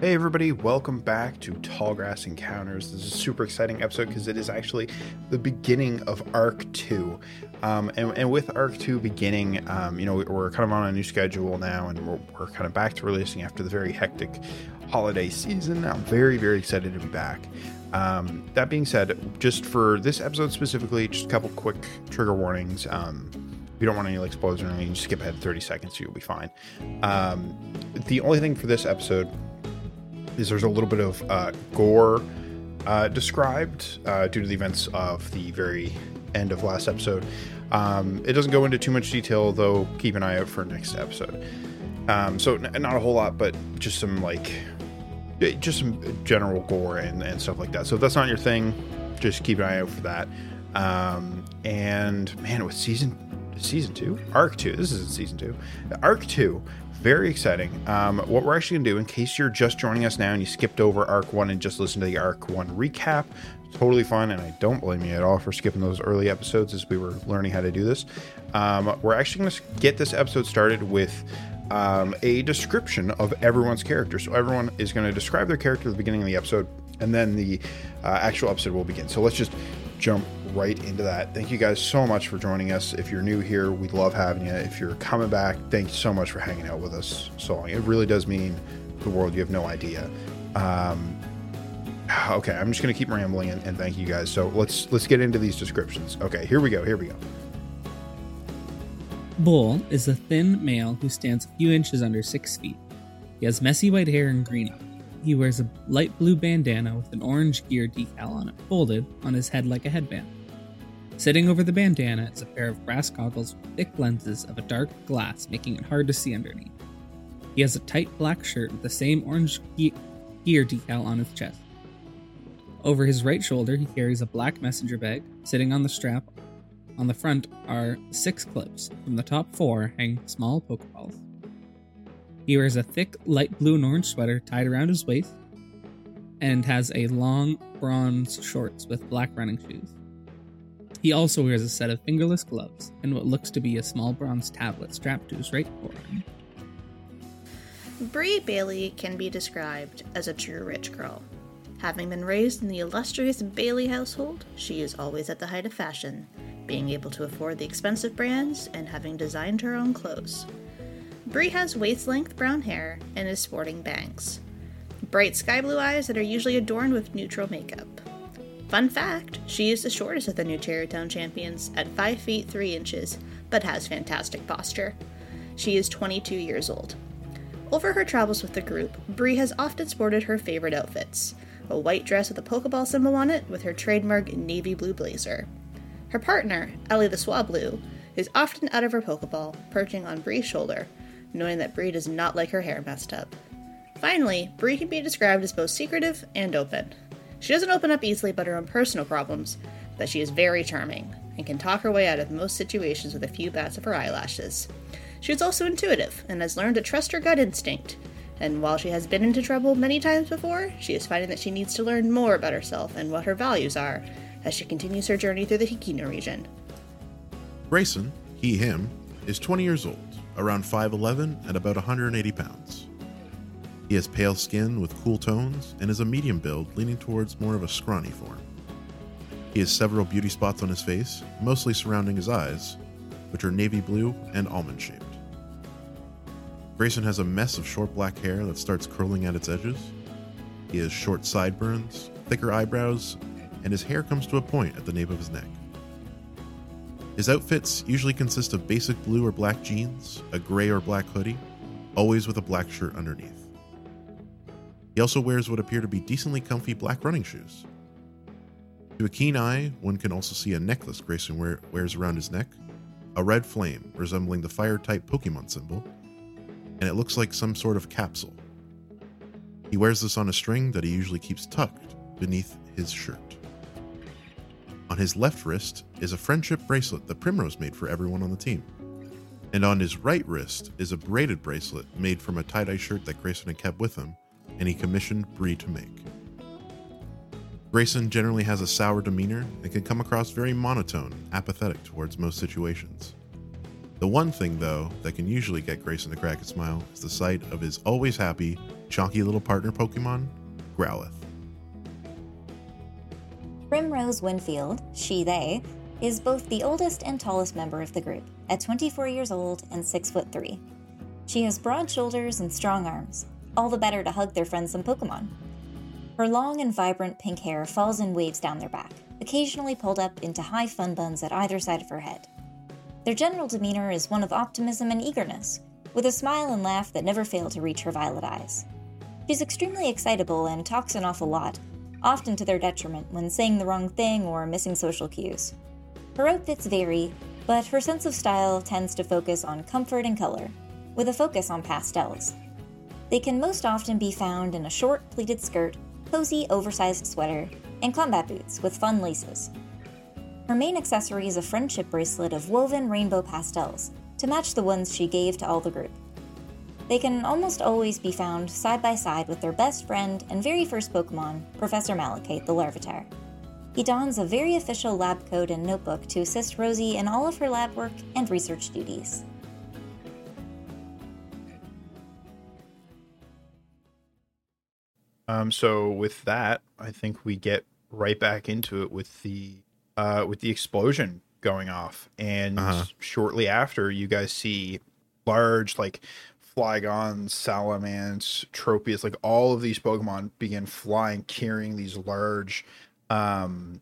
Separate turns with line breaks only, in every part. Hey, everybody, welcome back to Tallgrass Encounters. This is a super exciting episode because it is actually the beginning of Arc 2. Um, and, and with Arc 2 beginning, um, you know, we- we're kind of on a new schedule now and we're, we're kind of back to releasing after the very hectic holiday season. I'm very, very excited to be back. Um, that being said, just for this episode specifically, just a couple quick trigger warnings. Um, if you don't want any like spoilers or anything, you skip ahead 30 seconds, you'll be fine. Um, the only thing for this episode is there's a little bit of uh, gore uh, described uh, due to the events of the very end of last episode. Um, it doesn't go into too much detail, though. Keep an eye out for next episode. Um, so n- not a whole lot, but just some like eh, just some general gore and, and stuff like that. So if that's not your thing, just keep an eye out for that. Um, and man, with season season two, arc two. This isn't season two, arc two. Very exciting. Um, what we're actually gonna do, in case you're just joining us now and you skipped over arc one and just listened to the arc one recap, totally fine, and I don't blame you at all for skipping those early episodes as we were learning how to do this. Um, we're actually gonna s- get this episode started with um, a description of everyone's character. So everyone is going to describe their character at the beginning of the episode, and then the uh, actual episode will begin. So let's just jump right into that. Thank you guys so much for joining us. If you're new here, we love having you. If you're coming back, thanks so much for hanging out with us so long. It really does mean the world. You have no idea. Um, okay, I'm just going to keep rambling and, and thank you guys. So let's let's get into these descriptions. Okay, here we go. Here we go.
Bull is a thin male who stands a few inches under six feet. He has messy white hair and green eye. He wears a light blue bandana with an orange gear decal on it, folded on his head like a headband. Sitting over the bandana is a pair of brass goggles with thick lenses of a dark glass, making it hard to see underneath. He has a tight black shirt with the same orange ge- gear decal on his chest. Over his right shoulder, he carries a black messenger bag. Sitting on the strap on the front are six clips. From the top four hang small Pokeballs. He wears a thick, light blue and orange sweater tied around his waist and has a long bronze shorts with black running shoes. He also wears a set of fingerless gloves and what looks to be a small bronze tablet strapped to his right forearm.
Bree Bailey can be described as a true rich girl. Having been raised in the illustrious Bailey household, she is always at the height of fashion, being able to afford the expensive brands and having designed her own clothes. Bree has waist length brown hair and is sporting bangs. Bright sky blue eyes that are usually adorned with neutral makeup. Fun fact she is the shortest of the new Cherrytown champions at 5 feet 3 inches, but has fantastic posture. She is 22 years old. Over her travels with the group, Bree has often sported her favorite outfits a white dress with a Pokeball symbol on it, with her trademark navy blue blazer. Her partner, Ellie the Swablu, is often out of her Pokeball, perching on Bree's shoulder, knowing that Bree does not like her hair messed up. Finally, Bree can be described as both secretive and open. She doesn't open up easily about her own personal problems, but she is very charming and can talk her way out of most situations with a few bats of her eyelashes. She is also intuitive and has learned to trust her gut instinct. And while she has been into trouble many times before, she is finding that she needs to learn more about herself and what her values are as she continues her journey through the Hikino region.
Grayson, he, him, is 20 years old, around 5'11 and about 180 pounds. He has pale skin with cool tones and is a medium build, leaning towards more of a scrawny form. He has several beauty spots on his face, mostly surrounding his eyes, which are navy blue and almond shaped. Grayson has a mess of short black hair that starts curling at its edges. He has short sideburns, thicker eyebrows, and his hair comes to a point at the nape of his neck. His outfits usually consist of basic blue or black jeans, a gray or black hoodie, always with a black shirt underneath. He also wears what appear to be decently comfy black running shoes. To a keen eye, one can also see a necklace Grayson wear- wears around his neck, a red flame resembling the fire type Pokemon symbol, and it looks like some sort of capsule. He wears this on a string that he usually keeps tucked beneath his shirt. On his left wrist is a friendship bracelet that Primrose made for everyone on the team. And on his right wrist is a braided bracelet made from a tie dye shirt that Grayson had kept with him and he commissioned Bree to make. Grayson generally has a sour demeanor and can come across very monotone and apathetic towards most situations. The one thing, though, that can usually get Grayson to crack a smile is the sight of his always happy, chonky little partner Pokemon, Growlithe.
Primrose Winfield, she they, is both the oldest and tallest member of the group, at 24 years old and 6 foot 3. She has broad shoulders and strong arms, all the better to hug their friends and Pokemon. Her long and vibrant pink hair falls in waves down their back, occasionally pulled up into high fun buns at either side of her head. Their general demeanor is one of optimism and eagerness, with a smile and laugh that never fail to reach her violet eyes. She's extremely excitable and talks an awful lot, often to their detriment when saying the wrong thing or missing social cues. Her outfits vary, but her sense of style tends to focus on comfort and color, with a focus on pastels. They can most often be found in a short, pleated skirt, cozy, oversized sweater, and combat boots with fun laces. Her main accessory is a friendship bracelet of woven rainbow pastels to match the ones she gave to all the group. They can almost always be found side by side with their best friend and very first Pokemon, Professor Malachite the Larvitar. He dons a very official lab coat and notebook to assist Rosie in all of her lab work and research duties.
Um, so with that, I think we get right back into it with the uh, with the explosion going off, and
Uh-huh.
shortly after, you guys see large like Flygon, Salamence, Tropius, like all of these Pokemon begin flying, carrying these large. Um,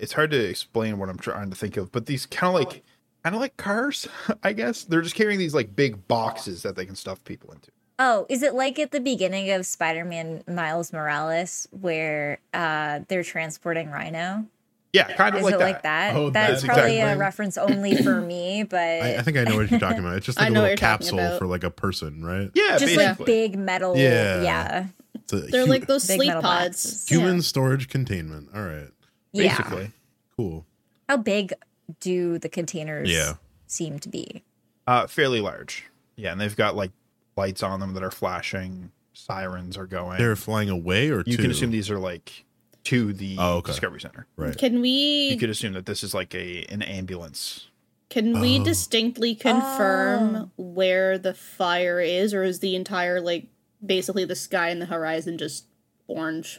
it's hard to explain what I'm trying to think of, but these kind of like kind of like cars, I guess. They're just carrying these like big boxes that they can stuff people into.
Oh, is it like at the beginning of Spider Man Miles Morales where uh, they're transporting Rhino?
Yeah, kind of
Is
like
it
that.
like that?
Oh,
That's
that's
probably
exactly-
a reference only for me, but
I, I think I know what you're talking about. It's just
I
like a
know what
little
you're talking
capsule
about.
for like a person, right?
Yeah,
just
basically.
like big metal.
Yeah.
Yeah.
It's a
They're
hu-
like those
Big
sleep
metal
pods.
human storage containment. All right,
Yeah.
basically.
cool.
How big do the containers
Yeah.
seem to be?
Uh, fairly large. Yeah, and they've got like lights on them that are flashing. Sirens are going.
They're flying away or
you
two?
can assume these are like to the
Oh, okay.
Discovery Center.
right.
Can
You
we
could assume that this is like a an ambulance.
can we
Oh.
distinctly
Oh.
confirm where the fire is, or is the entire like basically the sky and the horizon just orange?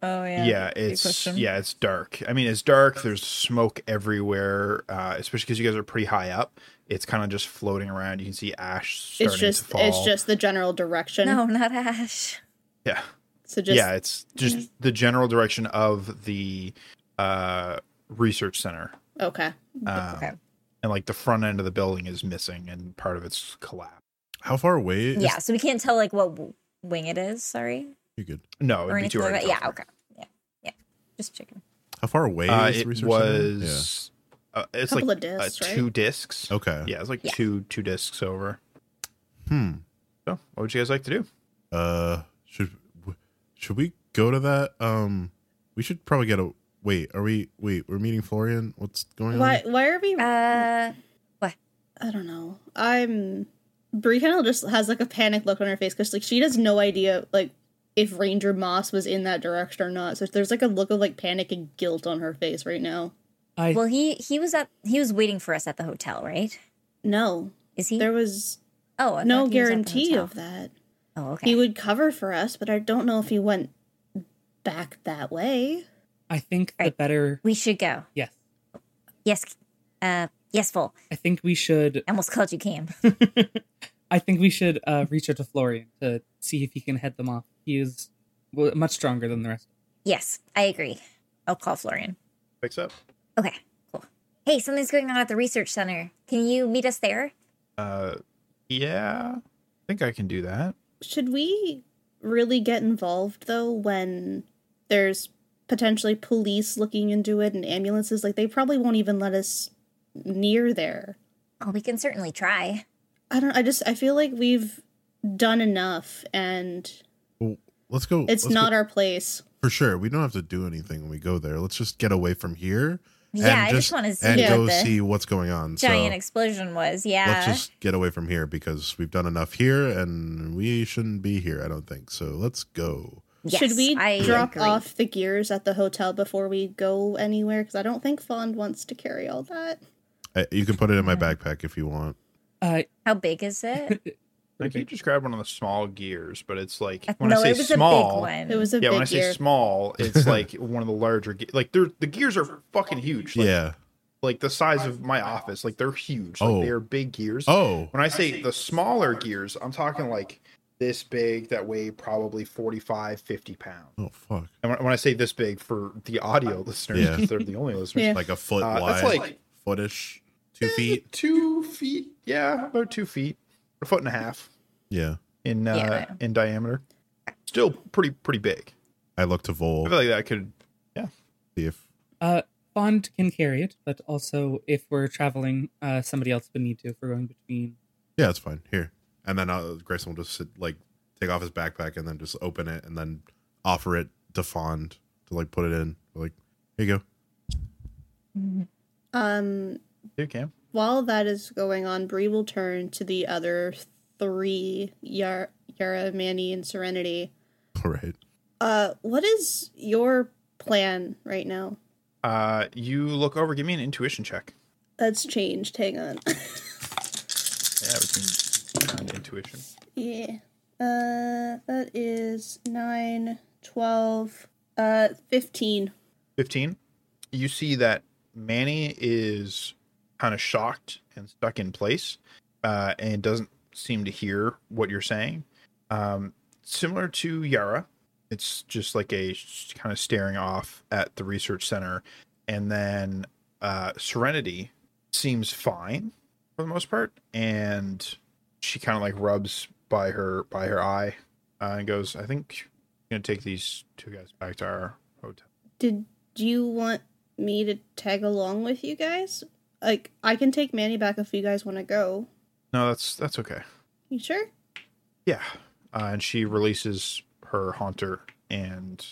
Oh
Yeah, it's yeah, it's dark. I mean, it's dark. There's smoke everywhere, uh, especially because you guys are pretty high up. It's kind of just floating around. You can see ash starting
it's just
to fall.
it's just the general direction.
No, not Ash.
yeah.
So just
yeah, it's just the general direction of the uh, research center.
okay.
Um,
Okay.
And like the front end of the building is missing and part of it's collapsed.
How far away? Is,
Yeah, so we can't tell like what w- wing it is. Sorry,
you're good.
No,
or
it'd be too
anything
hard.
like
to tell
that. Yeah,
from
okay, yeah, yeah. Just checking.
How far away
Uh,
is the
it
research center?
was. Uh, it's
Couple
like
of discs,
uh,
right?
two discs.
Yeah. Okay.
Yeah, it's like
Yeah.
two two discs over.
Hmm.
So, what would you guys like to do?
Uh, should w- should we go to that? Um, we should probably get a wait. Are we wait? We're meeting Florian. What's going
Why why are we
Uh,
I don't know. I'm Brie kind of just has like a panic look on her face because like she has no idea like if Ranger Moss was in that direction or not. So there's like a look of like panic and guilt on her face right now.
I
well, he he was at he was waiting for us at the hotel, right?
No,
Is he?
there was
oh, I thought
no
he was at the
guarantee
hotel.
of that.
Oh, okay.
He would cover for us, but I don't know if he went back that way.
I think the
Right.
better
we should go.
yes.
Yes. Uh, yes, full.
I think we should
I almost called you Cam.
I think we should uh, reach out to Florian to see if he can head them off. He is well, much stronger than the rest.
yes, I agree. I'll call Florian.
Fix up.
Okay, cool. Hey, something's going on at the research center. Can you meet us there?
Uh, yeah, I think I can do that.
Should we really get involved though when there's potentially police looking into it and ambulances? Like they probably won't even let us near there.
Oh, we can certainly try.
I don't I just I feel like we've done enough and
on? Well, Let's go.
it's
let's
not
go-
our place.
for sure. We don't have to do anything when we go there. Let's just get away from here.
Yeah, I just
just
want to see
and
what
go
the
see what's going on.
giant
so
explosion was. Yeah.
let's just get away from here because we've done enough here, and we shouldn't be here. I don't think so. Let's go.
Yes,
Should we
I
drop
agree.
off the gears at the hotel before we go anywhere? Because I don't think Fond wants to carry all that.
Uh, You can put it in my backpack if you want.
Uh,
How big is it?
Like you just grabbed one of the small gears, but it's like when
no,
I say
it was
small,
a big one.
It was a
yeah, when I
big
say
year.
small, it's like one of the larger. Ge- like they're the gears are fucking huge. Like,
yeah.
like the size of my office. Like they're huge.
Oh.
Like they are big gears.
Oh,
When I say the smaller gears, I'm talking like this big that weigh probably 45, 50 pounds.
oh, fuck.
And when, when I say this big for the audio listeners,
Yeah.
'cause they're the only listeners.
Yeah.
Like a foot
Uh, that's
wide,
like-
footish, two feet.
Two feet. Yeah, about two feet. A foot and a half
Yeah.
in uh,
Yeah.
in diameter. Still pretty pretty big.
I look to
I
Vol.
feel like that could
See if
uh, Bond can carry it, but also if we're traveling, uh, somebody else would need to if we're going between.
yeah, it's fine. Here, and then uh, Grayson will just sit, like take off his backpack and then just open it and then offer it to Fond to like put it in. Like, here you go.
Mm-hmm.
Um,
do Cam.
while that is going on, Bree will turn to the other three Yar- Yara, Manny, and Serenity.
All right.
Uh, what is your plan right now?
Uh, you look over. Give me an intuition check.
That's changed. Hang on.
Yeah, we can find intuition.
yeah. Uh, that is 9, 12, uh, 15.
Fifteen. You see that Manny is kind of shocked and stuck in place, uh, and doesn't seem to hear what you're saying. Um, similar to Yara, it's just like a kind of staring off at the research center, and then uh, Serenity seems fine for the most part, and she kind of like rubs by her by her eye uh, and goes, "I think I'm gonna take these two guys back to our hotel."
Did you want me to tag along with you guys? Like, I can take Manny back if you guys want to go.
No, that's that's okay.
You sure?
Yeah, uh, and she releases her haunter, and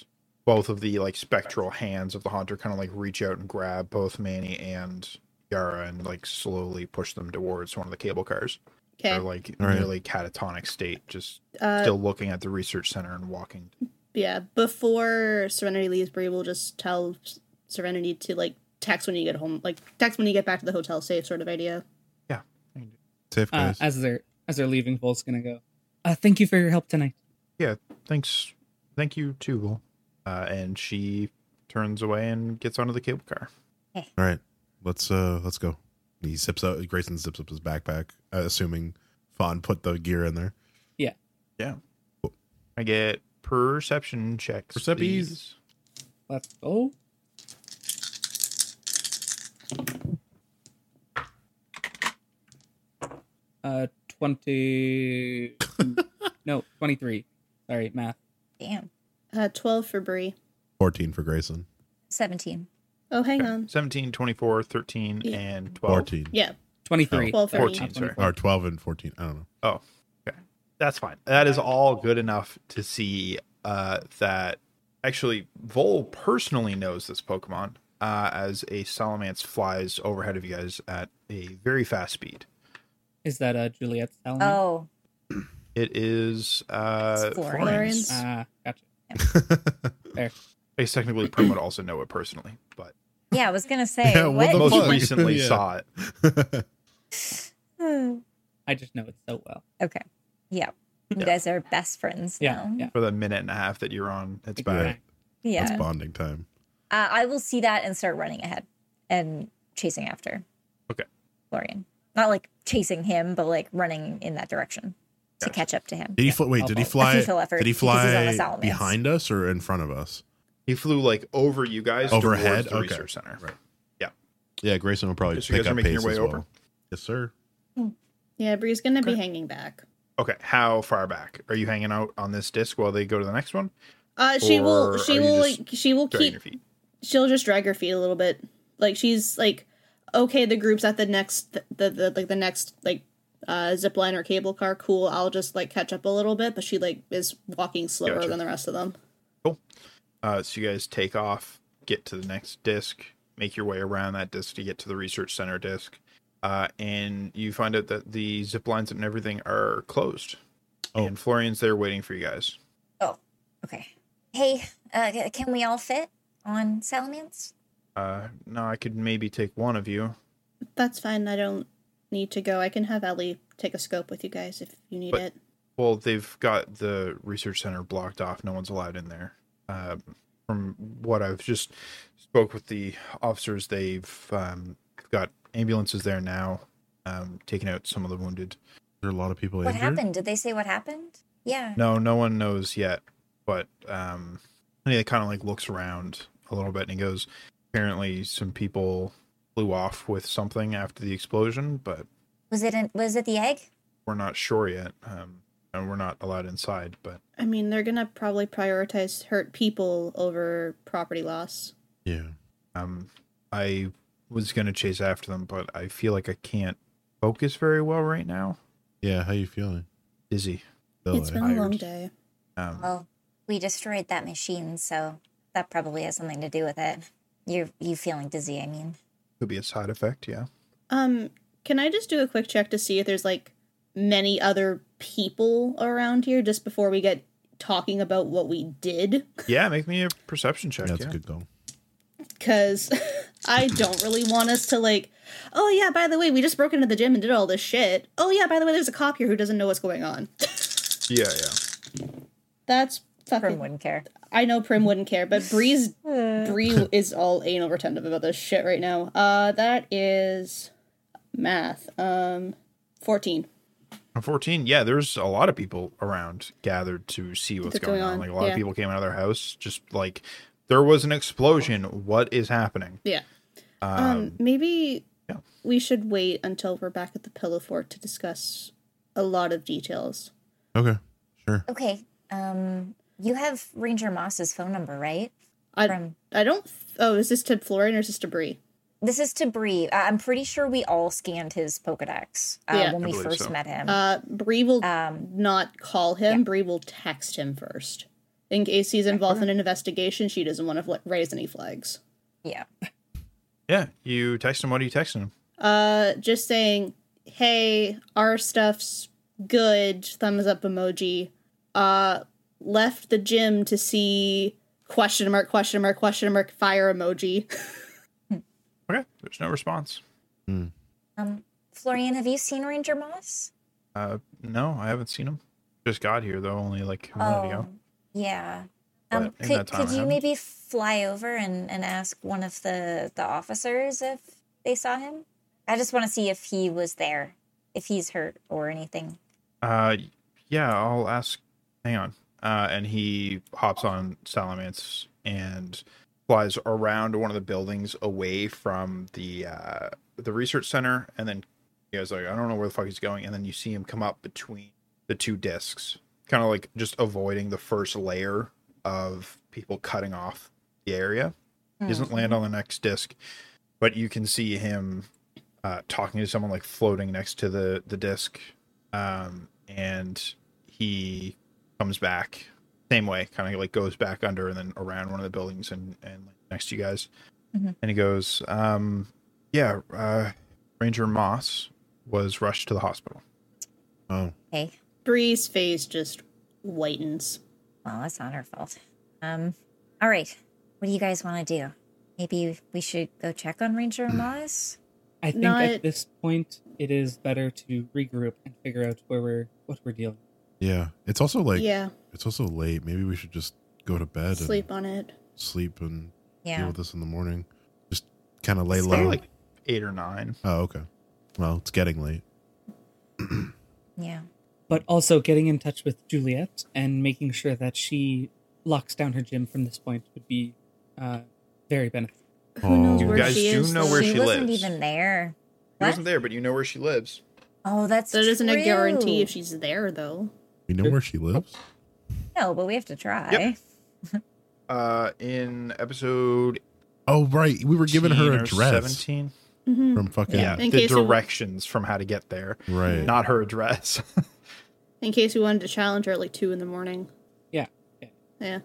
both of the like spectral hands of the haunter kind of like reach out and grab both Manny and Yara, and like slowly push them towards one of the cable cars.
Okay.
They're like
All right.
nearly catatonic state, just
Uh,
still looking at the research center and walking.
yeah. Before Serenity leaves, Brie will just tell S- Serenity to like text when you get home, like text when you get back to the hotel safe, sort of idea.
Safe
Uh,
guys.
as they're as they're leaving, Vol's gonna go. Uh, thank you for your help tonight.
Thanks, thank you, Tugel. Uh, and she turns away and gets onto the cable car.
All right, let's uh let's go. He zips out. Grayson zips up his backpack, uh, assuming Fawn put the gear in there.
I get perception checks.
Perceppies.
please.
Let's go. Uh, twenty. no, twenty-three. Sorry, math.
Damn.
Uh, twelve for Brie.
Fourteen for Grayson.
17.
Oh, hang
Okay.
on.
17, 24, 13,
Yeah.
and 12.
Fourteen
Yeah,
Twenty-three.
twelve for me.
14, sorry.
or twelve and fourteen. I don't know.
That's fine. That is all good enough to see uh, that actually Vol personally knows this Pokemon uh, as a Salamence flies overhead of you guys at a very fast speed.
Is that uh Juliet's
Mm-hmm.
talent?
Oh,
It is uh,
It's Florence.
Florence.
Florence.
Ah, gotcha.
I guess technically Prim would also know it personally, but
yeah, I was going to say.
Yeah, what
what?
the
most
fuck?
recently
Yeah.
saw it.
Hmm.
I just know it so well.
okay. Yeah. You
Yeah.
guys are best friends
Yeah,
now.
yeah.
For the minute and a half that you're on, it's bad.
Exactly.
Yeah.
That's bonding time.
Uh, I will see that and start running ahead and chasing after.
Okay.
Florian. Not like chasing him, but like running in that direction to
Gotcha.
catch up to him.
Did he fl- wait?
I'll
Did he
follow.
fly?
futile effort
Did he
because he's on the
fly
Salamence.
behind us or in front of us?
He flew like over you guys
Overhead?
towards the
Okay.
research center.
Right. Yeah, Grayson will probably
So you
pick
guys are
up
making
pace
your way
as
over?
well. Yes, sir.
Yeah, Brie's gonna be hanging back.
Okay, how far back are you hanging out on this disc while they go to the next one?
Uh, she will.
Or
She
are you
will.
just
Like, she will
Dragging
keep.
your feet.
She'll just drag her feet a little bit. Like she's like, okay, the group's at the next, the, the like the next like uh zip line or cable car. Cool. I'll just like catch up a little bit, but she like is walking slower
Gotcha.
than the rest of them.
Uh, so you guys take off, get to the next disc, make your way around that disc to get to the research center disc, uh, and you find out that the zip lines and everything are closed.
Oh.
And Florian's there waiting for you guys.
Okay. Hey, uh, c- can we all fit on Salamance?
Uh, no, I could maybe take one of you.
That's fine. I don't need to go. I can have Ellie take a scope with you guys if you need
But-
it.
Well, they've got the research center blocked off. No one's allowed in there. Um, from what I've just spoke with the officers, they've um, got ambulances there now, um, taking out some of the wounded.
There are a lot of people
What
injured.
happened? Did they say what happened? Yeah.
No, no one knows yet. But um, and he kind of like looks around a little bit and he goes, apparently some people flew off with something after the explosion, but
Was it an, was it the egg?
we're not sure yet. Um, and we're not allowed inside. But
I mean, they're gonna probably prioritize hurt people over property loss.
Yeah.
um, I was gonna chase after them, but I feel like I can't focus very well right now.
Yeah. How you feeling?
Dizzy.
Still
it's
eh?
been
tired.
a long day.
Um,
Well, we destroyed that machine, so that probably has something to do with it. You're you feeling dizzy? I mean,
could be a side effect. Yeah.
Um, can I just do a quick check to see if there's like many other people around here just before we get talking about what we did?
Yeah. Make me a perception check.
That's
yeah.
a good goal.
Because I don't really want us to like, oh yeah, by the way, we just broke into the gym and did all this shit. Oh yeah, by the way, there's a cop here who doesn't know what's going on.
Yeah. Yeah.
That's
Prim
fucking.
wouldn't care.
I know Prim wouldn't care, but Bree's Bree is all anal retentive about this shit right now. Uh, that is math. Um, fourteen.
On 14, yeah, there's a lot of people around gathered to see what's
They're
going,
going
on.
on,
Like a lot
yeah.
of people came out of their house, just like there was an explosion. What is happening?
Yeah. Um, maybe
yeah.
we should wait until we're back at the pillow fort to discuss a lot of details.
Okay. Sure.
Okay. Um, you have Ranger Moss's phone number, right?
I
From-
I don't. th- oh, is this to Florian or is this to Bree?
This is to Bree. I- I'm pretty sure we all scanned his Pokedex uh,
Yeah.
when
I
we
believe
first
so.
met him.
Uh, Bree will
Um,
not call him. Bree will text him first in case he's involved in an investigation. She doesn't want to fl- raise any flags.
yeah.
Yeah, you text him. What are you texting him?
Uh, just saying, hey, our stuff's good. Thumbs up emoji. Uh, left the gym to see question mark question mark question mark fire emoji.
Okay, there's no response.
Um, Florian, have you seen Ranger Moss?
Uh, no, I haven't seen him. Just got here though, only like a
Oh.
minute ago.
Um, yeah.
But
Um,
in
could
that time
could
I
you
haven't.
maybe fly over and, and ask one of the, the officers if they saw him? I just want to see if he was there, if he's hurt or anything.
Uh, yeah, I'll ask. Hang on. Uh, and he hops on Salamance and flies around one of the buildings away from the uh, the research center, and then he goes like, I don't know where the fuck he's going, and then you see him come up between the two discs, kind of like just avoiding the first layer of people cutting off the area.
Hmm,
He doesn't land on the next disc, but you can see him uh, talking to someone like floating next to the the disc um, and he comes back same way, kind of like goes back under and then around one of the buildings and and like, next to you guys,
Mhm.
and he goes, um, yeah, uh, Ranger Moss was rushed to the hospital.
Oh,
Okay.
Bree's face just whitens.
Well, that's not her fault. Um, all right. What do you guys want to do? Maybe we should go check on Ranger
Hmm.
Moss?
I think
Not-
at this point it is better to regroup and figure out where we're what we're dealing.
yeah. It's also like
yeah,
it's also late. Maybe we should just go to bed
sleep on it.
and sleep and deal
Yeah.
with this in the morning. Just kind of lay
It's
low.
kinda
Like eight or nine.
oh, okay. Well, it's getting late.
Yeah.
But also getting in touch with Juliet and making sure that she locks down her gym from this point would be uh, very beneficial.
Who knows
You
where
guys
she
do
is?
know where
though?
she-
wasn't
lives.
even there.
He
What?
wasn't there, but you know where she lives.
Oh, that's
That isn't a guarantee if
true.
she's there though.
We know where she lives.
No, but we have to try.
Yep. Uh, in episode,
Oh, right. We were giving her
18 or
a dress
seventeen.
Mm-hmm.
from fucking
Yeah, the
In case it-
directions from how to get there,
right.
not her address.
In case we wanted to challenge her at like two in the morning.
Yeah. yeah.
Yeah.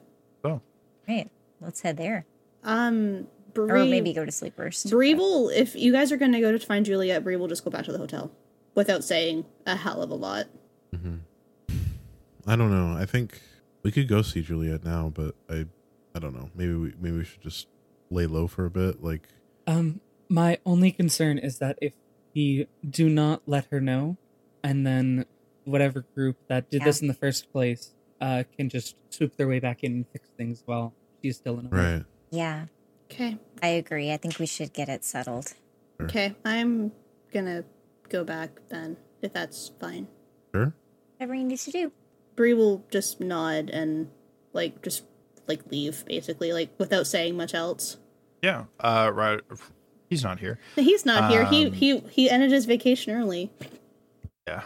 so,
Right. Let's head there.
Um. Bree,
Or maybe go to sleep first.
Bree will, if you guys are going to go to find Juliet, Bree will just go back to the hotel without saying a hell of a lot.
Mm-hmm. I don't know. I think we could go see Juliet now, but I, I don't know. Maybe we maybe we should just lay low for a bit. Like
Um, My only concern is that if we do not let her know, and then whatever group that did
Yeah.
this in the first place uh, can just swoop their way back in and fix things while she's still in a
Right.
Yeah,
Okay.
I agree. I think we should get it settled.
Sure.
Okay. I'm gonna go back then, if that's fine.
Sure.
Whatever you need to do.
Bree will just nod and like just like leave basically, like without saying much else.
Yeah. Uh, right. He's not here.
He's not here. He
Um,
he he ended his vacation early.
Yeah.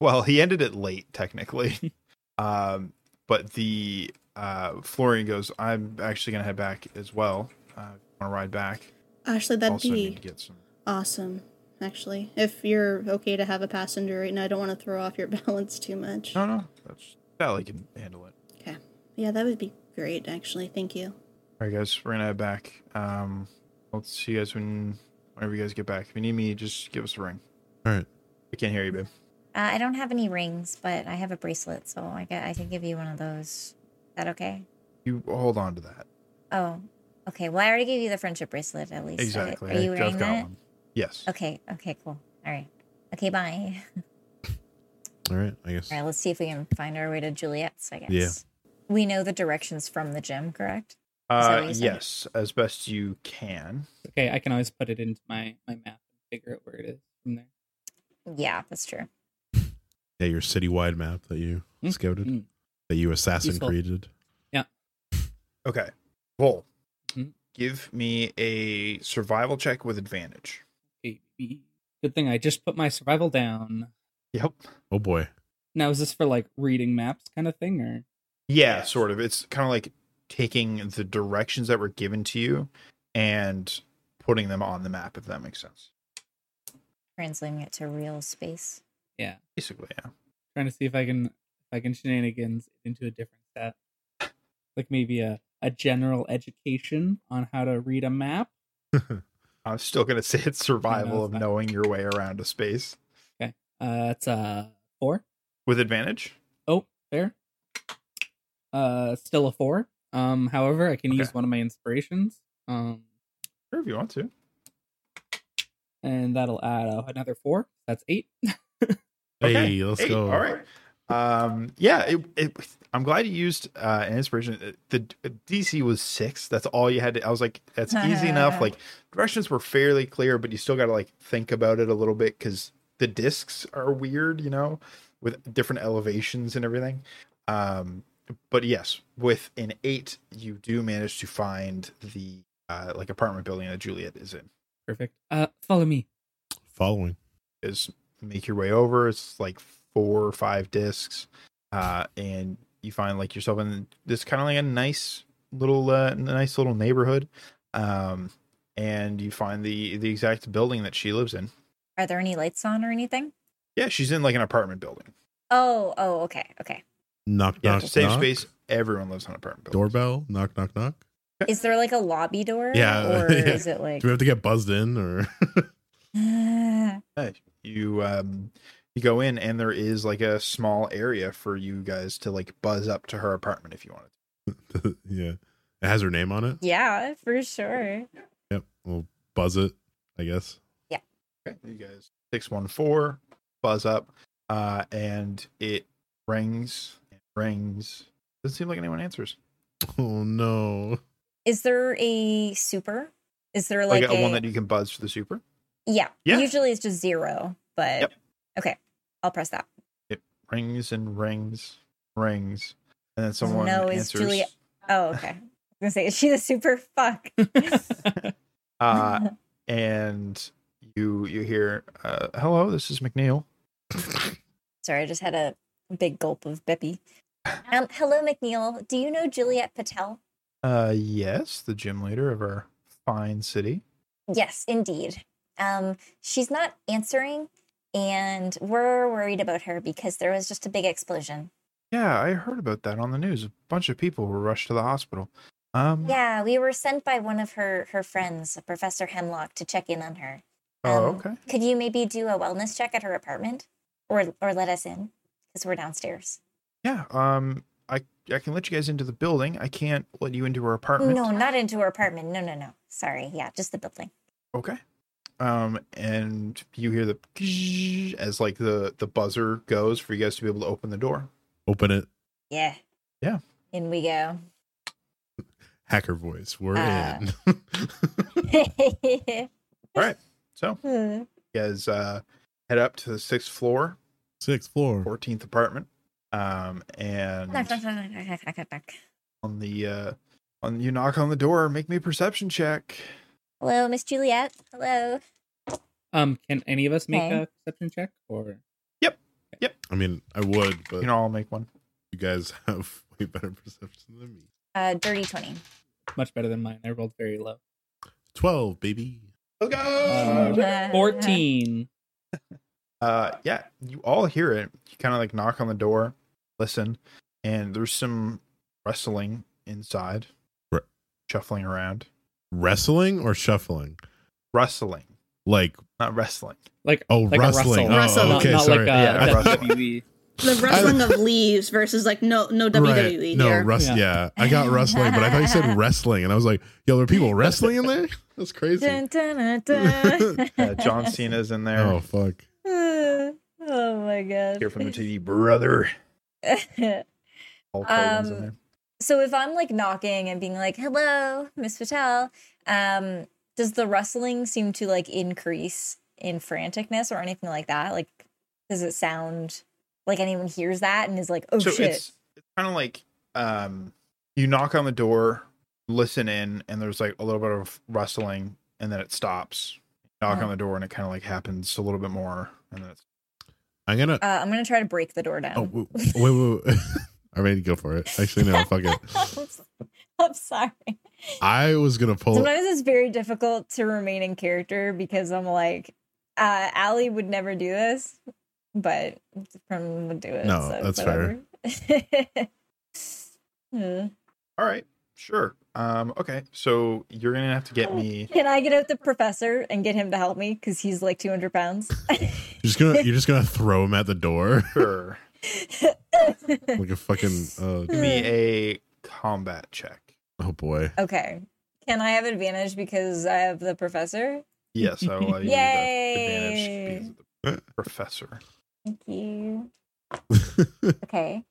Well, he ended it late technically. um, but the uh, Florian goes. I'm actually gonna head back as well. Uh, want to ride back.
Actually, that'd
also
be
need to get some.
awesome. Actually, if you're okay to have a passenger right now, I don't want to throw off your balance too much.
No, no. That's Sally can handle it.
Okay. Yeah, that would be great. Actually, thank you.
All right, guys. We're gonna head back. Um, I'll see you guys when whenever you guys get back. If you need me, just give us a ring.
All right.
I can't hear you, babe.
Uh, I don't have any rings, but I have a bracelet, so I get, I can give you one of those. Is that okay?
You hold on to that.
Oh, okay. Well, I already gave you the friendship bracelet at least. right?
Exactly.
Are you
I've
wearing that?
Yes.
Okay. Okay. Cool. All right. Okay. Bye.
All right. I guess.
All right. Let's see if we can find our way to Juliet's. I guess.
Yeah.
We know the directions from the gym, correct? that what
Uh,
you said?
yes, as best you can.
Okay, I can always put it into my, my map and figure out where it is from there.
Yeah, that's true.
Yeah, your citywide map that you
Mm.
scouted,
Mm.
that you assassin
Useful.
created.
Okay. Vol,
Mhm.
give me a survival check with advantage.
Baby. Good thing I just put my survival down.
Yep.
Oh boy.
Now is this for like reading maps kind of thing or
Yeah, sort of. It's kind of like taking the directions that were given to you and putting them on the map, if that makes sense.
Translating it to real space.
Basically, yeah.
trying to see if I can if I can shenanigans into a different stat. Like maybe a, a general education on how to read a map.
I'm still gonna say it's survival
it's
of
not.
knowing your way around a space
Uh that's a four.
with advantage.
Oh, fair. Uh still a four. Um however I can
Okay.
use one of my inspirations. Um
Sure, if you want to.
and that'll add uh, another four. That's eight.
Okay.
Hey, let's
Hey,
go.
All right. Um, yeah, it, it, I'm glad you used uh, an inspiration. The the DC was six. That's all you had. To, I was like, that's easy enough. Like directions were fairly clear, but you still got to like think about it a little bit because the discs are weird, you know, with different elevations and everything. Um, but yes, with an eight, you do manage to find the uh, like apartment building that Juliet is in.
Perfect. Uh follow me.
Following.
is make your way over. It's like four or five discs, uh, and you find like yourself in this kind of like a nice little, uh, nice little neighborhood, um, and you find the the exact building that she lives in.
Are there any lights on or anything?
Yeah, she's in like an apartment building.
Oh, oh, okay, okay.
Knock
Yeah,
knock.
safe
knock.
space. Everyone lives on apartment buildings.
Doorbell. Knock knock knock.
Is there like a lobby door?
Yeah,
Or
yeah.
is it like?
Do we have to get buzzed in or?
Hey, You um, you go in, and there is like a small area for you guys to like buzz up to her apartment if you wanted.
yeah. It has her name on it.
yeah, for sure.
Yep. We'll buzz it. I guess.
Okay, you guys. Six one four, buzz up, uh, and it rings, and rings. Doesn't seem like anyone answers.
Oh no.
Is there a super? Is there
Like,
like,
a, one that Oh, you can buzz for the super.
yeah,
Yeah.
Usually it's just zero, but
Yep.
okay, I'll press that.
Rings and rings, rings, and then someone
no, is
answers.
Julia- Oh, okay. I was gonna say, is she the super? Fuck.
Uh, and you you hear, uh, "Hello, this is McNeil."
Sorry, I just had a big gulp of Bippy. Um, hello, McNeil. Do you know Juliet Patel?
Uh, yes, the gym leader of our fine city.
Yes, indeed. Um, she's not answering, and we're worried about her because there was just a big explosion.
Yeah, I heard about that on the news. A bunch of people were rushed to the hospital. Um,
Yeah, we were sent by one of her her friends, Professor Hemlock, to check in on her.
Oh,
Um,
okay.
Could you maybe do a wellness check at her apartment, or or let us in because we're downstairs?
Yeah, um, I I can let you guys into the building. I can't let you into her apartment.
No, not into her apartment. No, no, no. Sorry. Yeah, just the building.
Okay. um, and you hear the as like the the buzzer goes for you guys to be able to open the door.
Open it.
Yeah.
Yeah.
In we go.
Hacker voice. We're
Uh.
in.
So you guys uh, head up to the sixth floor,
Sixth floor.
fourteenth apartment, um, and on the uh, on you knock on the door. Make me a perception check.
Hello, Miss Juliet. Hello.
Um, can any of us make
Okay.
a perception check or
I mean, I would, but
You know, I'll make one.
you guys have way better perception than me.
Uh, dirty 20.
much better than mine? I rolled very low.
12, baby.
Let's
Uh,
go.
Fourteen.
Uh, yeah, you all hear it. You kind of like knock on the door, listen, and there's some wrestling inside,
Re-
shuffling around,
Wrestling or shuffling?
rustling,
Like,
not wrestling.
Like
oh,
like
wrestling.
a
Oh,
rustle,
Wrestle,
not,
okay,
not
sorry.
like a E.
Yeah, wrestle.
WWE.
The rustling of leaves versus like no no
Right.
E
WWE
No,
here.
rust. Yeah.
Yeah.
I got wrestling, but I thought you said wrestling, and I was like, "Yo, there are people wrestling in there? That's crazy."
Dun, dun, dun, dun.
Uh, John Cena's in there.
Oh fuck!
oh my god.
Hear from the TV, brother. Hulk Hogan's in
Um,
there.
so if I'm like knocking and being like, hello, Miss Patel, um, does the rustling seem to like increase in franticness or anything like that? Like, does it sound like anyone hears that and is like, oh
so
shit?
it's it's kind of like um, you knock on the door, listen in, and there's like a little bit of rustling, and then it stops. Knock
Uh-huh.
on the door, and it kind of like happens a little bit more, and then it's
I'm gonna.
Uh, I'm gonna try to break the door down.
oh, w- wait, wait, wait. I'm ready to go for it. Actually, no, fuck it.
I'm s- I'm sorry.
I was gonna pull.
Sometimes it's very difficult to remain in character because I'm like, uh, Allie would never do this, but Prim would do it.
No,
so
that's
whatever.
fair.
Hmm.
All right, sure. Um, okay, so you're gonna have to get me.
Can I get out the professor and get him to help me because he's like 200 pounds?
You're just gonna. You're just gonna throw him at the door
Sure,
like a fucking. Uh,
give me a combat check.
oh boy.
okay. Can I have advantage because I have the professor?
Yes, I will. allow you the
Yay.
advantage because of the professor.
Thank you. Okay.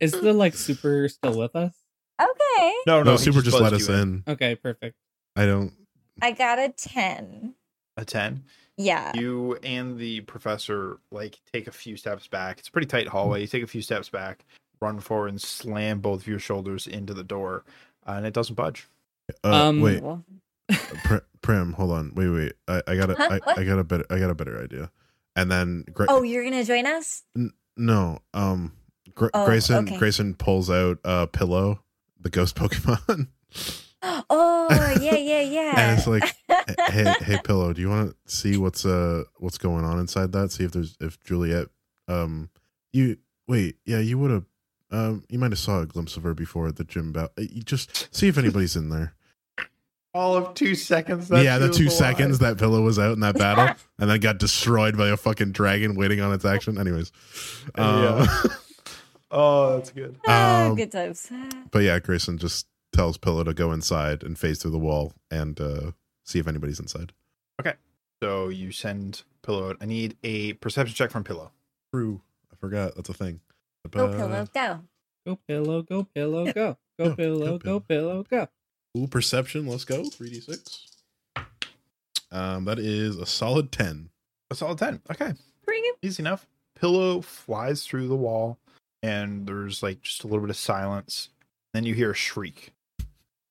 Is the like super still with us?
Okay.
No,
no,
he
super just let
buzzed
us
you
in.
Okay, perfect.
I don't.
I got a 10.
A ten.
Yeah.
You and the professor like take a few steps back. It's a pretty tight hallway. You take a few steps back, run forward, and slam both of your shoulders into the door, uh, and it doesn't budge.
Uh,
Um,
wait, Pr- Prim, hold on. Wait, wait. I, I got a.
Huh?
I,
What?
I got a better. I got a better idea. And then Gre-
Oh, you're going to join us?
No. Um. Gr-
Oh,
Grayson.
okay.
Grayson pulls out a pillow, the ghost Pokemon,
Oh, yeah, yeah, yeah.
and it's like, hey, hey, pillow. Do you want to see what's uh what's going on inside that? See if there's if Juliet. Um. You wait. Yeah. You would have. Um. You might have saw a glimpse of her before at the gym. About you just see if anybody's in there.
All of two seconds.
yeah, the two seconds that pillow was out in that battle, and then got destroyed by a fucking dragon waiting on its action. Anyways, um,
Oh, that's good.
Ah,
um,
good times.
but yeah, Grayson just tells Pillow to go inside and phase through the wall and uh, see if anybody's inside.
So you send Pillow. out. I need a perception check from Pillow.
True, I forgot that's a thing.
Go pillow, go.
Go pillow, go pillow, go. Go
Go,
pillow,
go
go pillow, go.
Ooh, perception. Let's go. Three d six. Um, that is a solid ten.
A solid ten. Okay,
Bring him.
easy enough. Pillow flies through the wall, and there's like just a little bit of silence. Then you hear a shriek,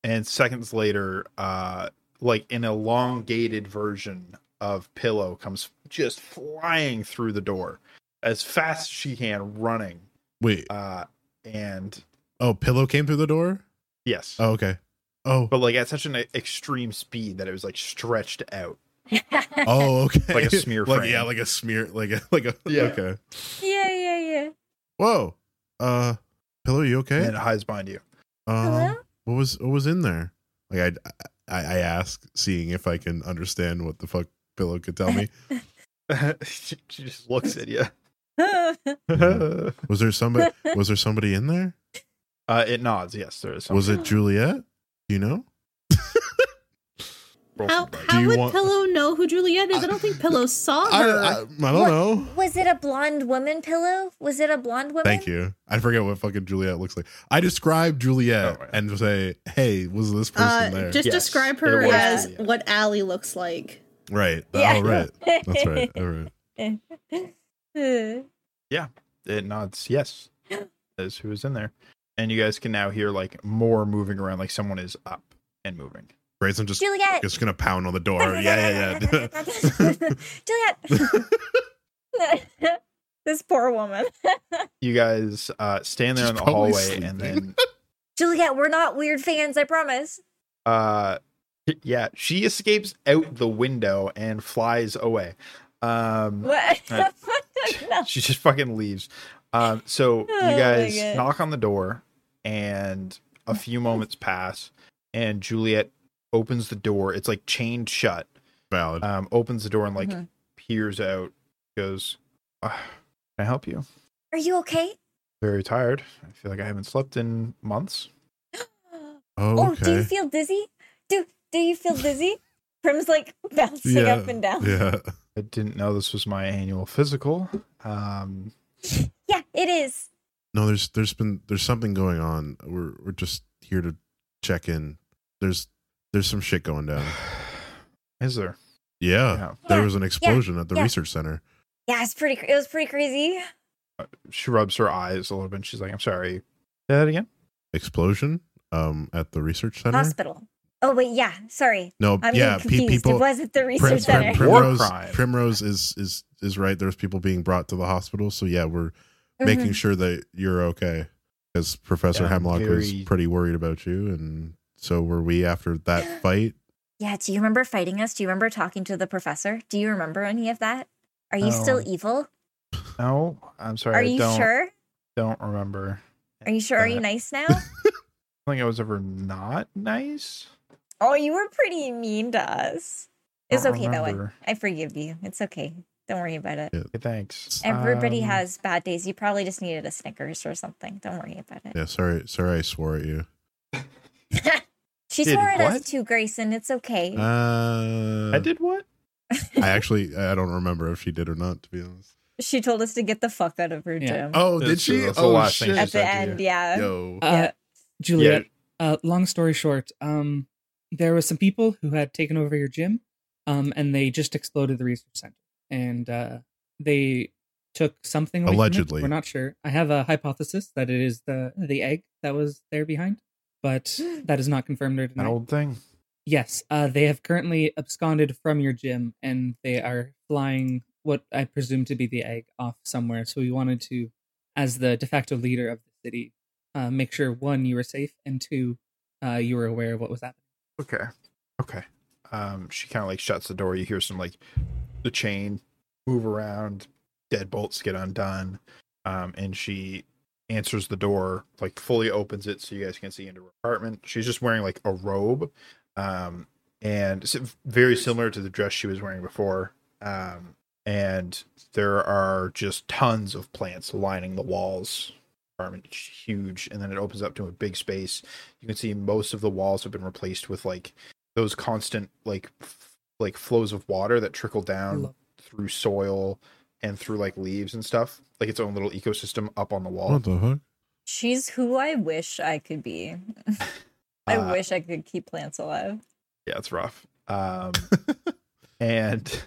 and seconds later, uh, like an elongated version of Pillow comes just flying through the door as fast as she can, running.
Wait.
Uh, and
Oh, Pillow came through the door.
yes,
Oh, okay. Oh.
but like at such an extreme speed that it was like stretched out.
yeah,
Oh, okay.
Like a smear
Like
frame.
yeah, like a smear. Like a like a.
Yeah.
Okay.
yeah, yeah.
Whoa. Uh, Pillow, you
And
okay?
then it hides behind you.
Um,
Hello?
what was what was in there? Like I, I I ask, seeing if I can understand what the fuck Pillow could tell me.
she she just looks at you.
Mhm. was there somebody? Was there somebody in there?
Uh, it nods. Yes, there is.
Was it Juliet? Do you know?
Roll
How,
some dice.
Do
how
you
would
want-
Pillow know who Juliet is? I don't think Pillow saw
I,
her.
I, I don't know.
Was it a blonde woman pillow? Was it a blonde woman?
Thank you. I forget what fucking Juliet looks like. I describe Juliet
Oh, yeah.
and say, "Hey, was this person
uh,
there?"
just
Yes,
describe
there
her
was
as
Juliet.
what Allie looks like.
right.
Yeah.
Oh, right. That's right. All right.
right.
It nods yes. Is who is in there, and you guys can now hear like more moving around, like someone is up and moving.
Grayson just
Juliet.
just gonna pound on the door. yeah, yeah, yeah.
Juliet. this poor woman.
You guys uh, stand there
She's
in the
probably
hallway, and
sleeping.
then
Juliet, we're not weird fans, I promise.
uh, yeah, she escapes out the window and flies away. Um,
What?
Right.
No.
she just fucking leaves. Um, so
Oh
you
my
guys
God.
knock on the door, and a few moments pass, and Juliet opens the door. It's like chained shut.
Valid.
Um, opens the door and like
Mhm.
peers out. Goes, "Ah, can I help you?
Are you okay?
Very tired. I feel like I haven't slept in months.
Oh,
Oh, do you
okay.
feel dizzy? Do do you feel dizzy? Prim's like bouncing
Yeah.
up and down.
Yeah.
I didn't know this was my annual physical. Um,
Yeah, it is.
No, there's there's been there's something going on. We're we're just here to check in. There's there's some shit going down.
is there?
Yeah.
Yeah.
There
Yeah,
was an explosion at the
yeah.
research center.
Yeah, it's pretty. cr- It was pretty crazy.
She rubs her eyes a little bit. And she's like, "I'm sorry." Say that again.
Explosion um at the research center?
Hospital. Oh wait, yeah. Sorry,
No,
I'm
yeah,
yeah,
pe-
confused.
people
it was at the research
Prim- Prim-
center.
Prim-
Primrose,
War crime.
Primrose is is is right. There's people being brought to the hospital, so yeah, we're
Mhm.
making sure that you're okay because Professor
Yeah, I'm
Hemlock was
very-
pretty worried about you, and so were we after that fight.
Yeah. Do you remember fighting us? Do you remember talking to the professor? Do you remember any of that? Are you
No.
still evil?
No, I'm sorry.
Are
I
you
don't,
sure?
Don't remember.
Are you sure? Are you
that.
nice now?
I don't think I was ever not nice.
oh, you were pretty mean to us. It's
Don't
okay though.
remember.
I, I forgive you. It's okay. Don't worry about it.
Okay, thanks.
Everybody
Um,
has bad days. You probably just needed a Snickers or something. Don't worry about it.
Yeah, sorry, sorry, I swore at you.
She
Did
swore at
what?
us too, Grayson. It's okay.
Uh,
I did what?
I actually, I don't remember if she did or not. To be honest.
she told us to get the fuck out of her
Yeah.
gym
Oh,
That's
did
true,
she?
that's the
Oh
last thing
shit!
she
at the
said. idea.
end. Yeah.
Yo,
Uh, Juliet,
Yeah.
uh, long story short, um, there was some people who had taken over your gym, um, and they just exploded the research center, and uh, they took something away from it.
Allegedly.
We're not sure. I have a hypothesis that it is the the egg that was there behind, but that is not confirmed or
That
denied.
old thing.
Yes, uh, they have currently absconded from your gym, and they are flying what I presume to be the egg off somewhere. So we wanted to, as the de facto leader of the city, uh, make sure one you were safe, and two, uh, you were aware of what was happening.
Okay. Okay. Um, she kind of like shuts the door. You hear some like the chain move around, deadbolts get undone, um, and she answers the door, like fully opens it so you guys can see into her apartment. She's just wearing like a robe, um, and s- very similar to the dress she was wearing before. Um, and there are just tons of plants lining the walls. Apartment it's huge, and then it opens up to a big space. You can see most of the walls have been replaced with like those constant like f- like flows of water that trickle down
Lo-
through soil and through like leaves and stuff, like its own little ecosystem up on the wall.
what the fuck?
She's who I wish I could be. I
Uh,
wish I could keep plants alive.
Yeah, it's rough. Um, and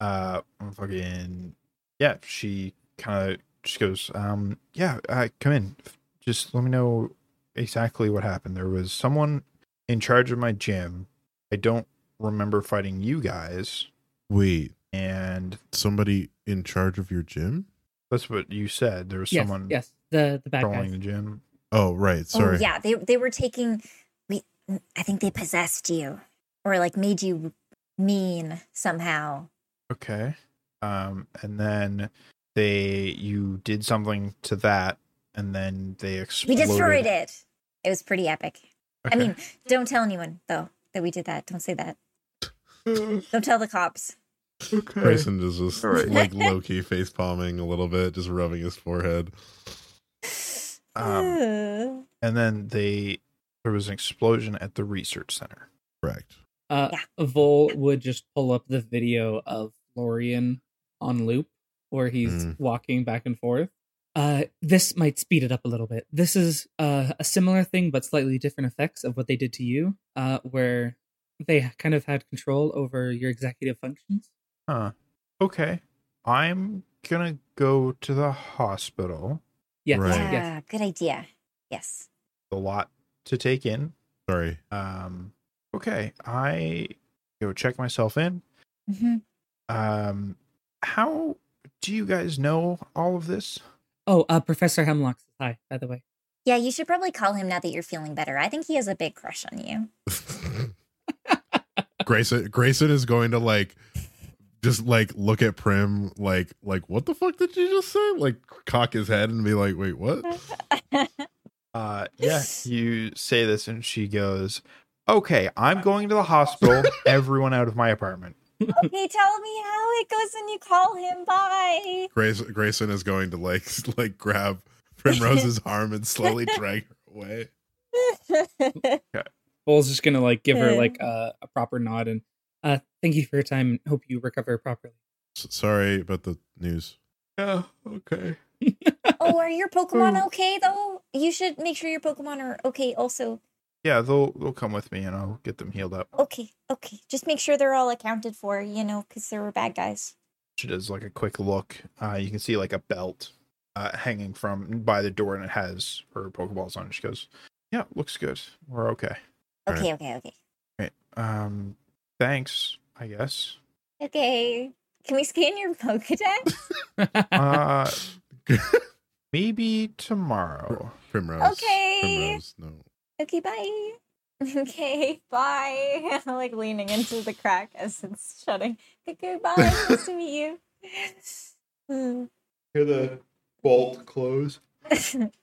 uh, fucking yeah, she kind of she goes, um, yeah, uh, come in. Just let me know exactly what happened. There was someone in charge of my gym. I don't remember fighting you guys,
Wait,
and
somebody in charge of your gym?
that's what you said. There was
Yes,
someone
yes, the the bad
controlling
guys.
the gym.
Oh, right. Sorry.
Oh yeah, they they were taking. We, mm, I think they possessed you, or like made you mean somehow.
Okay. Um, and then they you did something to that, and then they
We
exploded.
destroyed it. It was pretty epic.
Okay.
I mean, don't tell anyone though that we did that. Don't say that. Don't tell the cops.
okay.
Grayson is just
All right.
like low key face palming a little bit, just rubbing his forehead.
Um, and then they there was an explosion at the research center.
Correct.
Uh, Vol would just pull up the video of Lorian on loop where he's
Mm.
walking back and forth. Uh, this might speed it up a little bit. This is uh, a similar thing, but slightly different effects of what they did to you, uh, where they kind of had control over your executive functions.
Huh. Okay. I'm gonna go to the hospital.
Yes,
Right.
Yeah,
yes.
good idea. Yes.
A lot to take in.
Sorry.
Um. Okay. I go check myself in.
hmm
Um. How do you guys know all of this?
Oh, uh, Professor Hemlock says hi, by the way.
Yeah, you should probably call him now that you're feeling better. I think he has a big crush on you.
Grayson Grayson is going to like just like look at Prim like like what the fuck did you just say? Like cock his head and be like, wait, what?
Uh. Yeah. You say this, and she goes, "Okay. I'm going to the hospital. Everyone out of my apartment."
okay, tell me how it goes when you call him. Bye.
Grayson Grayson is going to like like grab Primrose's arm and slowly drag her away.
Vol's just gonna like give her
Okay.
like uh, a a proper nod and uh, thank you for your time. and Hope you recover properly.
S- sorry about the news.
Yeah. Okay.
oh, are your Pokemon
Ooh.
okay though? You should make sure your Pokemon are okay. Also,
Yeah. They'll they'll come with me, and I'll get them healed up.
okay, okay. Just make sure they're all accounted for. You know, because there were bad guys.
She does like a quick look. Uh, you can see like a belt uh, hanging from by the door, and it has her Pokeballs on. it. She goes, "Yeah, looks good. We're okay.
Right.
Okay, okay, okay,
Um, thanks, I guess."
okay. Can we scan your Pokedex?
Uh, maybe tomorrow.
Primrose.
Okay.
Primrose, no.
okay, bye. Okay, bye. I'm like leaning into the crack as it's shutting. Okay, bye. nice to meet you.
Hear the bolt close.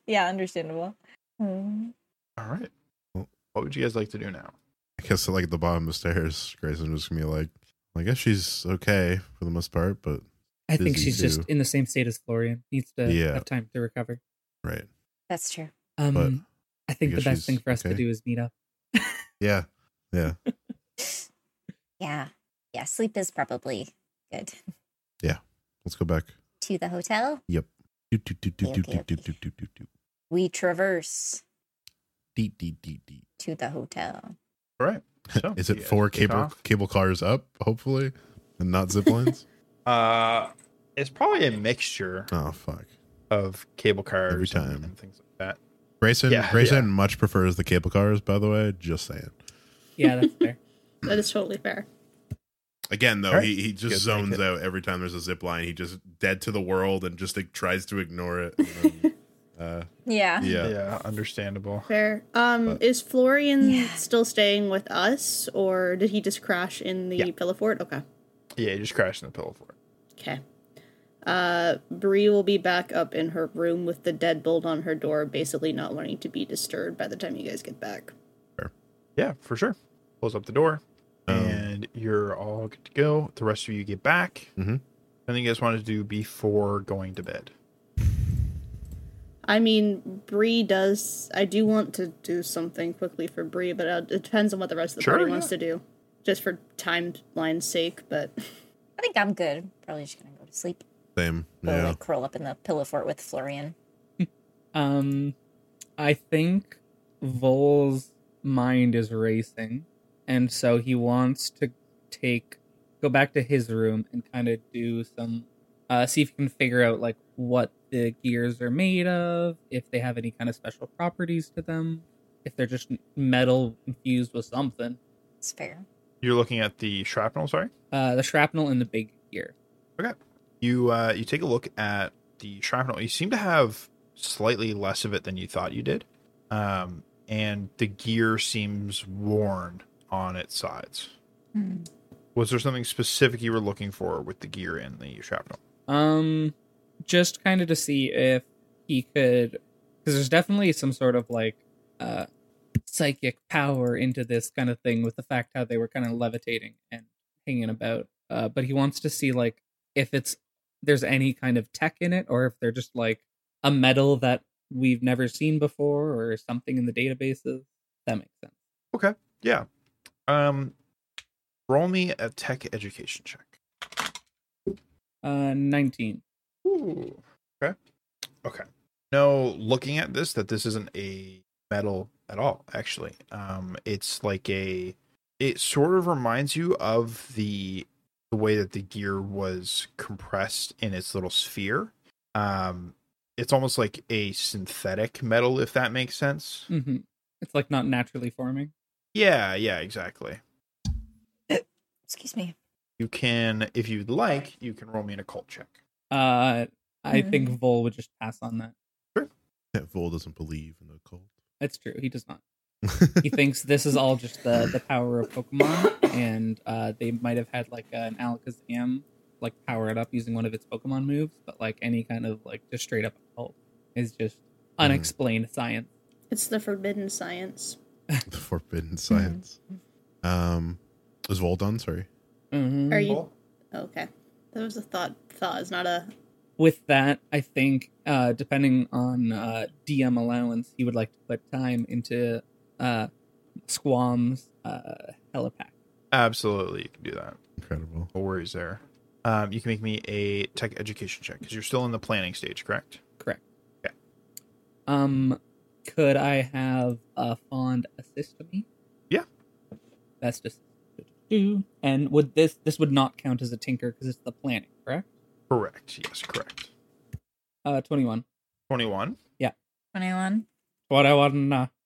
yeah, understandable. Hmm.
All right. What would you guys like to do now?
I guess like at the bottom of the stairs, Grayson was gonna be like, I guess she's okay for the most part, but
I think
Busy
she's
too.
just in the same state as Florian. Needs to
Yeah.
have time to recover.
right.
That's true.
Um,
But
I think
I
the
guess
best thing
she's
for us
okay.
to do is meet up.
Yeah. Yeah.
Yeah, yeah. Sleep is probably good.
Let's go back.
To the hotel,
Do, do, do, do, do,
Okay, okay,
do, do,
okay.
do, do, do, do.
we traverse
Dee, dee, dee, dee.
to the hotel.
All right. So,
Is
you
it
guys
four
take
cable
off.
cable cars up, hopefully, and not zip lines?
Uh, it's probably a mixture
oh fuck!
of cable cars
Every
and-
time.
and things like that.
Grayson
Yeah,
Grayson much prefers the cable cars. By the way, just saying.
Yeah, that's fair.
That is totally fair.
Again, though,
All right.
he, he just
Good,
zones
thank
out every time there's a zip line. He just dead to the world and just like, tries to ignore it. And then, uh,
Yeah.
yeah.
yeah understandable.
Fair. Um,
But-
is Florian
Yeah.
still staying with us, or did he just crash in the
Yeah.
pillow fort? Okay.
Yeah, you just crashed in the pillow fort.
Okay. Uh, Bree will be back up in her room with the deadbolt on her door, basically not wanting to be disturbed by the time you guys get back.
Yeah, for sure. Close up the door,
Um,
and you're all good to go. The rest of you get back.
Mhm.
Anything you guys want to do before going to bed?
I mean, Bree does. I do want to do something quickly for Bree, but uh, it depends on what the rest of the
Sure,
party wants
yeah.
to do, just for timeline's sake. But
I think I'm good. Probably just gonna go to sleep.
Same.
Or
Yeah.
like curl up in the pillow fort with Florian.
Um, I think Vol's mind is racing, and so he wants to take go back to his room and kind of do some uh, see if he can figure out like what the gears are made of, if they have any kind of special properties to them, if they're just metal infused with something.
It's fair.
You're looking at the shrapnel. Sorry,
Uh, the shrapnel and the big gear.
you uh, you take a look at the shrapnel. You seem to have slightly less of it than you thought you did, um, and the gear seems worn on its sides.
Mm-hmm.
Was there something specific you were looking for with the gear and the shrapnel?
Um, just kind of to see if he could, because there's definitely some sort of like uh psychic power into this kind of thing with the fact how they were kind of levitating and hanging about. Uh, but he wants to see like if it's there's any kind of tech in it, or if they're just like a metal that we've never seen before, or something in the databases. That makes sense.
Yeah. Um Roll me a tech education check.
Uh, 19.
Ooh. Okay. Okay. No, looking at this, that this isn't a metal at all. Actually, um, it's like a. It sort of reminds you of the the way that the gear was compressed in its little sphere. Um, it's almost like a synthetic metal, if that makes sense.
Mm-hmm. It's like not naturally forming.
Yeah. Yeah. Exactly.
Excuse me.
You can, if you'd like, you can roll me an occult check.
Uh, I
Mhm.
think Vol would just pass on that.
That Vol doesn't believe in the occult.
That's true. He does not. He thinks this is all just the, the power of Pokemon, and uh, they might have had like an Alakazam like power it up using one of its Pokemon moves, but like any kind of like just straight up occult is just
Mm-hmm.
unexplained science.
It's the forbidden science.
the forbidden science. Um, is Vol done? Sorry.
Mhm.
Are you Oh, okay? That was a thought. Thought is not a.
with that, I think, uh, depending on uh, DM allowance, he would like to put time into uh, Squam's uh, helipack.
Absolutely, you can do that.
Incredible.
No worries there. Um, you can make me a tech education check because you're still in the planning stage, correct?
Correct.
Yeah.
Um, could I have a fond assist me?
Yeah.
That's just two. And would this this would not count as a tinker because it's the planning, correct?
Correct. Yes, correct.
Uh, twenty one.
21.
21.
What I want to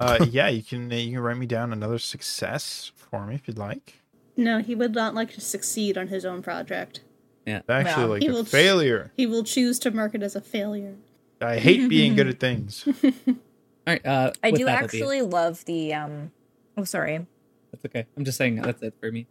Uh, yeah, you can you can write me down another success for me if you'd like.
No, he would not like to succeed on his own project.
Actually,
Well,
like
he
a
will-
failure.
He will choose to mark it as a failure.
I hate being good at things.
All right. Uh,
I
with
do
that, that'll be it.
actually love the. um Oh, sorry.
That's okay. I'm just saying that's it for me.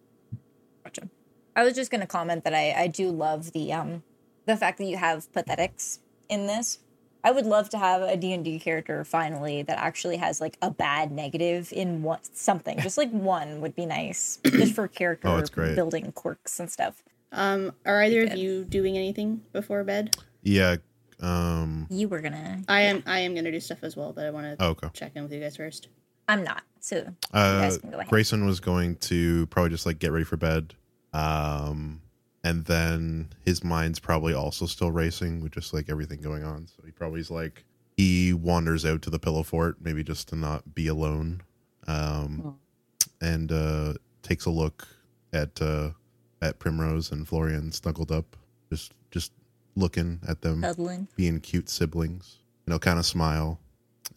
Gotcha. I was just going to comment that I, I do love the um the fact that you have pathetics in this. I would love to have a D&D character finally that actually has like a bad negative in one something. Just like one would be nice just for character
Oh, it's great.
building quirks and stuff.
Um, are either of
did.
you doing anything before bed?
Yeah. Um.
You were going to
I am. I am gonna do stuff as well, but I want to
Oh, okay.
check in with you guys first.
I'm not. So
Uh,
guys can go ahead.
Grayson was going to probably just like get ready for bed. Um, and then his mind's probably also still racing with just like everything going on. So he probably's like, he wanders out to the pillow fort, maybe just to not be alone. Um,
Oh.
and uh, takes a look at uh, at Primrose and Florian snuggled up, just just looking at
Oh,
them
cuddling.
being cute siblings. And he'll kind of smile,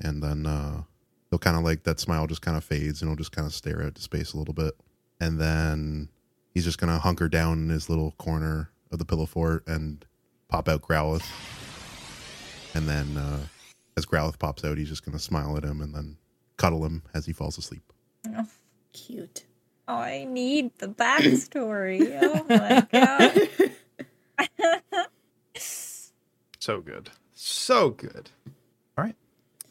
and then uh, he'll kind of like that smile just kind of fades, and he'll just kind of stare out to space a little bit, and then he's just gonna hunker down in his little corner of the pillow fort and pop out Growlithe, and then uh, as Growlithe pops out, he's just gonna smile at him and then cuddle him as he falls asleep.
Cute.
Oh, I need the backstory. oh my god.
So good. So good. All right.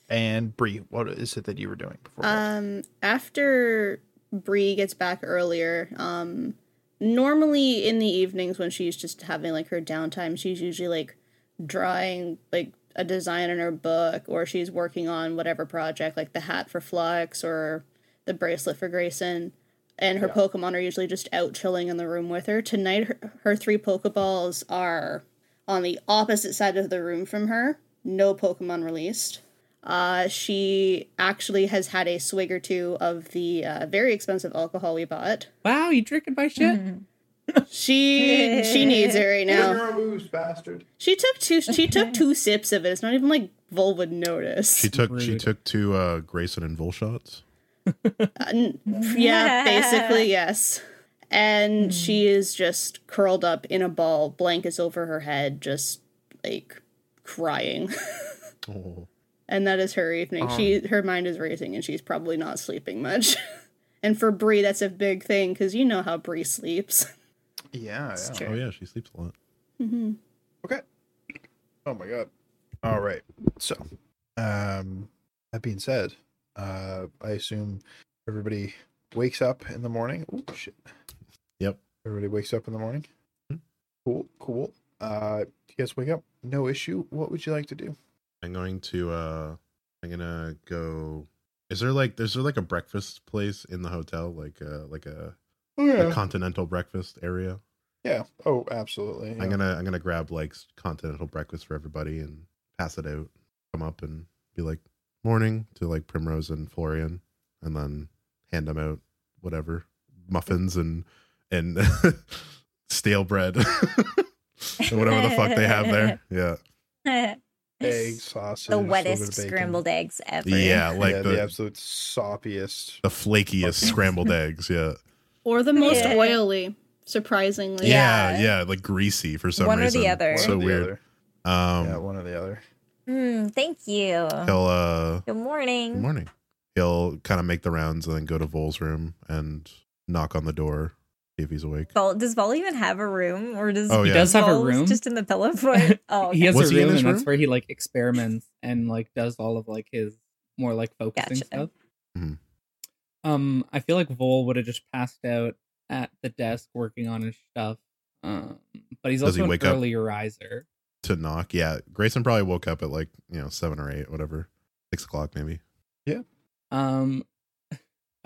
And Bree, what is it that you were doing before? bed?
Um, after Bree gets back earlier, um, normally in the evenings when she's just having like her downtime, she's usually like drawing like a design in her book or she's working on whatever project, like the hat for Flux or the bracelet for Grayson. And her Pokemon are usually just out chilling in the room with her. Tonight, her, her three Pokeballs are on the opposite side of the room from her. No Pokemon released. Uh, she actually has had a swig or two of the uh, very expensive alcohol we bought.
Wow, you drinking my shit?
She she needs it right now.
You're a booze bastard.
She took two she took two sips of it. It's not even like Vol would notice.
She took she
Rude.
took two uh, Grayson and Vol shots.
Uh, Yeah, basically yes. And she is just curled up in a ball, blankets over her head, just like crying.
Oh.
and that is her evening. she her mind is racing, and she's probably not sleeping much. and for Bree, that's a big thing because you know how Bree sleeps.
Yeah. yeah.
oh yeah, she sleeps a lot.
Mm-hmm.
Okay. Oh my god. All right. So, um, that being said, uh, I assume everybody wakes up in the morning. Oh shit!
Yep.
Everybody wakes up in the morning.
Hmm.
Cool. Cool. Uh, you guys wake up. No issue. What would you like to do?
I'm going to uh I'm gonna go is there like is there like a breakfast place in the hotel? Like uh like a
Oh,
the
yeah.
continental breakfast area.
Yeah. Oh, absolutely.
I'm
yeah.
gonna I'm gonna grab like s- continental breakfast for everybody and pass it out. Come up and be like morning to like Primrose and Florian, and then hand them out whatever muffins and and stale bread and whatever the fuck they have there. Yeah,
egg sausage.
the
a little
wettest
bit of bacon.
scrambled eggs ever.
yeah,
Yeah,
like
the,
the,
absolute soppiest.
the flakiest scrambled eggs. Yeah.
Or the most
Yeah.
oily, surprisingly.
yeah,
Yeah.
yeah, like greasy for some
One or
reason.
the other.
One
So
or the
weird.
Other.
Um,
yeah, one or the other.
Mm, thank you.
he'll uh,
Good
good
morning.
morning. He'll kind of make the rounds and then go to Vol's room and knock on the door, see if he's awake.
Vol- does Vol even have a room, or does
Oh,
He
yeah.
does have a
Vol's
room.
just in the pillow fort? Oh, okay.
He has
Was
a
he
room,
in
and
his
that's
room?
where he like experiments and like does all of like his more like focusing
Gotcha.
stuff.
Mhm.
Um, I feel like Vol would have just passed out at the desk working on his stuff. Um, but he's
Does
also
he
an
wake up?
early riser.
To knock, yeah. Grayson probably woke up at like you know seven or eight, whatever, six o'clock maybe.
Um,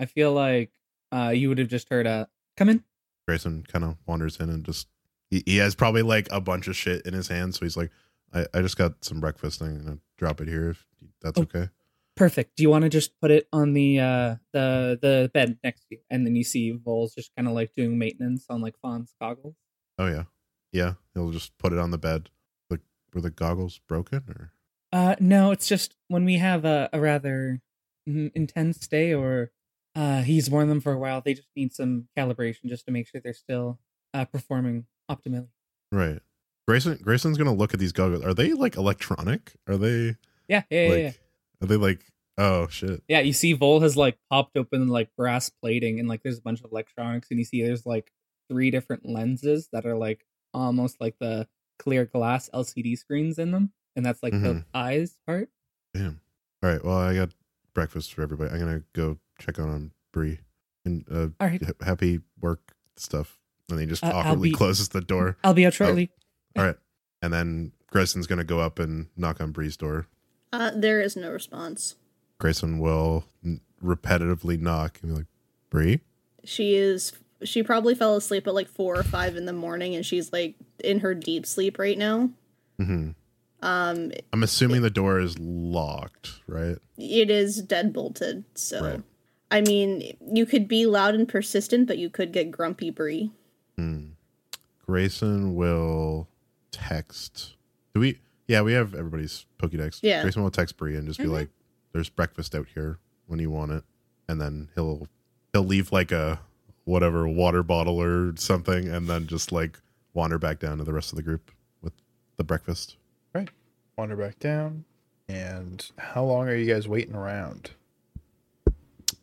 I feel like uh, you would have just heard a come in.
Grayson kind of wanders in and just he, he has probably like a bunch of shit in his hand, so he's like, I, I just got some breakfast and I'm gonna drop it here if that's
Oh.
okay.
Perfect. Do you want to just put it on the uh the the bed next to you? And then you see Vol's just kind of like doing maintenance on like Fawn's goggles.
Oh yeah, yeah. He'll just put it on the bed. Like were the goggles broken or?
Uh, no, it's just when we have a, a rather mm, intense day, or uh, he's worn them for a while. They just need some calibration just to make sure they're still uh, performing optimally.
Right. Grayson Grayson's gonna look at these goggles. Are they like electronic? Are they
Yeah, yeah, yeah,
like
yeah.
are they like oh shit.
Yeah, you see, Vol has like popped open like brass plating, and like there's a bunch of electronics, and you see there's like three different lenses that are like almost like the clear glass LCD screens in them, and that's like the
Mhm.
eyes part.
Damn. All right, well I got breakfast for everybody. I'm gonna go check on, on Bree. And uh
All right,
ha- happy work stuff. And he just
Uh, I'll
awkwardly
be-
closes the door.
I'll be out shortly.
All right. And then Grayson's gonna go up and knock on Bree's door.
Uh, there is no response.
Grayson will n- repetitively knock and be like, Bree?
She is. She probably fell asleep at like four or five in the morning, and she's like in her deep sleep right now.
hmm
Um,
I'm assuming the door is locked, right?
it is dead bolted. So,
Right.
I mean, you could be loud and persistent, but you could get grumpy, Bree.
Hmm. Grayson will text. Do we? Yeah, we have everybody's Pokédex.
Yeah.
Grayson will text Bree and just
Mhm.
be like, "There's breakfast out here when you want it," and then he'll he'll leave like a whatever water bottle or something, and then just like wander back down to the rest of the group with the breakfast.
Wander back down. And how long are you guys waiting around?
Uh,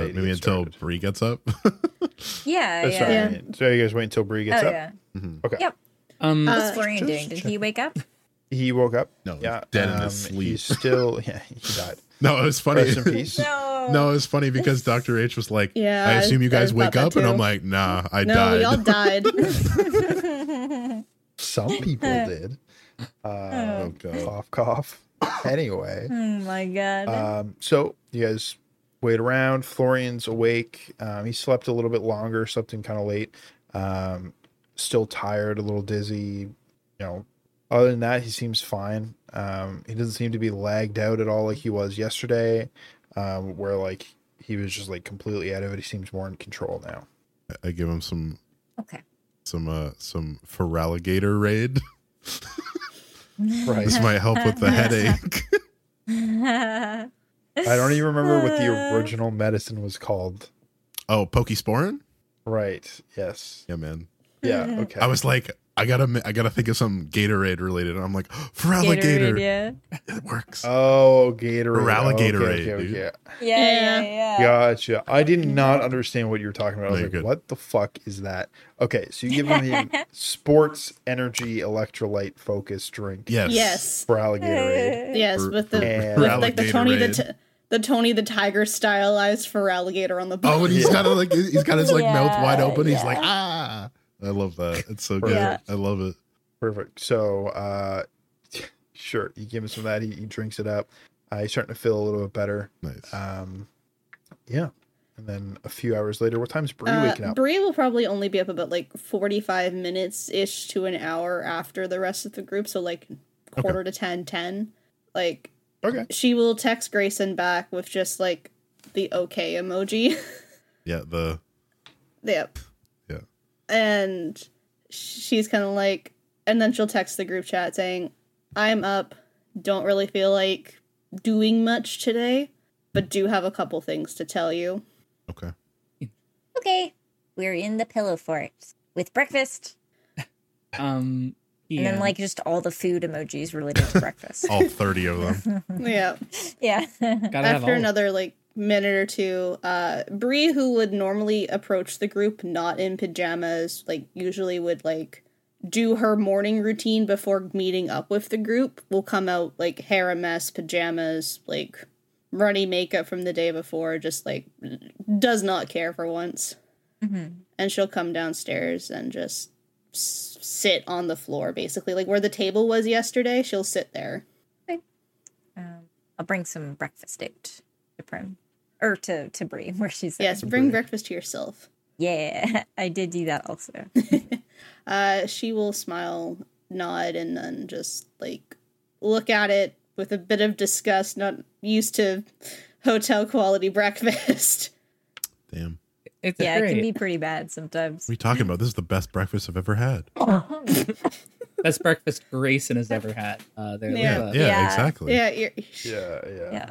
They need
maybe
it
until
started.
Bree gets up. Oh,
Yeah,
That's
yeah.
Yeah.
right. So you guys wait until Bree
Oh,
gets up.
yeah.
Mhm.
Um,
Uh,
What's Florian
just
doing? Did he wake up?
He woke up.
No, he's
yeah,
dead in his
um,
sleep.
He's still. Yeah, he died.
No, it was funny.
Rest in peace.
No.
No, it was funny because Doctor H was like,
Yeah,
I assume you
I
guys
thought
wake
that
up," and
too.
I'm like, "Nah, I
no,
died."
we all died.
Some people did. Uh,
Oh.
God.
Cough, cough. Anyway,
oh my god.
Uh,
um, so you guys wait around. Florian's awake. Um, he slept a little bit longer, slept in kind of late. Um, still tired, a little dizzy. You know, other than that, he seems fine. Um, he doesn't seem to be lagged out at all like he was yesterday, um, where like he was just like completely out of it. He seems more in control now.
I- I give him some
okay.
some uh some feraligator raid.
Right.
This might help with the headache.
I don't even remember what the
Uh.
original medicine was called.
oh, Pokesporin?
Right. Yes.
Yeah, man.
Yeah.
Mhm.
Okay.
I was like, I gotta mi- I gotta think of some Gatorade related, and I'm like,
Gatorade,
feraligator.
yeah.
It works.
Oh, Gatorade.
Alligatorade,
Okay, okay,
dude.
okay.
Yeah, yeah,
Yeah.
yeah.
Gotcha. I did not understand what you were talking about. I was
No,
like,
you're good.
what the fuck is that? Okay, so you give him the sports energy electrolyte focus drink
yes.
yes,
for Alligatorade.
yes,
For-
with
for-
the
And-
with like the
Feraligator
Tony the
raid.
t- the Tony the Tiger stylized for alligator on the
Oh, and he's
Yeah.
got a, like he's got his like mouth
Yeah,
wide open. He's
yeah.
like, ah. I love that. It's so good.
Yeah.
I love it.
Perfect. So, uh, sure, you give him some of
Ah.
that. He, he drinks it up. Uh, he's starting to feel a little bit better.
Nice.
Um, yeah. And then a few hours later, what time's Bree
Uh,
waking up?
Bree will probably only be up about like 45 minutes ish to an hour after the rest of the group. So, like, quarter to 10, 10. Like,
okay.
she will text Grayson back with just like the okay emoji.
Yeah, the
yep.
Yeah.
And she's kind of like, and then she'll text the group chat saying, I'm up, don't really feel like doing much today, but do have a couple things to tell you.
okay.
Okay, we're in the pillow fort with breakfast,
Um,
and then
yeah.
like just all the food emojis related to breakfast.
All thirty of them.
yeah.
Yeah.
Gotta have
After
all-
another like minute or two, uh Bree, who would normally approach the group not in pajamas, like usually would like do her morning routine before meeting up with the group, will come out like hair a mess, pajamas, like runny makeup from the day before, just like does not care for once.
Mhm.
And she'll come downstairs and just s- sit on the floor basically like where the table was yesterday she'll sit there
um, I'll bring some breakfast out to Prim or to to Bree where she's at.
yes bring breakfast to yourself
Yeah, I did do that also.
Uh, she will smile, nod, and then just like look at it with a bit of disgust, not used to hotel quality breakfast.
Damn.
It's
yeah, it
great.
can be pretty bad sometimes.
What are you talking about? This is the best breakfast I've ever had.
That's breakfast Grayson has ever had. Uh, there,
Yeah.
Yeah,
with, uh,
Yeah.
exactly.
yeah, you're,
Yeah, yeah.
Yeah.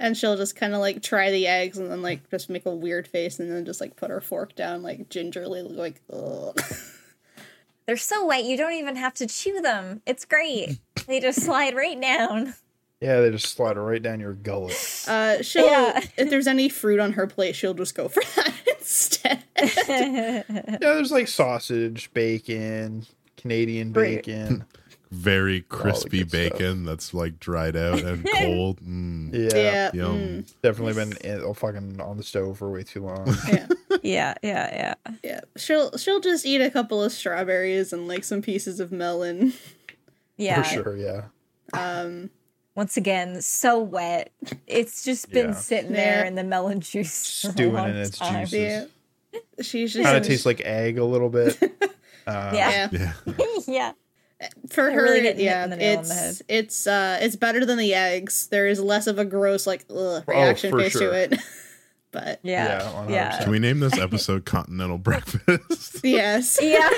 and she'll just kind of like try the eggs and then like just make a weird face and then just like put her fork down like gingerly, like ugh.
They're so white, you don't even have to chew them. It's great. they just slide right down.
Yeah, they just slide right down your gullet.
Uh, she'll
Yeah.
if there's any fruit on her plate, she'll just go for that instead.
yeah, there's like sausage, bacon, Canadian
Right.
bacon.
Very crispy
good stuff.
bacon that's like dried out and cold. Mm,
Yeah,
Yeah,
yum.
mm,
definitely been in, oh, fucking on the stove for way too long.
yeah.
yeah, yeah, yeah.
Yeah, she'll she'll just eat a couple of strawberries and like some pieces of melon.
Yeah.
For sure, yeah.
Um,
Once again, so wet. It's just been
Yeah.
sitting there
Yeah.
in the melon juice. for a
Stewing
long
in its
time.
juices.
yeah, she's just
Kind of tastes like egg a little bit. Uh,
Yeah.
yeah.
Yeah.
yeah.
For
I
her,
really didn't hit
yeah,
in the nail on
it's
the
it's uh it's better than the eggs. There is less of a gross like ugh, reaction
Oh, for
face
sure.
to it. but
Yeah.
Yeah,
Uh,
Yeah.
Can we name this episode Continental Breakfast?
yes,
Yeah.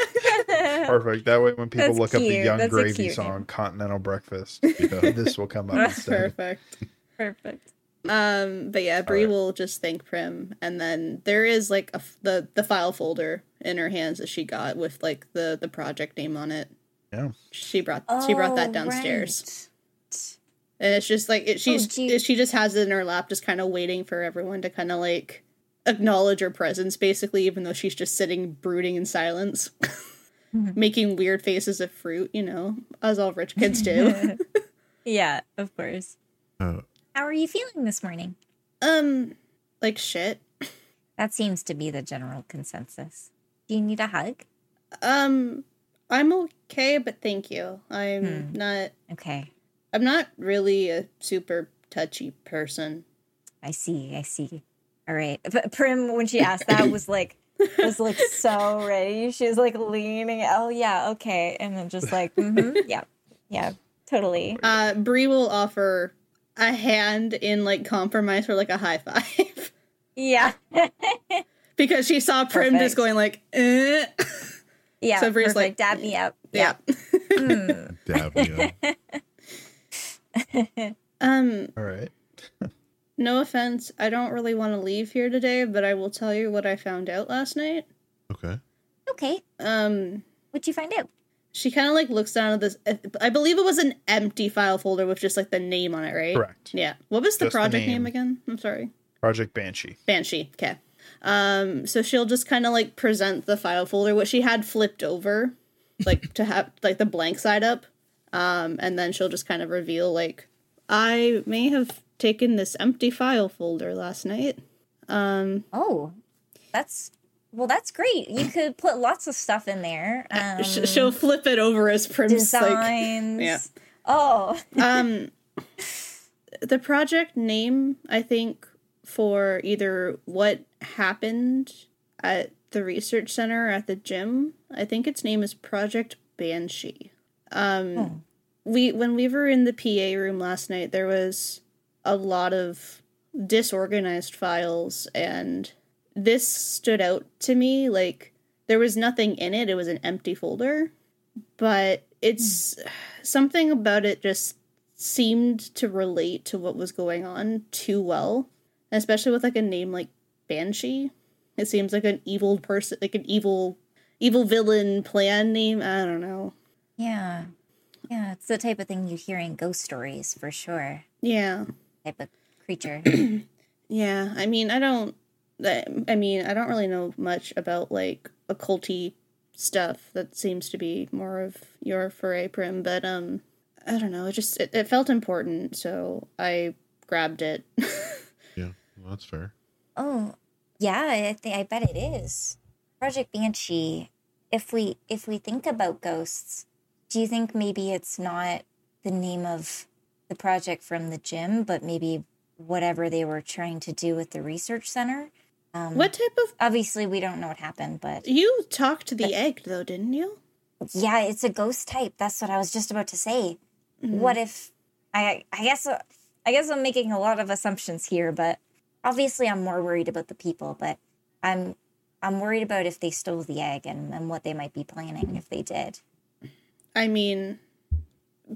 Perfect. That way, when people
That's
look up the
cute.
Young
That's a
Gravy
cute
song,
name.
Continental Breakfast,
Yeah.
this will come up instead.
perfect.
Perfect.
Um, but yeah, Brie
Alright.
will just thank Prim, and then there is like a f- the the file folder in her hands that she got with like the the project name on it.
Yeah.
She brought she brought
Oh,
that downstairs. and it's just like it, she's
Oh, gee.
she just has it in her lap, just kind of waiting for everyone to kind of like acknowledge her presence, basically, even though she's just sitting brooding in silence,
Mm-hmm.
making weird faces of fruit, you know, as all rich kids do.
Yeah, of course.
Uh,
How are you feeling this morning?
um, like shit.
That seems to be the general consensus. Do you need a hug?
Um, I'm okay, but thank you. I'm
Hmm.
not.
Okay.
I'm not really a super touchy person.
I see. I see. All right. But Prim, when she asked that, was like, was like so ready. She was like leaning. Oh yeah. Okay. And then just like, mhm, yeah, yeah, totally.
Uh, Brie will offer a hand in like compromise or like a high five.
Yeah.
because she saw Prim
Perfect.
just going like, eh.
Yeah.
So Bree's
perfect.
like,
dab me up.
yeah.
Yeah. Mm.
dab, yeah.
Um,
All right.
no offense, I don't really want to leave here today, but I will tell you what I found out last night.
Okay.
Okay.
Um,
What'd you find out?
she kind of like looks down at this. uh, I believe it was an empty file folder with just like the name on it, right?
Correct.
Yeah. What was the
Just the
project
name.
name again? I'm sorry.
Project Banshee.
Banshee. Okay. Um, so she'll just kind of like present the file folder, what she had flipped over, like to have like the blank side up. Um, and then she'll just kind of reveal like, I may have taken this empty file folder last night. Um,
Oh, that's well. That's great. You could put lots of stuff in there. Um,
Uh, sh- she'll flip it over as Prim's like,
designs.
yeah.
Oh.
um, the project name I think for either what happened at the research center or at the gym. I think its name is Project Banshee. Um,
Hmm.
We when we were in the PA room last night, there was a lot of disorganized files, and this stood out to me. Like there was nothing in it; it was an empty folder. But it's something about it just seemed to relate to what was going on too well, especially with like a name like Banshee. It seems like an evil person, like an evil, evil villain plan name. I don't know.
Yeah. Yeah, it's the type of thing you hear in ghost stories for sure.
Yeah,
Type of creature.
yeah. I mean, I don't. I I mean, I don't really know much about like occulty stuff. That seems to be more of your foray, Prim. But um, I don't know. It just it, it felt important, so I grabbed it.
Yeah, well, that's fair.
Oh, yeah, I think I bet it is. Project Banshee. If we if we think about ghosts, do you think maybe it's not the name of the project from the gym, but maybe whatever they were trying to do with the research center? Um,
what type of
Obviously, we don't know what happened, but
you talked to the egg though, didn't you?
yeah, it's a ghost type. That's what I was just about to say.
Mm-hmm.
What if I? I guess uh, I guess I'm making a lot of assumptions here, but obviously I'm more worried about the people. But I'm I'm worried about if they stole the egg and, and what they might be planning if they did.
I mean,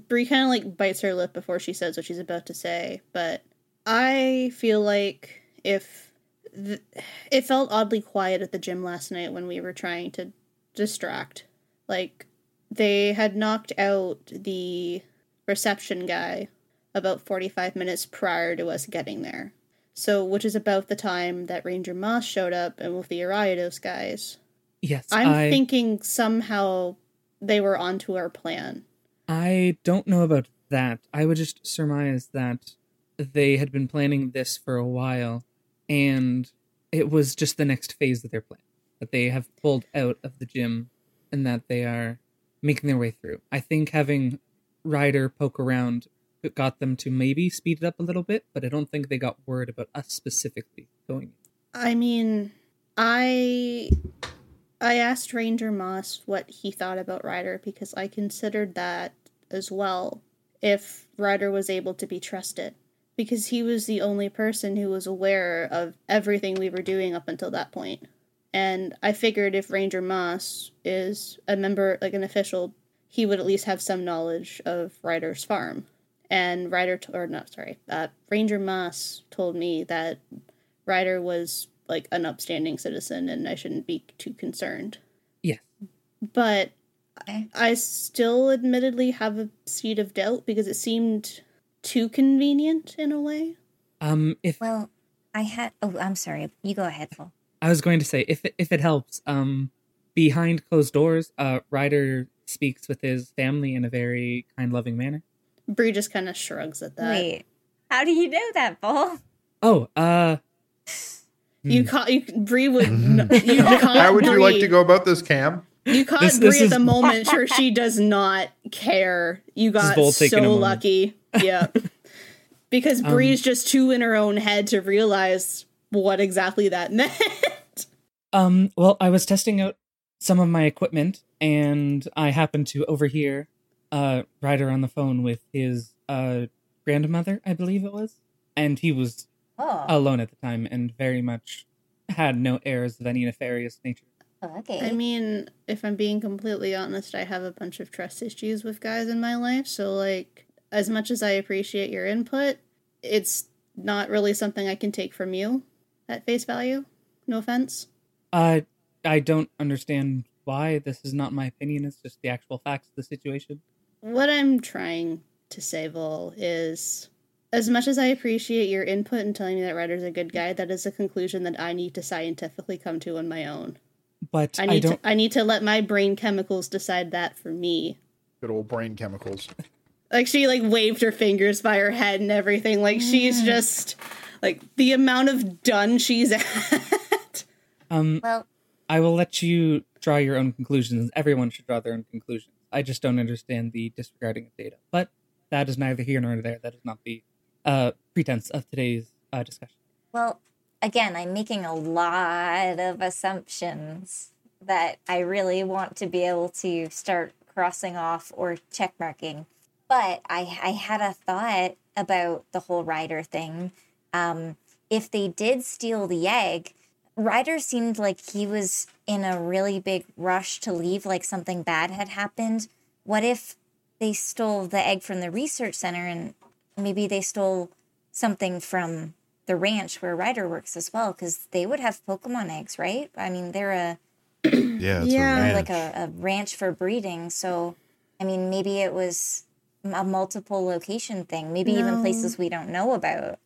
Brie kind of like bites her lip before she says what she's about to say, but I feel like if th- it felt oddly quiet at the gym last night when we were trying to distract, like they had knocked out the reception guy about 45 minutes prior to us getting there. So, which is about the time that Ranger Moss showed up and with the Ariados guys.
Yes,
I'm
I-
thinking somehow they were onto our plan.
I don't know about that. I would just surmise that they had been planning this for a while, and it was just the next phase of their plan that they have pulled out of the gym and that they are making their way through. I think having Ryder poke around got them to maybe speed it up a little bit, but I don't think they got word about us specifically going.
I mean, I I asked Ranger Moss what he thought about Ryder because I considered that as well if Ryder was able to be trusted because he was the only person who was aware of everything we were doing up until that point. And I figured if Ranger Moss is a member like an official, he would at least have some knowledge of Ryder's farm. And Ryder t- or not, sorry. Uh, Ranger Moss told me that Ryder was like an upstanding citizen and I shouldn't be too concerned.
Yes.
But
Okay.
I still admittedly have a seed of doubt because it seemed too convenient in a way.
Um, if
Well, I had. Oh, I'm sorry. You go ahead, Phil.
I was going to say if if it helps, um, behind closed doors, uh, Ryder speaks with his family in a very kind, loving manner.
Bree just kind of shrugs at that.
Wait, how do you know that, Paul?
Oh, uh,
You caught you Bree would you caught
How would you like to
Bree-
go about this, Cam?
You caught
This-
Bree
this
at
is-
the moment where she does not care. You
is
got
Vol taking a
so
moment. Um,
lucky. Yeah. because Bree's just too in her own head to realize what exactly that meant.
um, well, I was testing out some of my equipment, and I happened to overhear uh Ryder on the phone with his uh grandmother, I believe it was, and he was
Oh,
alone at the time and very much had no airs of any nefarious nature.
okay.
I mean, if I'm being completely honest, I have a bunch of trust issues with guys in my life. So, like, as much as I appreciate your input, it's not really something I can take from you at face value. No offense.
Uh, I don't understand why this is not my opinion. It's just the actual facts of the situation.
What I'm trying to say, Vol, is as much as I appreciate your input in telling me that Ryder's a good guy, that is a conclusion that I need to scientifically come to on my own.
But
I
I,
need
don't.
to I need to let my brain chemicals decide that for me.
Good old brain chemicals.
Like she like waved her fingers by her head and everything. Like she's just like the amount of done she's at.
Um,
well,
I will let you draw your own conclusions. Everyone should draw their own conclusions. I just don't understand the disregarding of data. But that is neither here nor there. That is not the uh, pretense of today's uh, discussion.
Well, again, I'm making a lot of assumptions that I really want to be able to start crossing off or checkmarking. But I, I had a thought about the whole rider thing. Um, if they did steal the egg, Ryder seemed like he was in a really big rush to leave, like something bad had happened. What if they stole the egg from the research center and maybe they stole something from the ranch where Ryder works as well? Because they would have Pokemon eggs, right? I mean, they're a
Yeah,
Yeah.
it's a
they're
ranch.
like a, a ranch for breeding. So, I mean, maybe it was a multiple location thing, maybe even
No.
places we don't know about.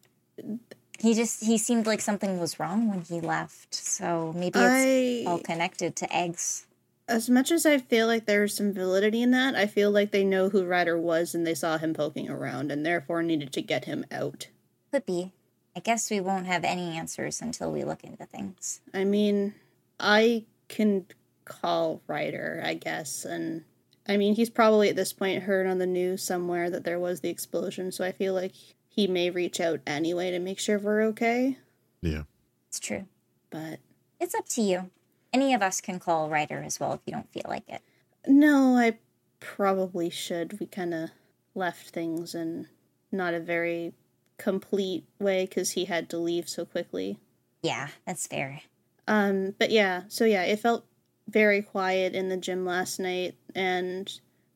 He just he seemed like something was wrong when he left. So maybe it's
I
all connected to eggs.
as much as I feel like there's some validity in that, I feel like they know who Ryder was and they saw him poking around and therefore needed to get him out.
Could be. I guess we won't have any answers until we look into things.
I mean, I can call Ryder, I guess, and I mean, he's probably at this point heard on the news somewhere that there was the explosion, so I feel like he may reach out anyway to make sure we're okay.
yeah.
It's true.
But
It's up to you. Any of us can call Ryder as well if you don't feel like it.
no, I probably should. We kind of left things in not a very complete way because he had to leave so quickly.
Yeah, that's fair.
Um, but yeah, so yeah, it felt very quiet in the gym last night, and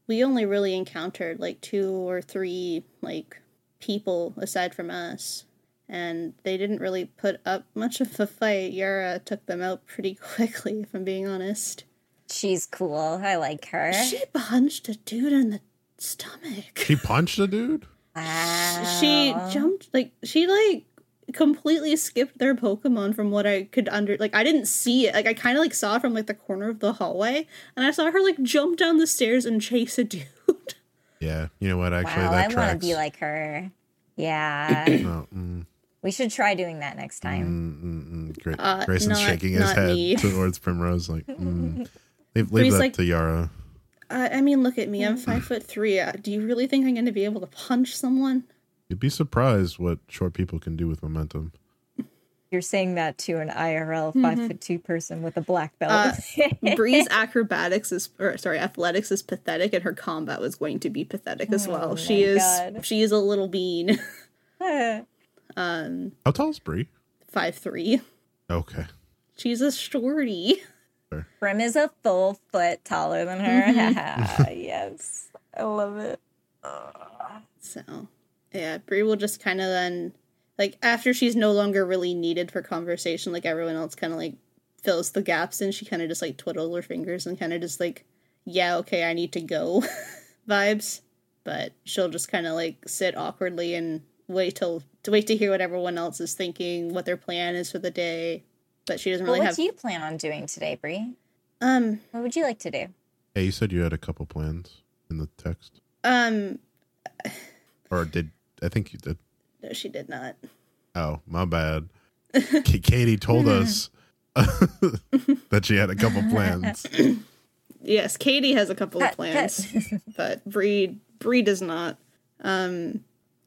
we only really encountered like two or three like people aside from us, and they didn't really put up much of a fight. Yara took them out pretty quickly, if I'm being honest.
She's cool. I like her.
She punched a dude in the stomach.
He punched a dude?
Wow.
She jumped like she like completely skipped their Pokemon from what I could under like I didn't see it. Like I kinda like saw it from like the corner of the hallway and I saw her like jump down the stairs and chase a dude.
Yeah. You know what? Actually,
Wow, I
that
want
tracks.
to be like her. Yeah.
No, mm,
we should try doing that next time.
mm, mm, mm. Gra-
Uh,
Grayson's
not-
shaking his
not
head
me.
towards Primrose, like, mm. leave, leave
he's
that
like-
to Yara.
I, I mean look at me, I'm five foot three. Uh, do you really think I'm gonna be able to punch someone?
You'd be surprised what short people can do with momentum.
You're saying that to an IRL
Mm-hmm.
five foot two person with a black belt.
Uh, Bree's acrobatics is or sorry, athletics is pathetic and her combat was going to be pathetic as well. she
my
is
God.
she is a little bean. Uh, Um,
How tall is Bree?
five three.
Okay.
She's a shorty.
Brim is a full foot taller than her.
Mm-hmm.
yes. I love it.
So, yeah, Brie will just kind of then, like, after she's no longer really needed for conversation, like, everyone else kind of, like, fills the gaps and she kind of just, like, twiddles her fingers and kind of just, like, yeah, okay, I need to go vibes. But she'll just kind of, like, sit awkwardly and wait till, to wait to hear what everyone else is thinking, what their plan is for the day. But she doesn't
Well,
really
what
have,
do you plan on doing today, Brie?
um,
What would you like to do?
Hey, you said you had a couple plans in the text.
um,
Or did I think you did?
no, she did not.
Oh, my bad. K- Katie told us that she had a couple plans.
Yes, Katie has a couple of
Cut, cut.
plans, but Bree Bree does not. Um,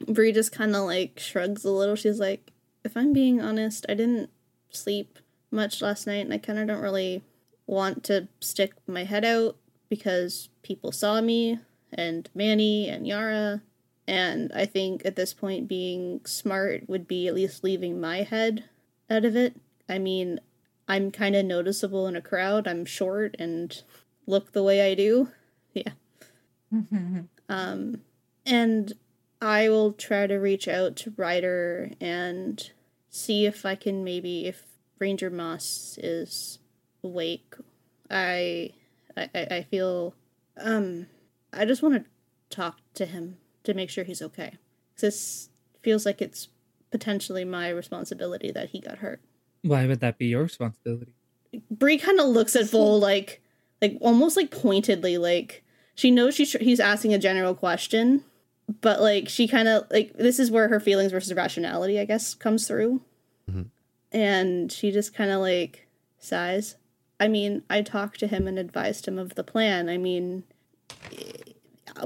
Bree just kind of like shrugs a little. She's like, "If I'm being honest, I didn't sleep much last night, and I kind of don't really want to stick my head out because people saw me and Manny and Yara, and I think at this point being smart would be at least leaving my head out of it. I mean, I'm kind of noticeable in a crowd. I'm short and look the way I do. Yeah. um, and I will try to reach out to Ryder and see if I can maybe if Ranger Moss is awake. I I, I I feel um I just want to talk to him to make sure he's okay. 'Cause This feels like it's potentially my responsibility that he got hurt.
Why would that be your responsibility?
Bree kind of looks at Vol like, like almost like pointedly, like she knows she's he's asking a general question, but like she kind of like this is where her feelings versus rationality, I guess, comes through,
Mhm.
and she just kind of like sighs. I mean, I talked to him and advised him of the plan. I mean,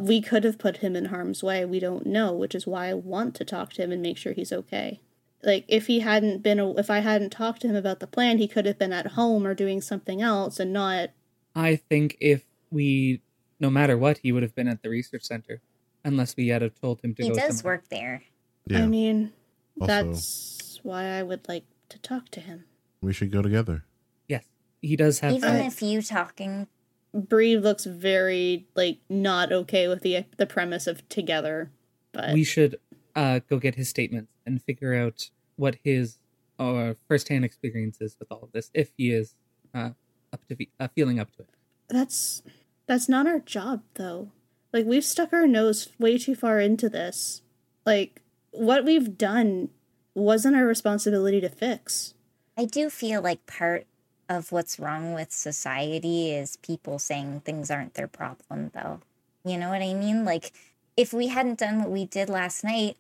we could have put him in harm's way. We don't know, which is why I want to talk to him and make sure he's okay. like if he hadn't been a, if i hadn't talked to him about the plan he could have been at home or doing something else and not
I think if we, no matter what, he would have been at the research center, unless we had have told him to
He
go.
does
somewhere.
work there.
Yeah.
i mean
Also-
that's why i would like to talk to him
we should go together.
Yes, he does have.
Even
I-
if you talking,
bree looks very like not okay with the the premise of together but
we should uh, go get his statements and figure out what his or firsthand experience is with all of this, if he is uh, up to fe- uh, feeling up to it.
that's that's not our job though like we've stuck our nose way too far into this like what we've done wasn't our responsibility to fix
I do feel like part of what's wrong with society is people saying things aren't their problem, though. You know what I mean? Like, if we hadn't done what we did last night,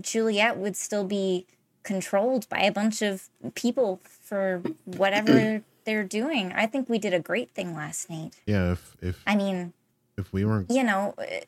Juliet would still be controlled by a bunch of people for whatever they're doing. I think we did a great thing last night.
Yeah, if if
I mean,
if we weren't
you know, eh,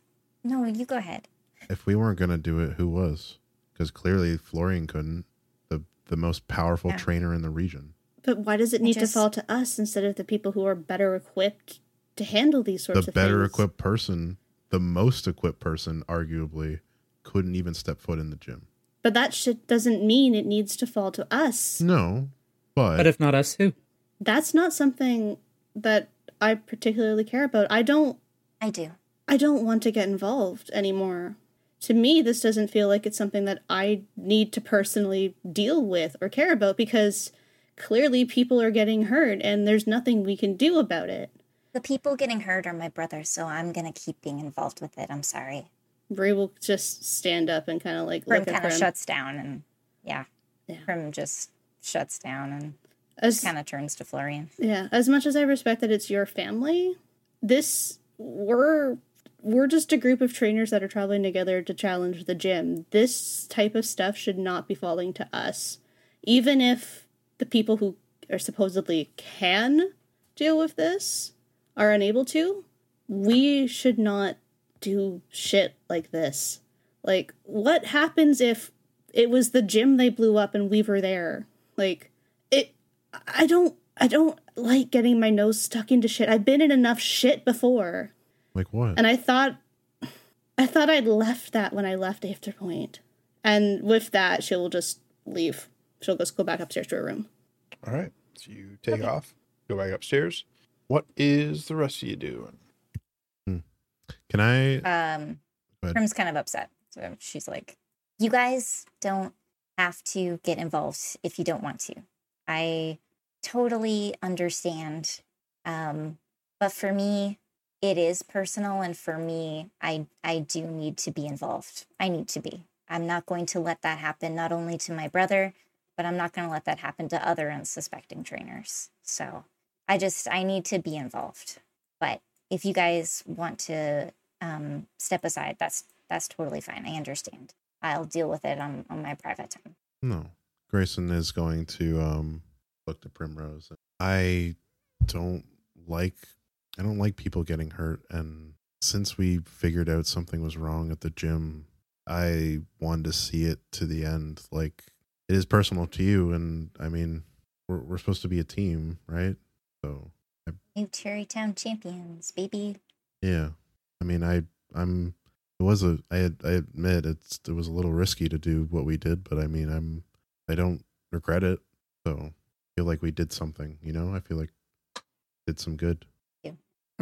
no, you go ahead.
if we weren't gonna do it, who was? Because clearly Florian couldn't. The the most powerful
Yeah.
trainer in the region.
but why does it
I
need
just-
to fall to us instead of the people who are better equipped to handle these sorts
the
of
better
things?
equipped person, the most equipped person, arguably, couldn't even step foot in the gym.
but that shit doesn't mean it needs to fall to us
No, but,
But if not us, who?
that's not something that i particularly care about i don't
I do.
I don't want to get involved anymore. To me, this doesn't feel like it's something that I need to personally deal with or care about because clearly people are getting hurt and there's nothing we can do about it.
The people getting hurt are my brothers, so I'm gonna keep being involved with it. I'm sorry.
Brie will just stand up and kind of like
Prim
look at
kind of
Prim.
shuts down, and yeah,
Yeah.
Prim just shuts down and
As-
kind of turns to Florian.
Yeah, as much as I respect that it's your family, this we're we're just a group of trainers that are traveling together to challenge the gym. This type of stuff should not be falling to us, even if the people who are supposedly can deal with this are unable to. We should not do shit like this. Like, what happens if it was the gym they blew up and we were there? Like, it I don't I don't like getting my nose stuck into shit. I've been in enough shit before.
like what?
And I thought I thought I'd left that when I left Afterpoint. And with that, she'll just leave. She'll just go back upstairs to her room.
All right. So you take off, go back upstairs. What is the rest of you doing?
Can I?
Um,
Go ahead.
Prim's kind of upset, so she's like, "You guys don't have to get involved if you don't want to. I totally understand, um, but for me." It is personal, and for me, I I do need to be involved. I need to be. I'm not going to let that happen. Not only to my brother, but I'm not going to let that happen to other unsuspecting trainers. So I just I need to be involved. But if you guys want to um, step aside, that's that's totally fine. I understand. I'll deal with it on, on my private time.
No. Grayson is going to um look to Primrose. I don't like I don't like people getting hurt and since we figured out something was wrong at the gym, I wanted to see it to the end. Like it is personal to you and I mean we're we're supposed to be a team, right? So
New Cherrytown champions, baby.
yeah. I mean I I'm it was a I had I admit it's it was a little risky to do what we did, but I mean I'm I don't regret it. So I feel like we did something, you know? I feel like did some good.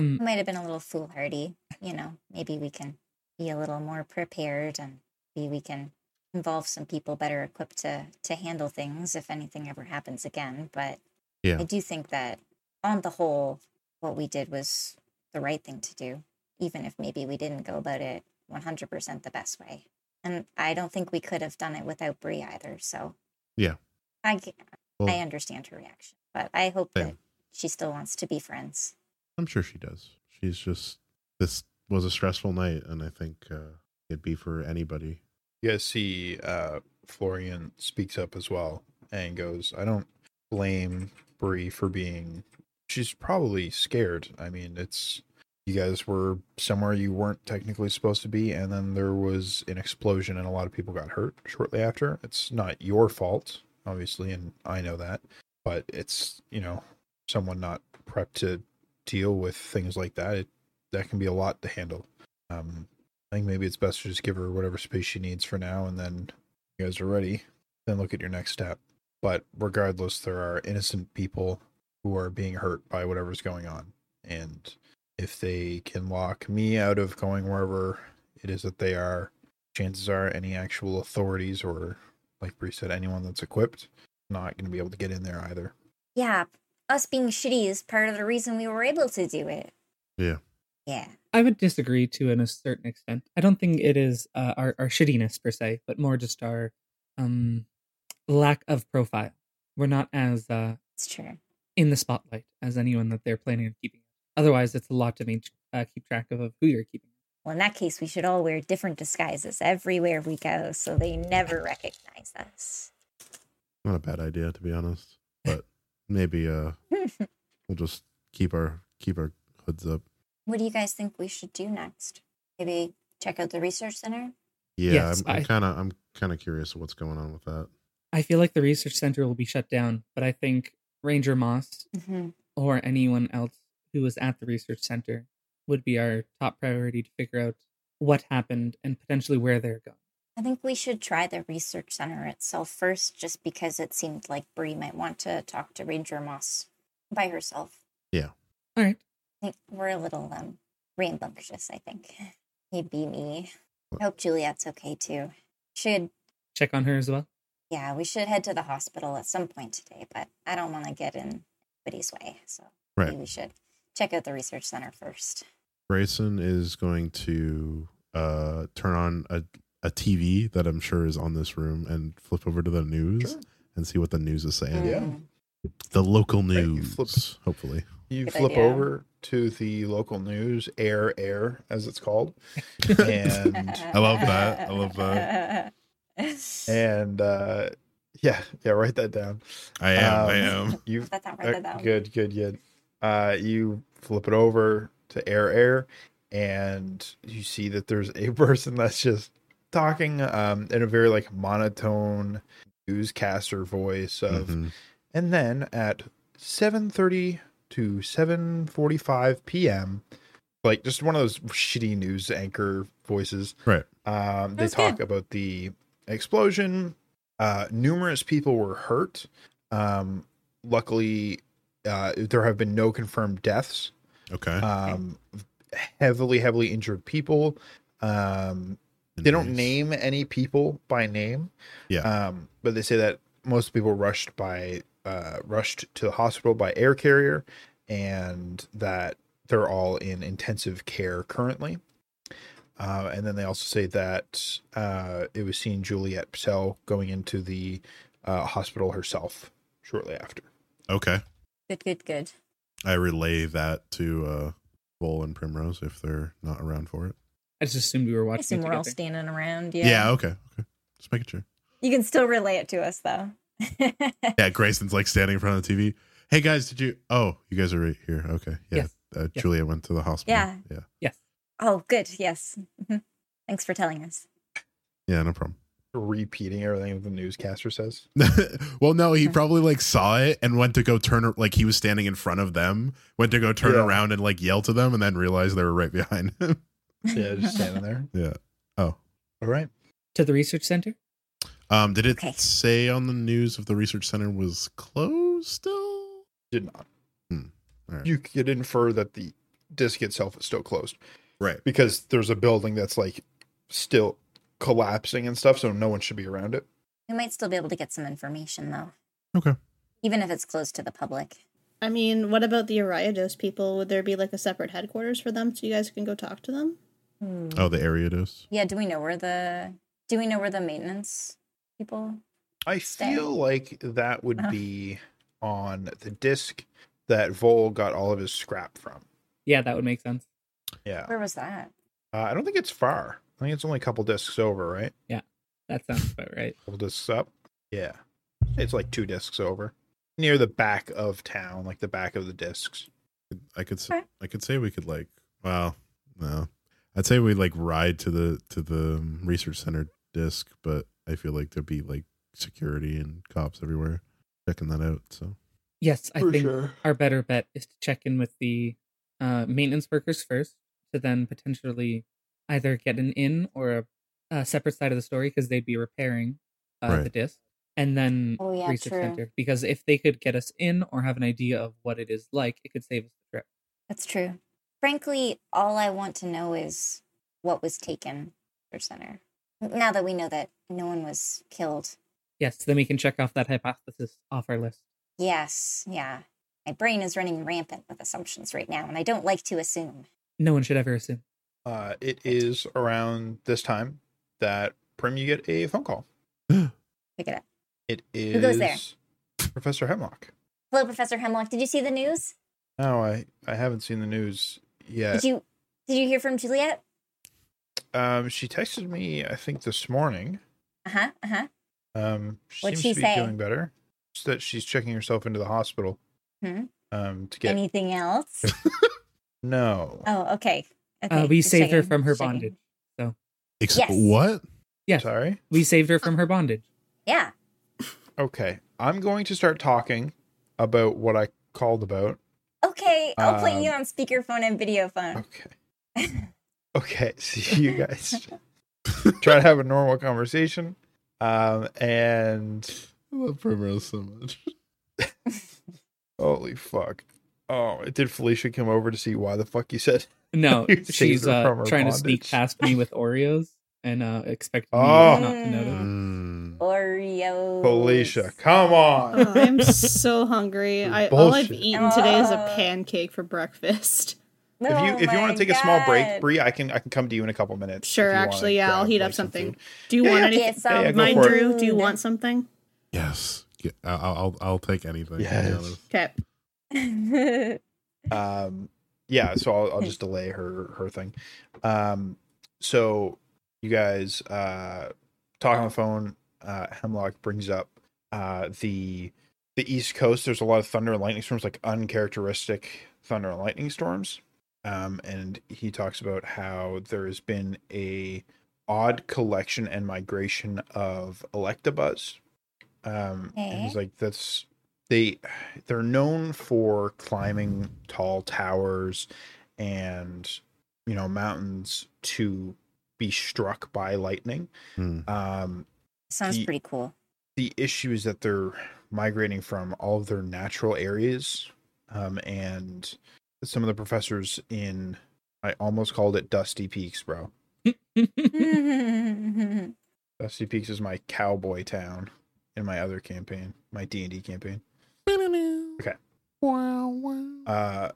It might have been a little foolhardy, you know. Maybe we can be a little more prepared and maybe we can involve some people better equipped to to handle things if anything ever happens again. But
Yeah.
I do think that on the whole, what we did was the right thing to do, even if maybe we didn't go about it 100% the best way. And I don't think we could have done it without Brie either. So
Yeah.
I g-
Well,
I understand her reaction, but I hope
Same.
that she still wants to be friends.
I'm sure she does. She's just this was a stressful night and I think uh it'd be for anybody.
You guys see uh, Florian speaks up as well and goes, I don't blame Brie for being. She's probably scared. I mean, it's you guys were somewhere you weren't technically supposed to be, and then there was an explosion, and a lot of people got hurt shortly after. It's not your fault, obviously, and I know that, but it's you know someone not prepped to deal with things like that. It, that can be a lot to handle. Um, I think maybe it's best to just give her whatever space she needs for now, and then you guys are ready. Then look at your next step. But regardless, there are innocent people who are being hurt by whatever's going on, and if they can lock me out of going wherever it is that they are, chances are any actual authorities or, like Bree said, anyone that's equipped, not going to be able to get in there either.
Yeah, us being shitty is part of the reason we were able to do it.
Yeah.
Yeah.
I would disagree to an, a certain extent. I don't think it is uh, our, our shittiness per se, but more just our um, lack of profile. We're not as uh,
It's true.
in the spotlight as anyone that they're planning on keeping. Otherwise, it's a lot to make, uh, keep track of, of who you're keeping.
Well, in that case, we should all wear different disguises everywhere we go so they never recognize us.
Not a bad idea to be honest. But maybe uh we'll just keep our keep our hoods up.
what do you guys think we should do next? Maybe check out the research center?
Yeah,
Yes,
I'm, I'm
I-
kinda I'm kinda curious what's going on with that.
I feel like the research center will be shut down, but I think Ranger Moss
Mm-hmm.
or anyone else who was at the research center would be our top priority to figure out what happened and potentially where they're going.
I think we should try the research center itself first, just because it seemed like Bree might want to talk to Ranger Moss by herself.
All right.
I think we're a little um, rambunctious, I think. Maybe me. I hope Juliet's okay too. Should,
Check on her as well.
yeah, we should head to the hospital at some point today, but I don't want to get in anybody's way. So maybe
Right.
we should check out the research center first.
Grayson is going to uh turn on a a TV that I'm sure is on this room and flip over to the news
Sure.
and see what the news is saying.
Yeah.
Mm.
The local
Right, you
news,
flip-
hopefully.
You
Good
flip
idea.
over to the local news, Air Air, as it's called, and
I love that. I love
that.
and uh, yeah, yeah, write that down.
I
am, I
am.
You
Write that down,
Uh,
write that down.
Good, good, good. Uh, you flip it over to air air, and you see that there's a person that's just talking um, in a very like monotone newscaster voice of,
Mhm.
and then at 7:30 to 7:45 p.m., like just one of those shitty news anchor voices.
Right.
Um, they
That's
talk
good.
about the explosion. Uh, numerous people were hurt. Um, luckily, uh, there have been no confirmed deaths.
Okay.
Um, heavily, heavily injured people. Um, they don't
Nice.
name any people by name.
Yeah.
Um, but they say that most people rushed by uh, rushed to the hospital by air carrier, and that they're all in intensive care currently. Uh, and then they also say that uh, it was seen Juliet Psell going into the uh, hospital herself shortly after.
Okay.
Good, good, good.
I relay that to uh Bull and Primrose if they're not around for it.
I just assumed we were
I
watching. it
assume we're all
together.
standing around.
Yeah,
Yeah.
okay. Okay. Just making sure.
You can still relay it to us, though.
Yeah, Grayson's like standing in front of the TV. Hey guys, did you Oh, you guys are right here. Okay. Yeah.
Yes.
Uh,
Yeah.
Julia went to the hospital.
Yeah.
Yeah.
oh, good. Yes. Mhm. Thanks for telling us.
Yeah, no problem.
Repeating everything the newscaster says.
well, no, he
Okay.
probably like saw it and went to go turn like he was standing in front of them, went to go turn
Yeah.
around and like yell to them and then realized they were right behind him.
Yeah, just standing there.
yeah. Oh.
All right.
To the research center?
Um did it
Okay.
say on the news if the research center was closed still?
Did not.
Hmm. All right.
You could infer that the disc itself is still closed.
Right.
because there's a building that's like still collapsing and stuff, so no one should be around it.
we might still be able to get some information, though.
Okay.
Even if it's closed to the public.
I mean, what about the Ariados people? Would there be like a separate headquarters for them so you guys can go talk to them?
Hmm.
Oh, the Ariados.
Yeah. Do we know where the Do we know where the maintenance people?
I
Stay.
feel like that would
Uh-huh.
be on the disc that Vol got all of his scrap from.
Yeah, that would make sense.
Yeah,
Where was that?
uh, I don't think it's far. I think it's only a couple discs over, right?
That sounds about right.
A couple discs up. Yeah, it's like two discs over, near the back of town, like the back of the discs.
I could say,
Okay.
I could say we could like Well, no. I'd say we like ride to the to the um, research center disc, but I feel like there'd be like security and cops everywhere checking that out. So
Yes, I
For
think
sure.
our better bet is to check in with the uh, maintenance workers first to then potentially either get an in or a, a separate side of the story because they'd be repairing uh,
Right.
the disc and then
Oh, yeah,
research
true.
center because if they could get us in or have an idea of what it is like it could save us the trip
That's true. Frankly, all I want to know is what was taken for center. Now that we know that no one was killed.
yes then we can check off that hypothesis off our list
Yes, yeah. My brain is running rampant with assumptions right now, and I don't like to assume.
no one should ever assume
Uh, it is around this time that Prim, you get a phone call.
Pick it up.
It is
Who goes there?
Professor Hemlock.
Hello, Professor Hemlock. Did you see the news?
No, I I haven't seen the news yet.
Did you did you hear from Juliet?
um, she texted me I think this morning.
Uh huh. Uh huh.
Um, she
What'd
seems to
she
be
say?
doing better. Just that she's checking herself into the hospital.
Hmm?
Um, to get
Anything else?
no.
oh, okay. okay.
uh, we
just
saved her
checking,
from her
just checking.
bondage
Ex-
Yes.
what?
yes
Sorry.
we saved her from her bondage
Yeah.
Okay, I'm going to start talking about what I called about.
Okay. I'll put you
Um, uh,
on speakerphone and video phone.
Okay. Okay, so you guys try to have a normal conversation. Um, and
I love Primrose so much.
holy fuck. Oh, did Felicia come over to see why the fuck you said?
no
You saved
she's
her
uh,
from her
trying to sneak
bondage.
past me with oreos and uh expect me
Oh.
not to notice
Mm.
Oreo.
Felicia, come on.
Oh, I'm so hungry. I, all I've
Bullshit.
eaten today is a pancake for breakfast.
If you
Oh
if you want to take a small break, Bree, I can I can come to you in a couple minutes. if
Sure,
you wanna
actually, yeah, I'll
grab,
heat
like,
up
some
something.
food.
Do you want
Yeah,
anything?
Yeah, yeah, go
Mine,
for it.
Drew, do you want something?
Yes. Get, I- I'll, I'll I'll take anything. To
Yes.
be honest.
Okay.
something?
Um, yeah, so I'll, I'll just delay her her thing. Um, so you guys uh, talk on the phone. Uh, Hemlock brings up uh, the the East Coast. There's a lot of thunder and lightning storms, like uncharacteristic thunder and lightning storms. Um, and he talks about how there has been a odd collection and migration of Electabuzz. Um, And he's like, that's they they're known for climbing tall towers and you know mountains to be struck by lightning
Hmm.
um
Sounds
Ye-
pretty cool.
the issue is that they're migrating from all of their natural areas um and some of the professors in i almost called it dusty peaks bro
Mm.
dusty peaks is my cowboy town in my other campaign my d&d campaign Okay.
Wow, wow.
uh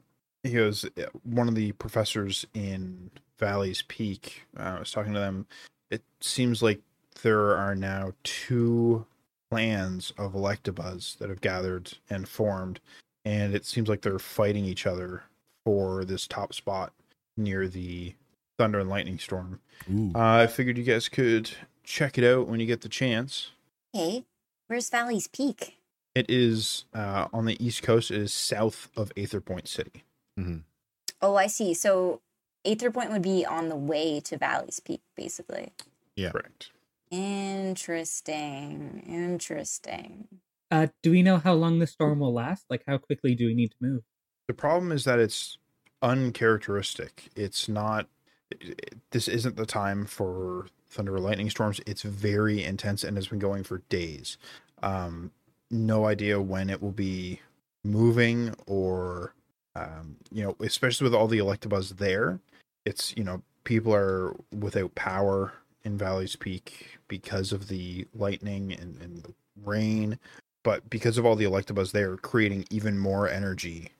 he goes eh, one of the professors in valley's peak uh, i was talking to them it seems like there are now two clans of electabuzz that have gathered and formed and it seems like they're fighting each other for this top spot near the thunder and lightning storm
Ooh.
uh, i figured you guys could check it out when you get the chance
okay. Where's Valley's Peak?
it is uh, on the east coast it is south of aether point city
Oh, I see. So Aether Point would be on the way to Valley's Peak, basically.
Yeah.
correct
Interesting. Interesting.
Uh, do we know how long the storm will last? Like, how quickly do we need to move?
The problem is that it's uncharacteristic. It's not. it- This isn't the time for thunder or lightning storms. It's very intense and has been going for days. Um, no idea when it will be moving or, um, you know, especially with all the Electabuzz there. It's you know people are without power in Valley's Peak because of the lightning and, and the rain, but because of all the Electabuzz there, creating even more energy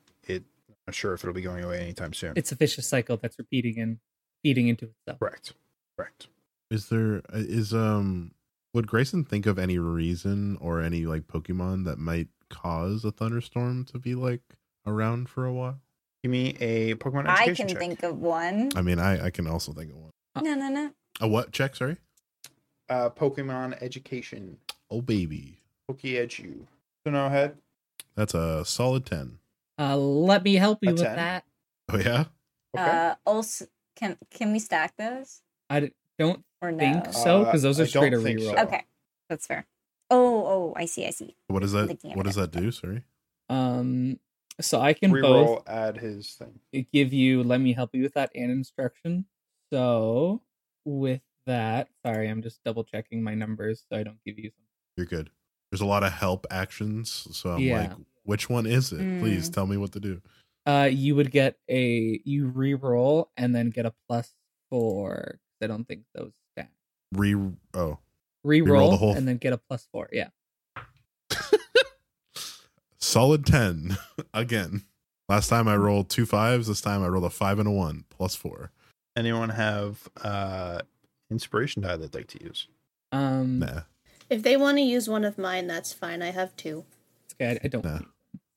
not sure if it'll be going away anytime soon.
It's a vicious cycle that's repeating and feeding into itself.
correct. Correct.
Is there is um would Grayson think of any reason or any like Pokemon that might cause a thunderstorm to be like around for a while?
Give me a Pokemon
I
education
can
check.
think of one.
I mean, I I can also think of one.
No, no, no.
A what check? Sorry.
Uh, Pokemon education.
Oh baby,
Pokiedu. So now head.
that's a solid ten.
Uh, let me help you
A
with
10.
that.
Oh yeah.
Okay.
Uh, also, can can we stack those
I d- don't
or no?
think so because those
Uh,
are
I
straight to
don't think
reroll.
so.
Okay, that's fair. Oh, oh, I see, I see.
What does that?
Looking at
What does
it.
that do? Sorry.
Um, so I can both
Reroll, add his thing.
it give you let me help you with that and instruction so with that sorry i'm just double checking my numbers so i don't give you some
You're good. There's a lot of help actions, so I'm
Yeah.
like, which one is it? Please
Mm.
tell me what to do.
uh you would get a you re-roll and then get a plus four 'cause i don't think those stack
Re oh,
re-roll
the whole-
and then get a plus four yeah
solid ten again. Last time I rolled two fives. This time I rolled a five and a one plus four.
Anyone have uh inspiration die they'd like to use?
um
Nah,
If they want to use one of mine, that's fine. I have two.
it's okay i, I don't
Nah.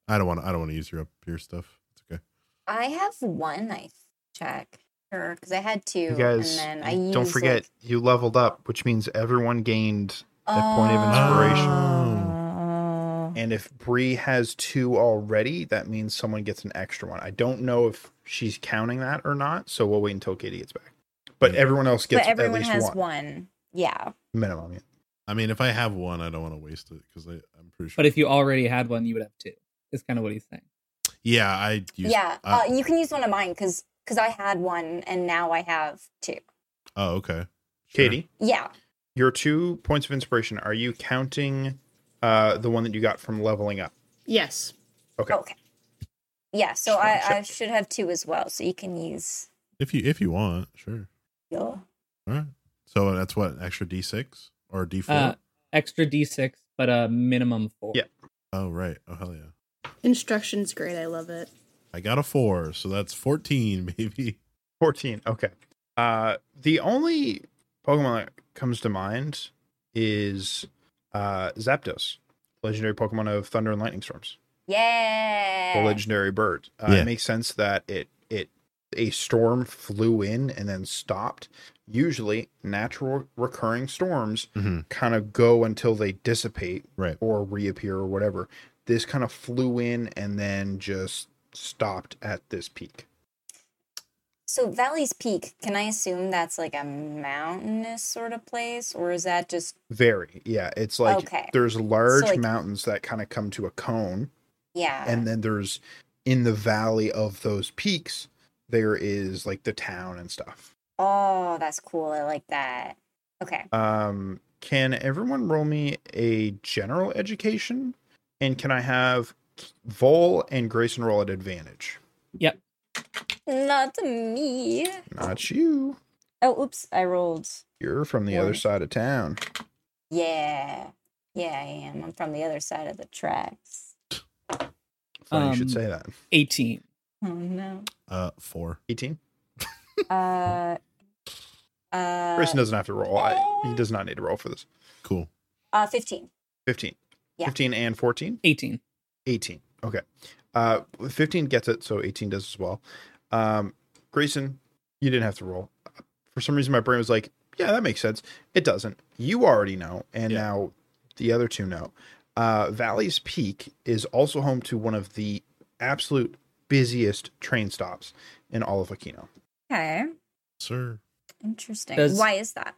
I don't want. I don't want to use your up your stuff. It's okay.
I have one. I check sure because I had two,
you guys,
and then I
you-
used,
don't forget
like,
you leveled up, which means everyone gained. that point of inspiration.
Oh.
And if Bree has two already, that means someone gets an extra one. I don't know if she's counting that or not, so we'll wait until Katie gets back. But
Yeah.
everyone else
but
gets at
everyone
least
has
one,
one. Yeah.
minimum. Yeah.
I mean, if I have one, I don't want to waste it because I'm pretty sure.
but if you already had one you would have two is kind of what he's saying
yeah, I use.
yeah.
Ah.
I-
uh, you can use one of mine because because I had one and now I have two.
oh, okay. Sure.
Katie,
Yeah.
your two points of inspiration. Are you counting uh the one that you got from leveling up?
Yes.
Okay.
Okay. Yeah. So
Just wanna
I, I
check.
should have two as well. So you can use
if you if you want, sure.
your.
All right. So that's what an extra D six or D four.
uh extra d6 but a minimum four
Yeah.
oh right. Oh hell yeah.
Instruction's great. I love it.
I got a four, so that's fourteen, baby.
14 okay uh the only pokemon that comes to mind is uh zapdos legendary pokemon of thunder and lightning storms the
Yeah.
legendary bird uh,
Yeah.
it makes sense that it it a storm flew in and then stopped usually natural recurring storms
Mhm.
kind of go until they dissipate
Right.
or reappear or whatever this kind of flew in and then just stopped at this peak
So Valley's Peak, can I assume that's like a mountainous sort of place, or is that just
Very, yeah. It's like
Okay.
there's large
like-
mountains that kind of come to a cone,
yeah?
and then there's in the valley of those peaks, there is like the town and stuff.
oh, that's cool. I like that. Okay.
Um, can everyone roll me a general education? And can I have Vol and Grayson roll at advantage?
Not me.
Not you.
Oh, oops. I rolled.
You're from the other
One.
side of town.
Yeah. Yeah, I am. I'm from the other side of the tracks.
Funny you
Um,
should say that.
18
Oh no.
Uh, four.
18.
Uh. Uh.
Grayson doesn't have to roll. I, he
oh.
does not need to roll for this.
Cool.
Uh. Fifteen.
15.
Yeah.
15 and 14.
18
18. Okay. Uh, 15 gets it, so 18 does as well. Um, Grayson, you didn't have to roll. For some reason, my brain was like, yeah, that makes sense. It doesn't. You already know, and
Yeah.
now the other two know. Uh, Valley's Peak is also home to one of the absolute busiest train stops in all of Aquino.
Okay.
Sir.
Interesting.
Does-
why is that?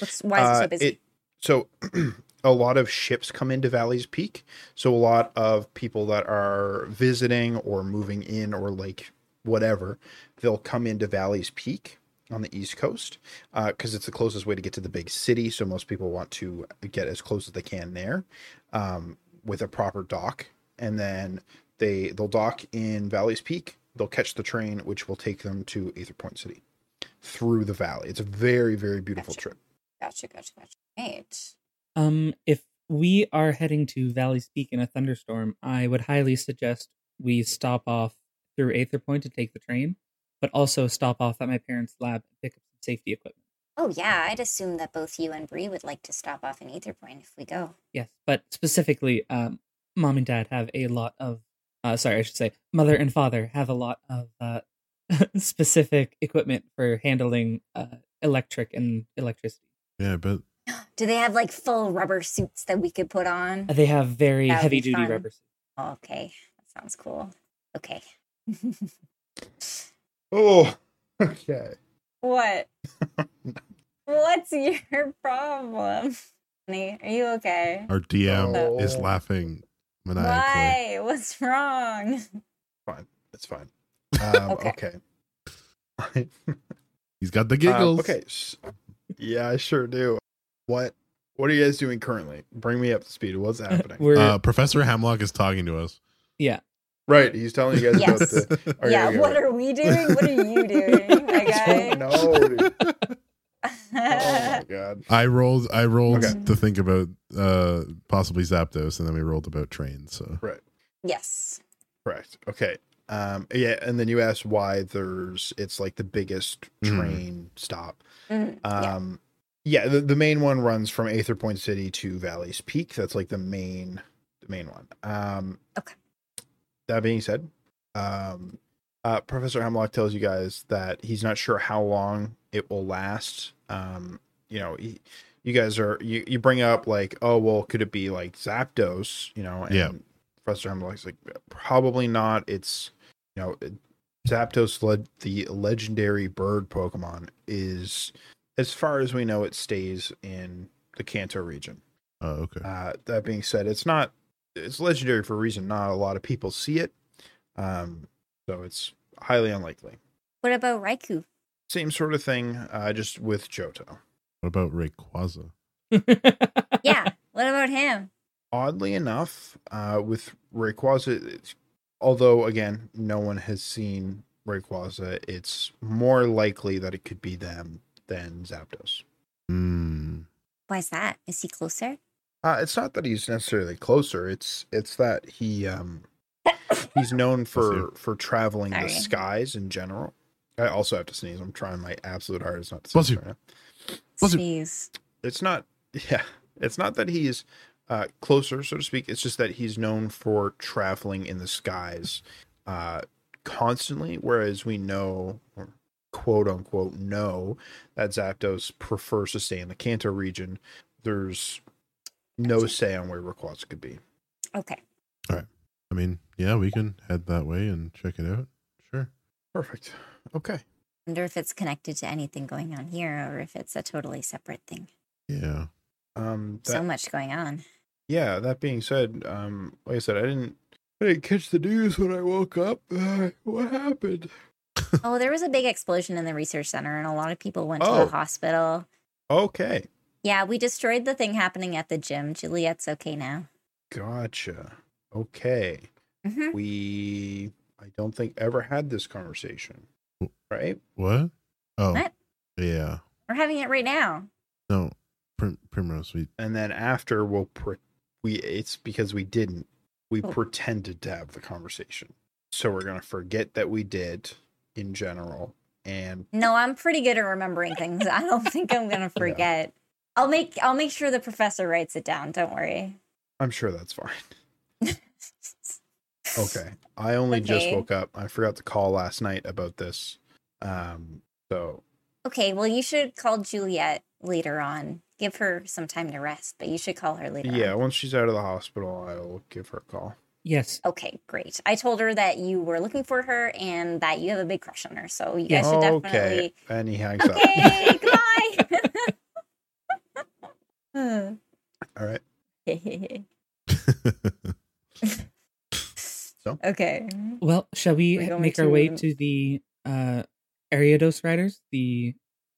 What's why is it
Uh,
so busy?
it- so a lot of ships come into Valley's Peak. So a lot of people that are visiting or moving in or like whatever, they'll come into Valley's Peak on the East Coast because it's the closest way to get to the big city. So most people want to get as close as they can there um, with a proper dock, and then they they'll dock in Valley's Peak. They'll catch the train, which will take them to Aether Point City through the valley. It's a very very beautiful
Gotcha.
trip.
Gotcha. Gotcha. Gotcha. Right.
Um, if we are heading to Valley Speak in a thunderstorm, I would highly suggest we stop off through Aether Point to take the train, but also stop off at my parents' lab and pick up some safety equipment.
Oh yeah, I'd assume that both you and Bree would like to stop off in Ether Point if we go.
Yes, but specifically, um, mom and dad have a lot of, uh, sorry, I should say, mother and father have a lot of uh, specific equipment for handling uh, electric and electricity.
Yeah, but
Do they have like full rubber suits that we could put on?
Uh,
Oh,
They have very
That would be
heavy duty
fun.
rubbers.
Okay, that sounds cool. Okay.
Oh, okay.
What? What's your problem? Honey, Are you okay?
Our DM
Oh.
is laughing maniacally.
Why? What's wrong?
That's fine. Um, okay.
Okay.
He's got the
Um,
giggles.
okay. s- Yeah, I sure do. What What are you guys doing currently? Bring me up to speed. What's happening?
We're
Uh, Professor Hamlock is talking to us.
right. He's telling you guys
Yes.
about the. okay,
yeah,
okay,
what
okay.
are we doing? What are you doing, my
I
guy?
don't know. dude. Oh my
I
god.
I rolled. I rolled
Okay.
to think about uh possibly Zapdos, and then we rolled about trains. So
yes.
Correct. Okay. Um. Yeah. And then you asked why there's it's like the biggest
Mhm.
train stop.
Mm, yeah.
Um, yeah, the, the main one runs from Aether Point City to Valley's Peak. That's like the main the main one. Um,
Okay.
That being said, um, uh, Professor Hemlock tells you guys that he's not sure how long it will last. Um, you know, he, you guys are you, you bring up like, oh well, could it be like Zapdos? You know, and
Yeah.
Professor Hemlock's like, probably not. It's you know, it- Zapdos, led the legendary bird Pokemon, is as far as we know, it stays in the Kanto region.
oh, okay.
Uh, that being said, it's not it's legendary for a reason. Not a lot of people see it, um, so it's highly unlikely.
What about Raikou?
Same sort of thing, uh, just with Johto.
What about Rayquaza?
Yeah. what about him?
Oddly enough, uh, with Rayquaza, it's- although again no one has seen Rayquaza, it's more likely that it could be them than Zapdos.
Mm.
Why's that? Is he closer?
Uh, it's not that he's necessarily closer. It's it's that he um, he's known for for traveling the
Sorry.
skies in general. I also have to sneeze. I'm trying my absolute hardest not to
Bless
sneeze.
you.
Right now.
Was it-
Jeez.
It's not yeah. It's not that he's uh, closer, so to speak. It's just that he's known for traveling in the skies uh, constantly, whereas we know, or quote unquote, know that Zapdos prefers to stay in the Kanto region. There's no say on where Rayquaza could be.
Okay.
I mean, yeah, we can head that way and check it out. Sure.
Perfect. Okay.
Wonder if it's connected to anything going on here or if it's a totally separate thing.
Yeah.
Um, that,
so much going on.
yeah. That being said, um, like I said, I didn't, I didn't catch the news when I woke up. Uh, what happened?
Oh, there was a big explosion in the research center and a lot of people went to
Oh.
the hospital.
Okay,
Yeah, we destroyed the thing happening at the gym. Juliet's okay now.
gotcha. Okay,
hmm
we. I don't think ever had this conversation, right?
What? Oh.
What?
Yeah.
We're having it right now.
No. Prim- Primrose. We.
And then after we'll pre- we. It's because we didn't. We
Oh.
pretended to have the conversation, so we're gonna forget that we did in general. And
No, I'm pretty good at remembering things. I don't think I'm gonna forget. I'll make I'll make sure the professor writes it down. Don't worry.
I'm sure that's fine. Okay. I only just
Okay.
woke up. I forgot to call last night about this. Um, so
Okay. Well, you should call Juliet later on. Give her some time to rest, but you should call her later.
yeah,
on.
once she's out of the hospital, I'll give her a call.
yes.
Okay, great. I told her that you were looking for her and that you have a big crush on her. So you guys should
okay.
definitely.
And he hangs up.
Okay, goodbye.
All right.
okay.
Well, shall we
We're going
make our way
to-
to the uh, Ariados riders, the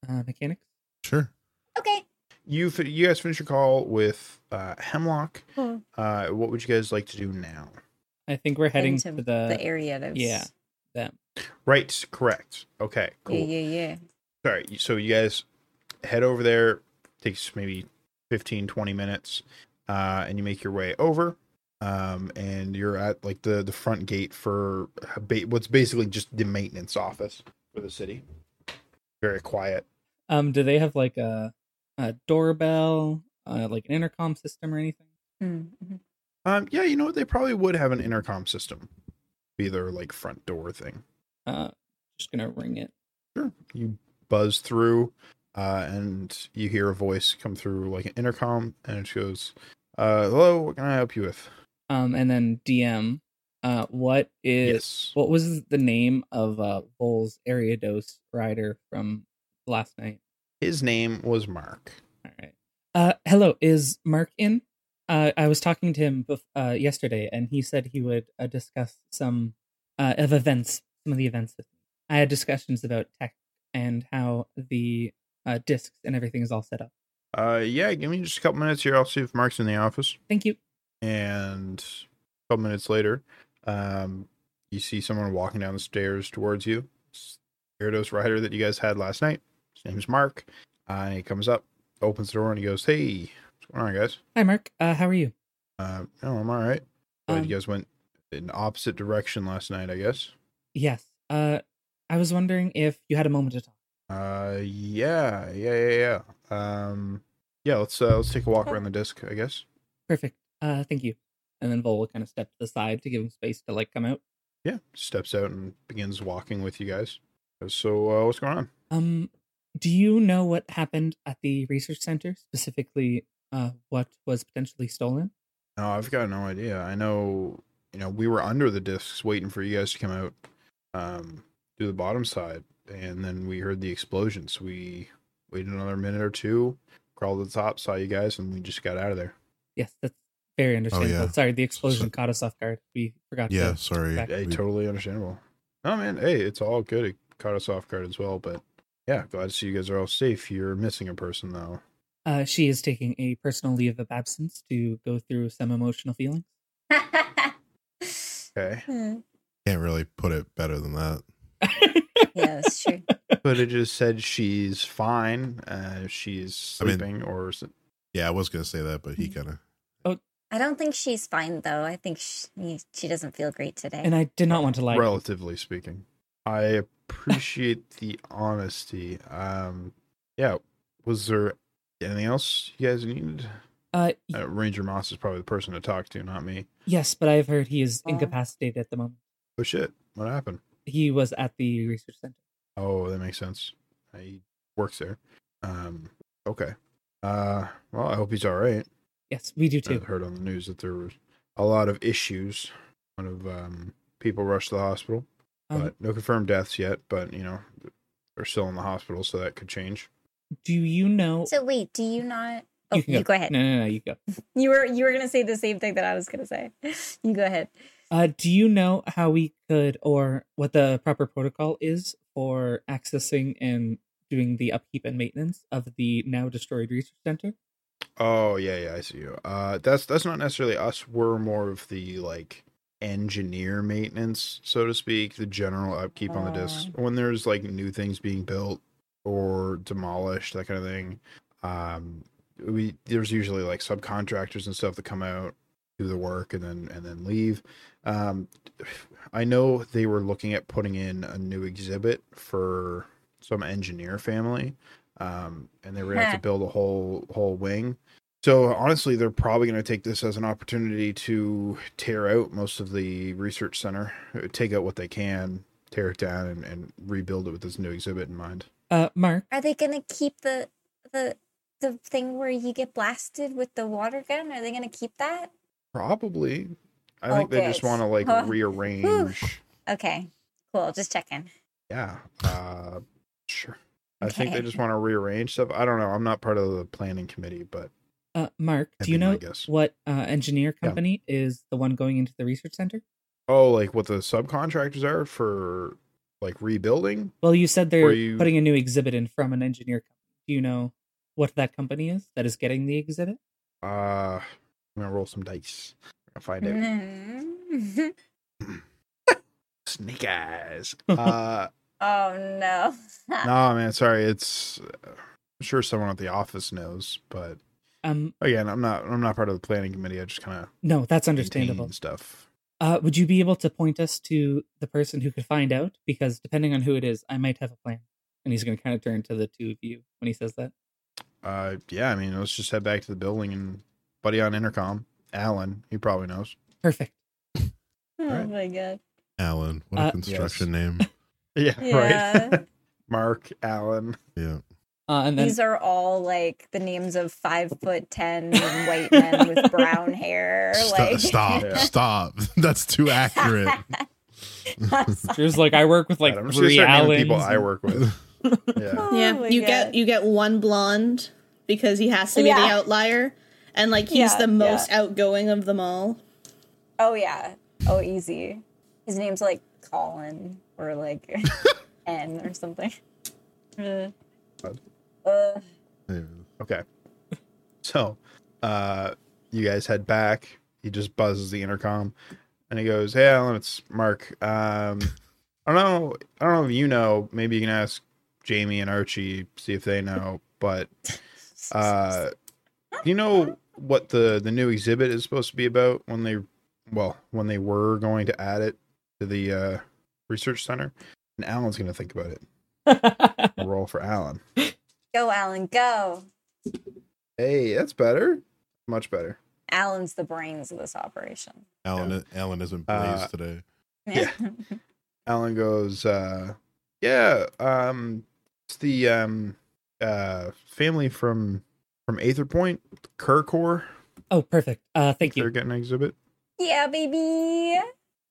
uh, mechanics?
Sure.
Okay.
You fi- you guys finish your call with uh Hemlock.
Hmm.
Uh what would you guys like to do now?
I think we're heading
Into
to the,
The area that was.
yeah. them.
Right, correct. Okay, cool.
Yeah, yeah, yeah.
Sorry. So you guys head over there. Takes maybe 15, 20 minutes, uh, and you make your way over. Um, and you're at like the the front gate for a ba- what's basically just the maintenance office for the city. Very quiet.
Um, do they have like a, a doorbell, uh, like an intercom system or anything?
Mm-hmm.
Um, yeah, you know what? They probably would have an intercom system, be their like front door thing.
Uh, just gonna ring it.
Sure. You buzz through, uh, and you hear a voice come through like an intercom, and it goes, uh, "Hello, what can I help you with?"
Um, and then DM Uh, what is
yes.
what was the name of uh Vol's Ariados rider from last night?
His name was Mark.
All right. Uh, hello, is Mark in? Uh, I was talking to him bef- uh, yesterday, and he said he would uh, discuss some uh, of events, some of the events. With me. I had discussions about tech and how the uh, discs and everything is all set up.
Uh, yeah, give me just a couple minutes here. I'll see if Mark's in the office.
Thank you.
And a couple minutes later, um, you see someone walking down the stairs towards you. It's the Gyarados rider that you guys had last night. His name's Mark. Uh, he comes up, opens the door, and he goes, "Hey, what's going on, guys?
Hi, Mark. Uh, how are you?
Uh, no, I'm all right. But
Um,
you guys went in opposite direction last night, I guess.
Yes. Uh, I was wondering if you had a moment to talk.
Uh, yeah, yeah, yeah, yeah. Um, yeah. Let's uh, let's take a walk around the disc, I guess.
Perfect. Uh, thank you. And then Vol will kind of step to the side to give him space to like come out.
Yeah, steps out and begins walking with you guys. So, uh, what's going on?
Um, do you know what happened at the research center specifically? Uh, what was potentially stolen?
No, I've got no idea. I know, you know, we were under the discs waiting for you guys to come out, um, do the bottom side, and then we heard the explosions. We waited another minute or two, crawled to the top, saw you guys, and we just got out of there.
Yes, that's very understandable.
Oh, yeah.
Sorry, the explosion
So-
caught us off guard. We forgot. to-
Yeah, sorry.
back.
Hey,
We-
totally understandable. Oh man, hey, it's all good. It caught us off guard as well, but yeah, glad to see you guys are all safe. You're missing a person though.
Uh, she is taking a personal leave of absence to go through some emotional feelings.
Okay,
Hmm.
Can't really put it better than that.
yeah, that's true.
but it just said she's fine. Uh, she's
I mean-
sleeping, or s-
Yeah, I was gonna say that, but he
Mm-hmm.
kind of.
I don't think she's fine though. I think she, she doesn't feel great today.
and I did not want to lie.
relatively speaking. I appreciate the honesty. Um, yeah. Was there anything else you guys needed?
Uh, y-
Uh, Ranger Moss is probably the person to talk to, not me.
yes, but I've heard he is
Oh.
incapacitated at the moment.
Oh shit! What happened?
He was at the research center.
Oh, that makes sense. He works there. Um, okay. Uh, well, I hope he's all right.
Yes, we do
I
too.
heard on the news that there was a lot of issues. A lot of um, people rushed to the hospital,
Um,
but no confirmed deaths yet. But you know, they're still in the hospital, so that could change.
do you know?
so wait, do you not? Oh,
You
you,
can
go ahead.
no, no, no, you go.
You were you were gonna say the same thing that I was gonna say. You go ahead.
Uh, do you know how we could, or what the proper protocol is for accessing and doing the upkeep and maintenance of the now destroyed research center?
Oh yeah, yeah, I see you. Uh, that's that's not necessarily us. We're more of the like engineer maintenance, so to speak, the general upkeep on the discs. When there's like new things being built or demolished, that kind of thing. Um, we there's usually like subcontractors and stuff that come out, do the work, and then and then leave. Um, I know they were looking at putting in a new exhibit for some engineer family. Um, and they were gonna have to build a whole whole wing. So honestly, they're probably going to take this as an opportunity to tear out most of the research center, uh, take out what they can, tear it down, and, and rebuild it with this new exhibit in mind.
Uh, Mark,
Are they gonna keep the the the thing where you get blasted with the water gun? Are they gonna keep that?
Probably, I think they just
Okay.
want to like
Huh.
rearrange.
Okay, cool. Just checking.
Yeah, uh, sure. I think they
Okay.
just want to rearrange stuff. I don't know. I'm not part of the planning committee, but
uh, Mark,
That'd
do you
be my
know
guess.
what uh, engineer
Yeah.
company is the one going into the research center?
oh, like what the subcontractors are for like rebuilding.
Well, you said they're
you-
putting a new exhibit in from an engineer company. Do you know what that company is that is getting the exhibit?
Uh, I'm gonna roll some dice. I'll find
Mm-hmm.
out.
Mhm.
Snake eyes. Uh,
oh no.
no, man, sorry. It's I'm sure someone at the office knows, but
Um,
again, I'm not. I'm not part of the planning committee. I just kind of
no, that's understandable.
stuff.
Uh, would you be able to point us to the person who could find out? Because depending on who it is, I might have a plan. And he's going to kind of turn to the two of you when he says that.
Uh, yeah, I mean, let's just head back to the building and buddy on intercom. Alan, he probably knows.
Perfect.
oh
Right.
my god.
Alan, what a
Uh,
construction name.
Yeah,
Yeah.
right. Mark, Alan.
Yeah.
Uh, and then
These are all like the names of five foot ten white men with brown hair.
Sto-
Like
stop,
Yeah.
stop. That's too accurate.
there's like I work with like
I'm just gonna
three
start naming
Allens.
people I work with. yeah.
Yeah,
Oh my
you
God.
get you get one blonde because he has to be the
Yeah.
outlier, and like he's
Yeah,
the most outgoing of them all.
Oh yeah. Oh easy. His name's like Colin or like N or something. Uh, uh,
Okay. So, uh, you guys head back. He just buzzes the intercom, and he goes, "Hey, Alan, it's Mark. Um, I don't know. I don't know if you know. Maybe you can ask Jamie and Archie see if they know. But uh, do you know what the the new exhibit is supposed to be about when they, well, when they were going to add it to the uh, research center? And Alan's going to think about it. A roll for Alan.
go, Alan, go.
Hey, that's better. Much better.
Alan's the brains of this operation.
Alan, Alan isn't blazed
Uh,
today.
Yeah. Alan goes, uh, "Yeah, um, it's the um, uh, family from from Aether Point, Kerkor.
oh, perfect. Uh, thank
They're
you.
getting an exhibit.
yeah, baby.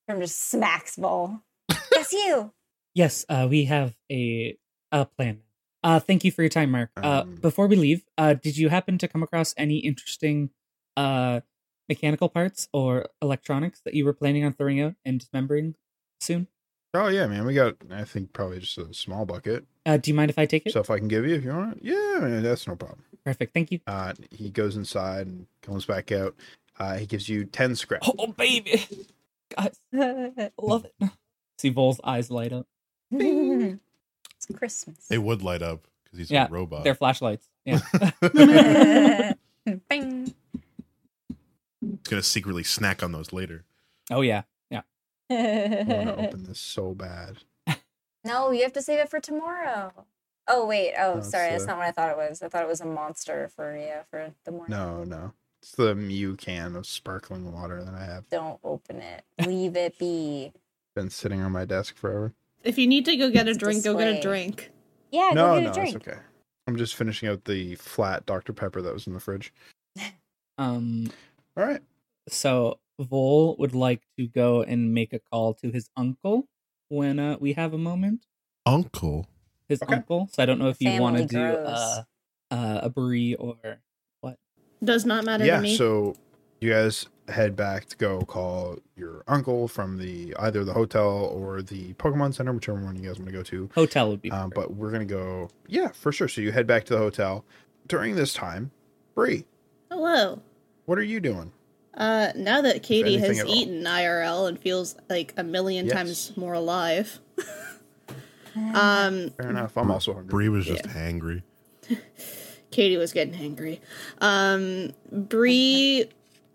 I'm just smacks ball. That's you.
Yes, uh, we have a a plan. Uh, thank you for your time, Mark. Uh,
Um,
before we leave, uh, did you happen to come across any interesting uh, mechanical parts or electronics that you were planning on throwing out and dismembering soon?
Oh yeah, man, we got. I think probably just a small bucket
Uh, do you mind if I take it?
stuff I can give you if you want. it. Yeah, man, that's no problem.
Perfect. Thank you.
Uh, he goes inside and comes back out. Uh, he gives you ten scraps.
Oh, baby. God, I love it. See Vol's eyes light up.
it's Christmas.
They would light up because he's
Yeah,
a robot.
They're flashlights. Yeah.
Bing.
He's gonna secretly snack on those later.
oh, yeah.
I want to open this so bad.
No, you have to save it for tomorrow. Oh wait. Oh,
No,
sorry. That's
it's, uh,
not what I thought it was. I thought it was a monster for yeah for the morning.
No, no, it's the Mew can of sparkling water that I have
Don't open it. Leave it be.
been sitting on my desk forever.
If you need to go get a
It's
drink, go get a
display.
drink.
Yeah,
no,
go get
no,
a drink.
it's okay. I'm just finishing out the flat Dr. Pepper that was in the fridge.
Um,
All right.
so Vol would like to go and make a call to his uncle when uh, we have a moment.
Uncle,
His
Okay.
uncle. So I don't know if you want to
Family
do uh, uh, a brie or
Does not matter
Yeah.
to me.
So you guys head back to go call your uncle from the either the hotel or the Pokemon Center, whichever one you guys want to go to.
hotel would be.
Um,
preferred.
but we're gonna go. Yeah, for sure. So you head back to the hotel. During this time, Bree,
Hello.
what are you doing?
Uh, now that Katie
anything
has
at all.
eaten IRL and feels like a million
Yes.
times more alive, um,
Fair enough. I'm also hungry.
Bree was just hangry.
Katie was getting angry. Um, Bree,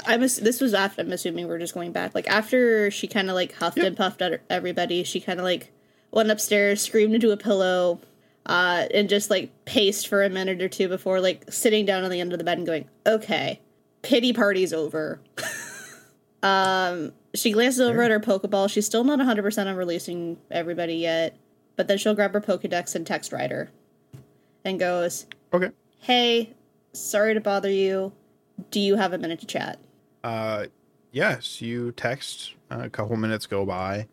I'm ass- this was after I'm assuming we're just going back. Like after she kind of like huffed and puffed at everybody, she kind of like went upstairs, screamed into a pillow, uh, and just like paced for a minute or two before like sitting down on the end of the bed and going, "Okay, pity party's over." um, she glances over at her Pokeball. She's still not 100 percent on releasing everybody yet, but then she'll grab her Pokedex and text Ryder, and goes,
Okay.
hey, sorry to bother you. Do you have a minute to chat?
Uh, yes, you text. Uh, a couple minutes go by,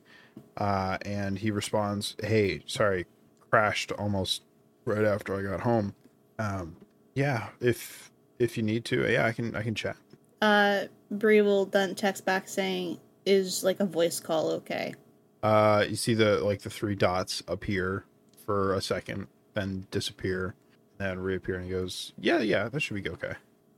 uh, and he responds, "Hey, sorry, crashed almost right after I got home. Um, yeah, if if you need to, yeah, I can I can chat.
Uh, Bree will then text back saying, is like a voice call okay?
Uh, you see the like the three dots appear for a second, then disappear, then reappear, and he goes, "Yeah, yeah, that should be okay."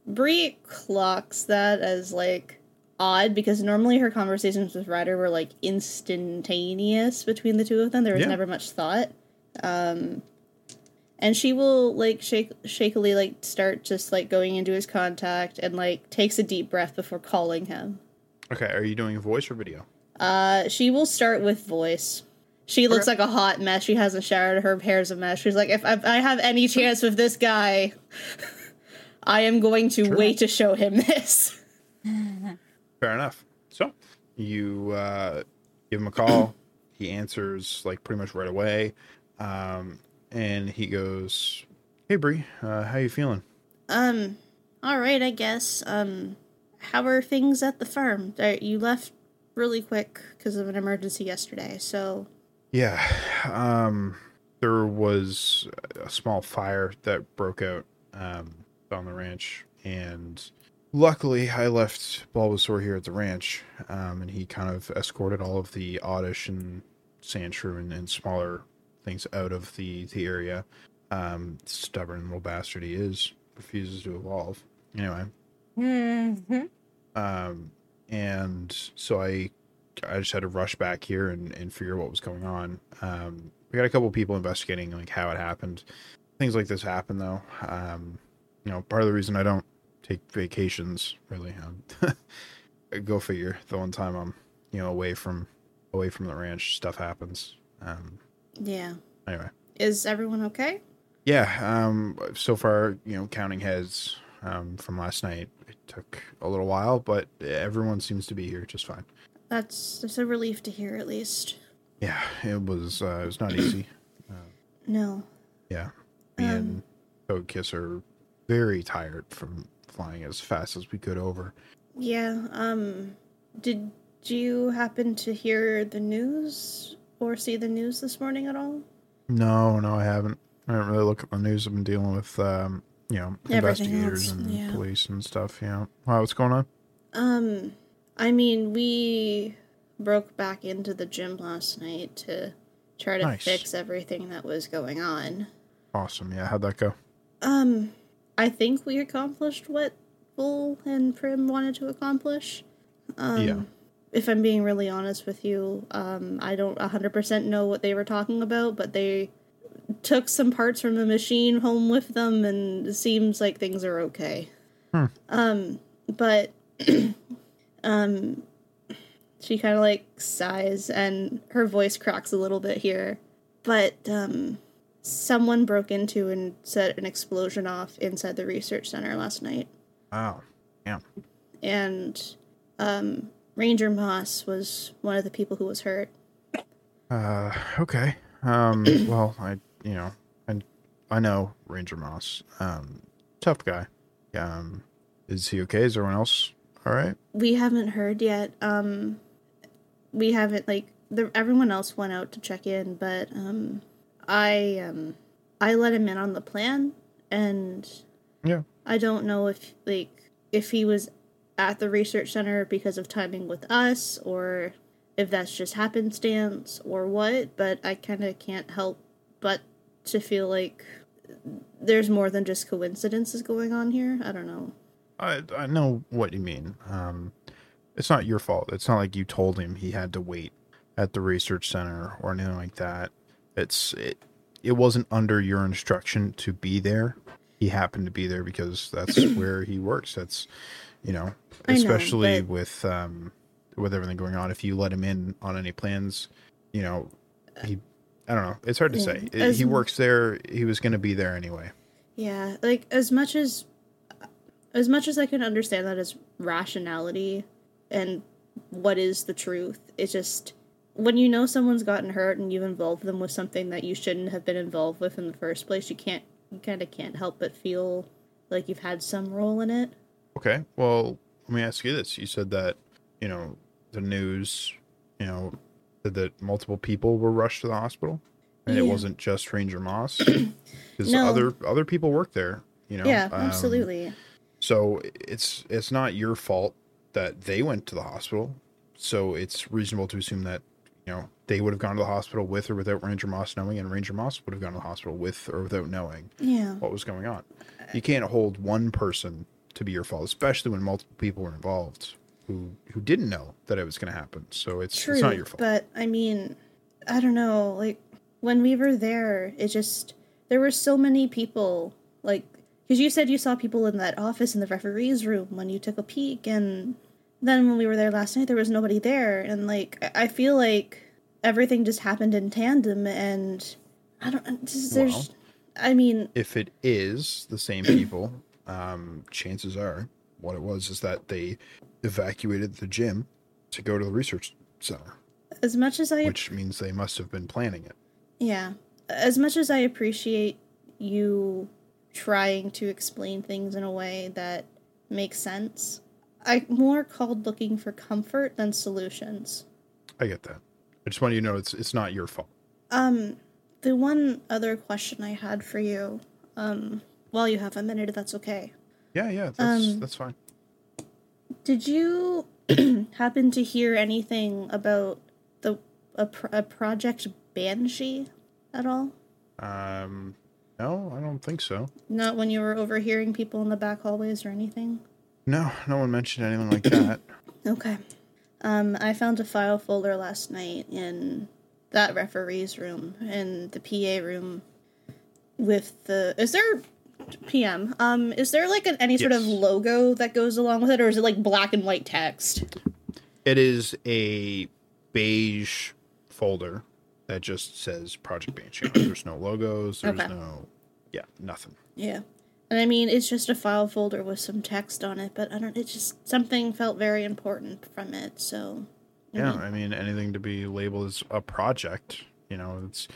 Bree clocks that as like odd because normally her conversations with Ryder were like instantaneous between the two of them. There was
Yeah.
never much thought. Um, and she will like shake shakily like start just like going into his contact and like takes a deep breath before calling him.
Okay, are you doing voice or video?
Uh, she will start with voice. She looks like a hot mess. She hasn't showered. Her hair's a mess. She's like, if I, I have any chance with this guy, I am going to wait to show him this.
Fair enough. So you uh, give him a call. he answers like pretty much right away, um, and he goes, Hey Bree, uh, how you feeling?
Um, all right, I guess. Um, how are things at the farm? Uh, You left really quick because of an emergency yesterday, so
Yeah, um, there was a small fire that broke out um, on the ranch, and luckily I left Bulbasaur here at the ranch, um, and he kind of escorted all of the Oddish and Sandshrew and, and smaller things out of the the area. Um, stubborn little bastard he is, refuses to evolve. Anyway,
Mm-hmm.
um, and so I I just had to rush back here and, and figure out what was going on. Um, we got a couple people investigating like how it happened. Things like this happen though. Um, you know, part of the reason I don't take vacations really. Um, go figure. The one time I'm you know away from away from the ranch, stuff happens. Um,
yeah.
anyway,
Is everyone okay?
yeah. Um, so far, you know, counting heads um, from last night. It took a little while, but everyone seems to be here just fine.
That's that's a relief to hear, at least.
Yeah, it was. Uh, it was not easy.
No.
Yeah,
Um,
me and Toad Kiss are very tired from flying as fast as we could over.
Yeah. Um, did you happen to hear the news or see the news this morning at all?
No, no, I haven't. I haven't really looked at the news. I've been dealing with, um, you know,
Everything
investigators
else,
and
yeah.
police and stuff. You know, wow, what's going on?
Um, I mean, we broke back into the gym last night to try to
Nice.
fix everything that was going on.
Awesome. Yeah, how'd that go?
Um, I think we accomplished what Bull and Prim wanted to accomplish. Um,
Yeah.
If I'm being really honest with you, um, I don't 100% know what they were talking about, but they took some parts from the machine home with them, and it seems like things are okay.
Hmm.
Um, but um, she kind of like sighs, and her voice cracks a little bit here. But um, someone broke into and set an explosion off inside the research center last night
Wow.
and um, ranger moss was one of the people who was hurt
Uh, okay. Um, well, I, you know, I, I know Ranger Moss. Um, tough guy. Um, is he okay? Is everyone else all right?
we haven't heard yet um, we haven't like the, everyone else went out to check in but um, i um, i let him in on the plan and
Yeah.
I don't know if like if he was at the research center because of timing with us or if that's just happenstance or what, but I kind of can't help but to feel like there's more than just coincidences going on here. I don't know.
I I know what you mean. Um, it's not your fault. It's not like you told him he had to wait at the research center or anything like that. It's it it wasn't under your instruction to be there. He happened to be there because that's where he works. That's you know,
I know,
especially
but-
with um with everything going on. If you let him in on any plans, you know, he I don't know. It's hard to
Yeah,
say. It-
as-
he works there. He was going to be there anyway.
Yeah, like as much as as much as I can understand that as rationality and what is the truth, it's just when you know someone's gotten hurt and you've involved them with something that you shouldn't have been involved with in the first place, you can't you kind of can't help but feel like you've had some role in it.
Okay. Well, let me ask you this. You said that, you know, the news, you know, said that multiple people were rushed to the hospital and it
Yeah.
wasn't just Ranger Moss because
No.
other other people work there, you know.
yeah,
um,
absolutely.
So it's it's not your fault that they went to the hospital. So it's reasonable to assume that, you know, they would have gone to the hospital with or without Ranger Moss knowing and Ranger Moss would have gone to the hospital with or without knowing
Yeah.
what was going on. You can't hold one person to be your fault, especially when multiple people were involved who who didn't know that it was going to happen. So it's
True,
it's not your fault.
but I mean, I don't know. Like when we were there, it just there were so many people. Like because you said you saw people in that office in the referees room when you took a peek, and then when we were there last night, there was nobody there, and like I, I feel like everything just happened in tandem, and I don't. Just, there's,
Well.
I mean,
if it is the same people, um, chances are what it was is that they evacuated the gym to go to the research center,
as much as I
which means they must have been planning it.
Yeah. As much as I appreciate you trying to explain things in a way that makes sense. I more called looking for comfort than solutions.
I get that. I just want you to know it's it's not your fault.
Um, the one other question I had for you, um, while you have a minute, if that's okay.
Yeah, yeah, that's
Um,
that's fine.
Did you happen to hear anything about the a, pro- a project Banshee at all?
Um, no, I don't think so.
Not when you were overhearing people in the back hallways or anything?
No, no one mentioned anything like that.
Okay. Um, I found a file folder last night in that referee's room in the PA room with the is there PM um is there like an, any sort of
Yes.
logo that goes along with it or is it like black and white text?
It is a beige folder that just says Project Banshee. on it. There's no logos. There's
Okay.
no, yeah, nothing.
Yeah. And I mean it's just a file folder with some text on it, but I don't it's just something felt very important from it, so I
Yeah,
mean,
I mean anything to be labeled as a project. You know, it's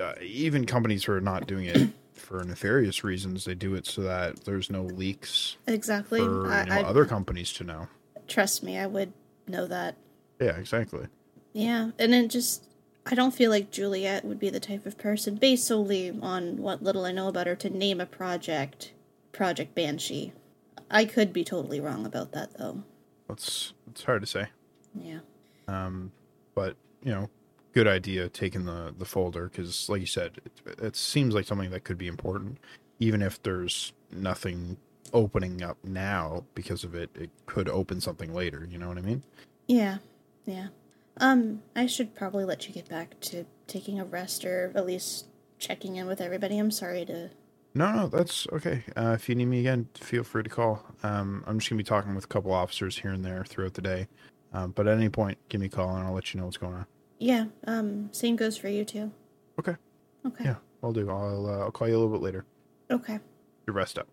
uh, even companies who are not doing it for nefarious reasons. They do it so that there's no leaks
exactly.
for you know,
I, I
other companies to know.
trust me, I would know that.
Yeah, exactly.
Yeah, and it just I don't feel like Juliet would be the type of person, based solely on what little I know about her, to name a project Project Banshee. I could be totally wrong about that though.
That's it's hard to say.
Yeah.
Um, but you know, good idea taking the the folder because, like you said, it, it seems like something that could be important, even if there's nothing opening up now because of it. It could open something later. You know what I mean?
Yeah. Yeah. Um, I should probably let you get back to taking a rest or at least checking in with everybody. I'm sorry to
No, no, that's okay. Uh, if you need me again, feel free to call. Um, I'm just gonna be talking with a couple officers here and there throughout the day. Um, but at any point, give me a call and I'll let you know what's going on.
Yeah, um, same goes for you too.
Okay.
Okay.
Yeah, I'll do. I'll uh, I'll call you a little bit later.
Okay.
You rest up.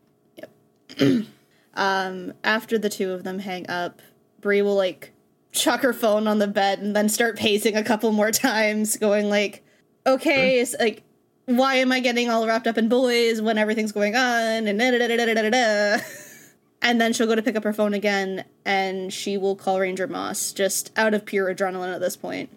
um, after the two of them hang up, Bree will like chuck her phone on the bed and then start pacing a couple more times, going like, "Okay, it's like, why am I getting all wrapped up in boys when everything's going on?" And da da da da da da da. da. And then she'll go to pick up her phone again, and she will call Ranger Moss, just out of pure adrenaline at this point.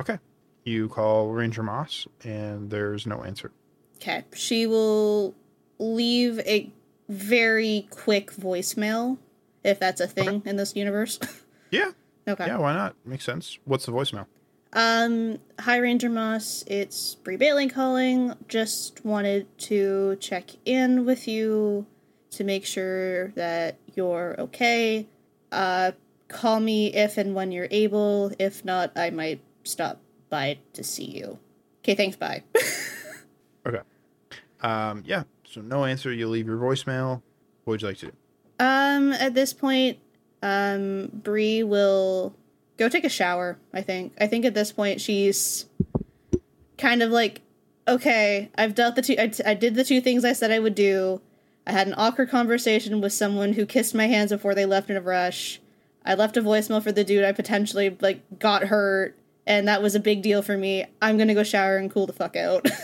Okay. You call Ranger Moss, and there's no answer.
Okay. She will leave a very quick voicemail, if that's a thing in this universe.
Yeah.
okay.
Yeah, why not? Makes sense. What's the voicemail?
Um, hi Ranger Moss, it's Bree Bailey calling. Just wanted to check in with you to make sure that you're okay. Uh, call me if and when you're able. If not, I might stop by to see you. Okay, thanks. Bye.
Um, yeah. So no answer. You leave your voicemail. What would you like to do?
um, at this point, um, Bree will go take a shower. I think. I think at this point she's kind of like, okay, I've dealt the two. I, I did the two things I said I would do. I had an awkward conversation with someone who kissed my hands before they left in a rush. I left a voicemail for the dude I potentially like got hurt, and that was a big deal for me. I'm gonna go shower and cool the fuck out.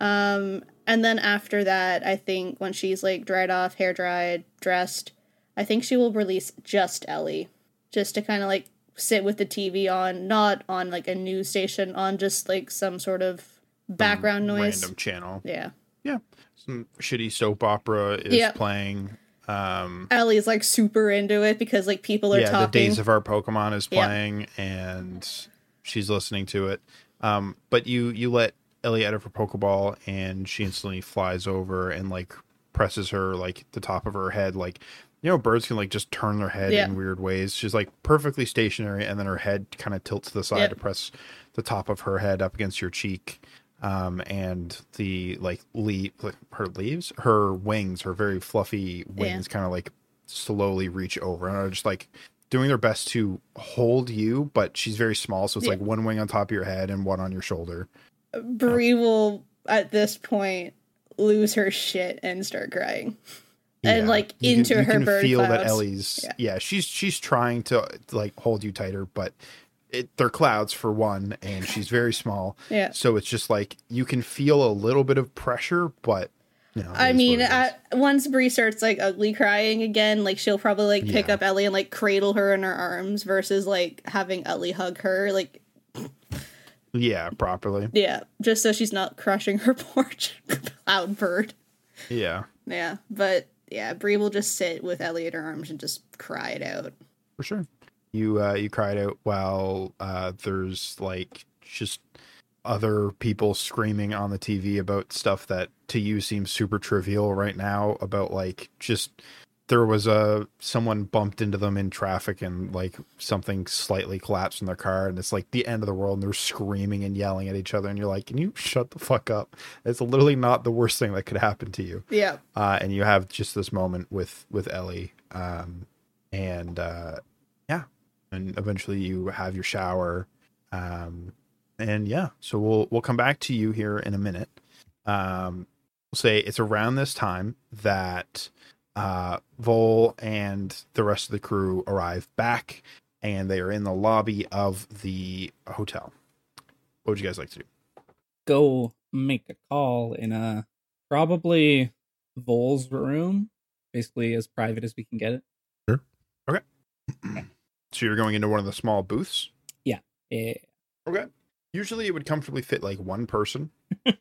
um, and then after that, I think when she's like dried off, hair dried, dressed, I think she will release just Ellie, just to kind of like sit with the TV on, not on like a news station, on just like some sort of background noise.
Random channel.
Yeah.
Yeah. Some shitty soap opera is
Yeah.
playing. Um,
Ellie's like super into it because like people are
yeah,
talking.
the Days of Our Pokemon is
Yeah.
playing, and she's listening to it. Um, but you you let Ellie out of her Pokeball, and she instantly flies over and like presses her like the top of her head, like you know birds can like just turn their head
Yeah.
in weird ways. She's like perfectly stationary, and then her head kind of tilts to the side
Yep.
to press the top of her head up against your cheek. Um, and the like leaf, her leaves, her wings, her very fluffy wings, kind of like slowly reach over and are just like doing their best to hold you, but she's very small, so it's
Yeah.
like one wing on top of your head and one on your shoulder.
Bree will at this point lose her shit and start crying. And, like,
You can-
into
you
her
can
bird
feel that
clouds.
Ellie's yeah.
Yeah.
she's she's trying to like hold you tighter, but it, they're clouds for one, and she's very small,
Yeah.
so it's just like you can feel a little bit of pressure, but No, it
I
is
mean,
what it is.
I, once Bree starts like ugly crying again, like she'll probably like pick
Yeah.
up Ellie and like cradle her in her arms versus like having Ellie hug her. Like,
yeah, properly.
yeah, just so she's not crushing her porch cloud bird.
Yeah,
Yeah, but yeah, Bree will just sit with Ellie in her arms and just cry it out.
for sure. You uh, you cried out while uh, there's like just other people screaming on the TV about stuff that to you seems super trivial right now. About like just there was a someone bumped into them in traffic and like something slightly collapsed in their car and it's like the end of the world and they're screaming and yelling at each other and you're like, can you shut the fuck up? It's literally not the worst thing that could happen to you.
Yeah,
uh, and you have just this moment with with Ellie, um, and uh, yeah, and eventually you have your shower, um, and yeah. So we'll we'll come back to you here in a minute. Um, we'll say it's around this time that uh, Vol and the rest of the crew arrive back, and they are in the lobby of the hotel. What would you guys like to do?
go make a call in a probably Vol's room, basically as private as we can get it.
So you're going into one of the small booths.
Eh,
Okay. Usually it would comfortably fit like one person. Are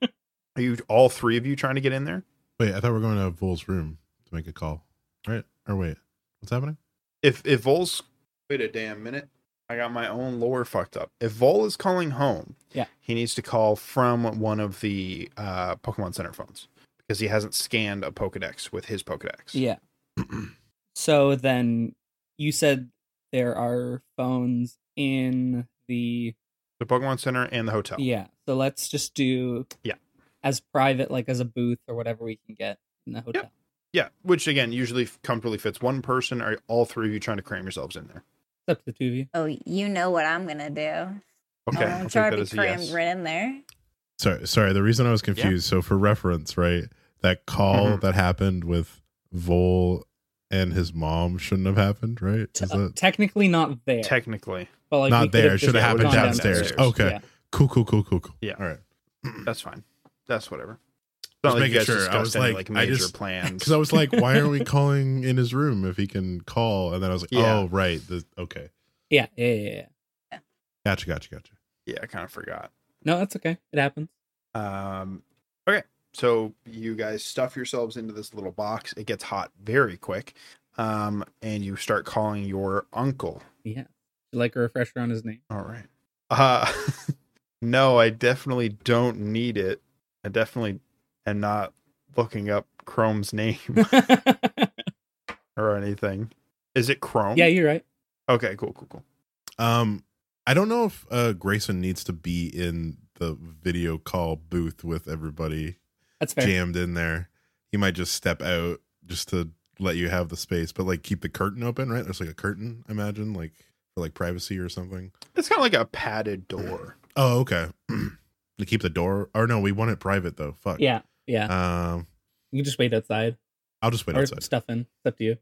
you all three of you trying to get in there?
Wait, I thought we were going to Vol's room to make a call. Right? Or wait, what's happening?
If if Vol's wait a damn minute. I got my own lore fucked up. If Vol is calling home,
Yeah.
he needs to call from one of the uh, Pokemon Center phones because he hasn't scanned a Pokedex with his Pokedex.
yeah. so then you said there are phones in the
The Pokemon Center and the hotel.
yeah. So let's just do
Yeah.
as private, like as a booth or whatever we can get in the hotel.
Yeah, which again usually comfortably fits one person. Are all three of you trying to cram yourselves in there?
It's up to the two of you.
Oh, you know what I'm gonna do. I'm
Okay. I'll
gonna
take
try
that
to be
as a
crammed
yes.
right in there.
Sorry, sorry. The reason I was confused. So for reference, right, that call
Mhm.
that happened with Vol and his mom shouldn't have happened, right? Is
Uh,
that
technically not there,
technically.
but like
Not
we could
there,
have
should
just
have happened
gone
downstairs.
Okay.
Yeah.
cool? Cool, cool, cool, cool.
Yeah.
All right.
That's fine. That's whatever. It's
Just
not like
making
you guys
sure. I
discussed
was
any,
like,
like,
I
major
just-
plans.
Because I was like, why are we calling in his room if he can call? And then I was like,
Yeah.
oh, right. The, okay.
Yeah, yeah, yeah, yeah.
Gotcha, gotcha, gotcha.
yeah, I kind of forgot.
No, that's okay. It happens.
Um, okay, so you guys stuff yourselves into this little box. It gets hot very quick, um, and you start calling your uncle.
Yeah. Like a refresher on his name.
All right. Uh, no, I definitely don't need it. I definitely am not looking up Chrome's name or anything. Is it Chrome?
yeah, you're right.
Okay. Cool. Cool. Cool.
Um, I don't know if uh, Grayson needs to be in the video call booth with everybody
That's fair.
jammed in there. He might just step out just to let you have the space, but like keep the curtain open, right? There's like a curtain, I imagine, like for like privacy or something.
It's kind of like a padded door.
Oh, okay. to keep the door. Or no, we want it private though. Fuck.
Yeah, yeah.
Um,
you can just wait outside
I'll just wait
or
outside.
stuff in. It's up to you.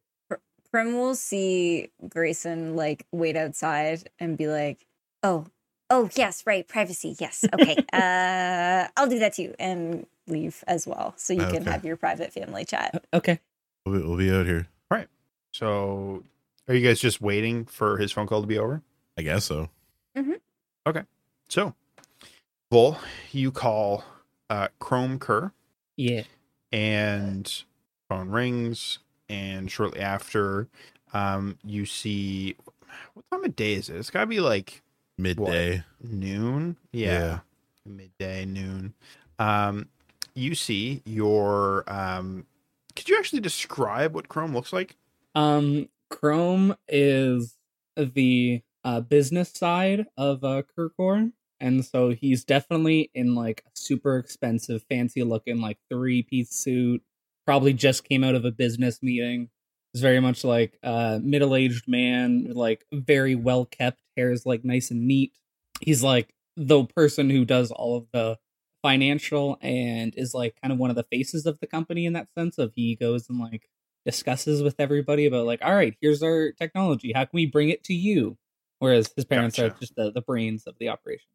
Prim will see Grayson like wait outside and be like,
Oh, oh, yes, right. Privacy. Yes. Okay.
uh, I'll do that too, and leave as well. So you can
Okay.
have your private family chat.
Uh, Okay.
We'll be, we'll be out here.
So, are you guys just waiting for his phone call to be over?
I guess so.
So, Vol, you call uh, Chrome Kerr,
Yeah.
and phone rings, and shortly after, um, you see what time of day is it? It's got to be like
Midday.
noon.
Yeah.
Yeah, midday, noon. Um, you see your. Um, could you actually describe what Chrome looks like?
Um, Chrome is the uh, business side of uh, Kirkhorn, and so he's definitely in like a super expensive, fancy looking like three piece suit. Probably just came out of a business meeting. He's very much like a middle aged man, like very well kept. Hair is like nice and neat. He's like the person who does all of the financial and is like kind of one of the faces of the company in that sense of he goes and like discusses with everybody about like, all right, here's our technology. How can we bring it to you? Whereas his parents are
Gotcha.
just the, the brains of the operation.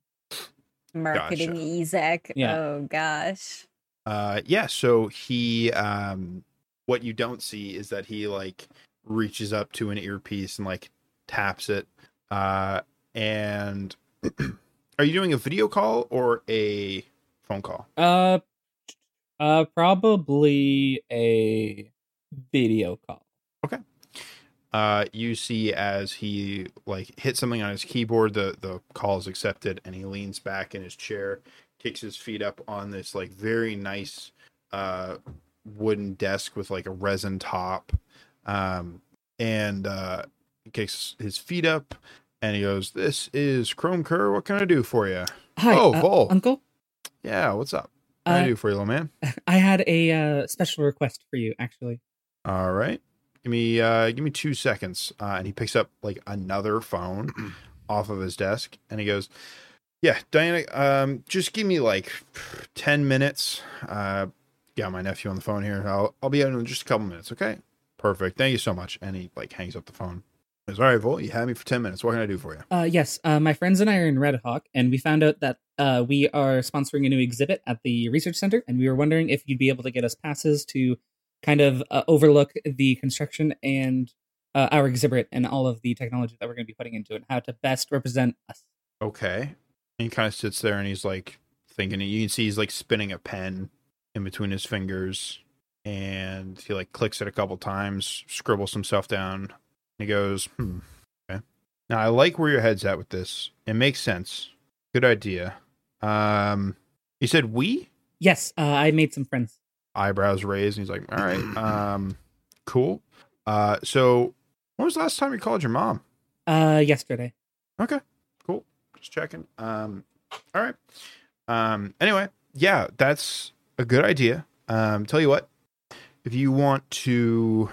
Marketing
Gotcha.
Ezek.
Yeah.
Oh gosh.
Uh, yeah. So he, um, what you don't see is that he like reaches up to an earpiece and like taps it. Uh, and are you doing a video call or a phone call?
Uh, uh, probably a video call.
Uh, you see as he like hits something on his keyboard. The the call is accepted, and he leans back in his chair, kicks his feet up on this like very nice uh, wooden desk with like a resin top, um, and uh, he kicks his feet up, and he goes, "This is Chrome Kerr. What can I do for you?
Hi,
Oh,
uh,
Vol.
Uncle.
Yeah, what's up? What can I
Uh,
do for you, little man?
I had a uh, special request for you, actually.
All right. Give me uh give me two seconds. Uh, and he picks up like another phone off of his desk and he goes, Yeah, Diana, um, just give me like ten minutes. Uh got my nephew on the phone here. I'll I'll be out in just a couple minutes, okay? Perfect. Thank you so much. And he like hangs up the phone. He goes, All right, Vol, you had me for ten minutes. What can I do for you?
Uh, yes, uh, my friends and I are in Red Hawk, and we found out that uh, we are sponsoring a new exhibit at the research center, and we were wondering if you'd be able to get us passes to kind of uh, overlook the construction and uh, our exhibit and all of the technology that we're going to be putting into it, and how to best represent us.
Okay. And he kind of sits there and he's like thinking. You can see he's like spinning a pen in between his fingers, and he like clicks it a couple times, scribbles some stuff down. And he goes, "Hmm, okay." Now I like where your head's at with this. It makes sense. Good idea. Um, he said we
Yes, uh, I made some friends.
eyebrows raised, and he's like, "All right, um, cool." Uh, so when was the last time you called your mom?
Uh, yesterday.
cool just checking um all right um anyway yeah that's a good idea um tell you what if you want to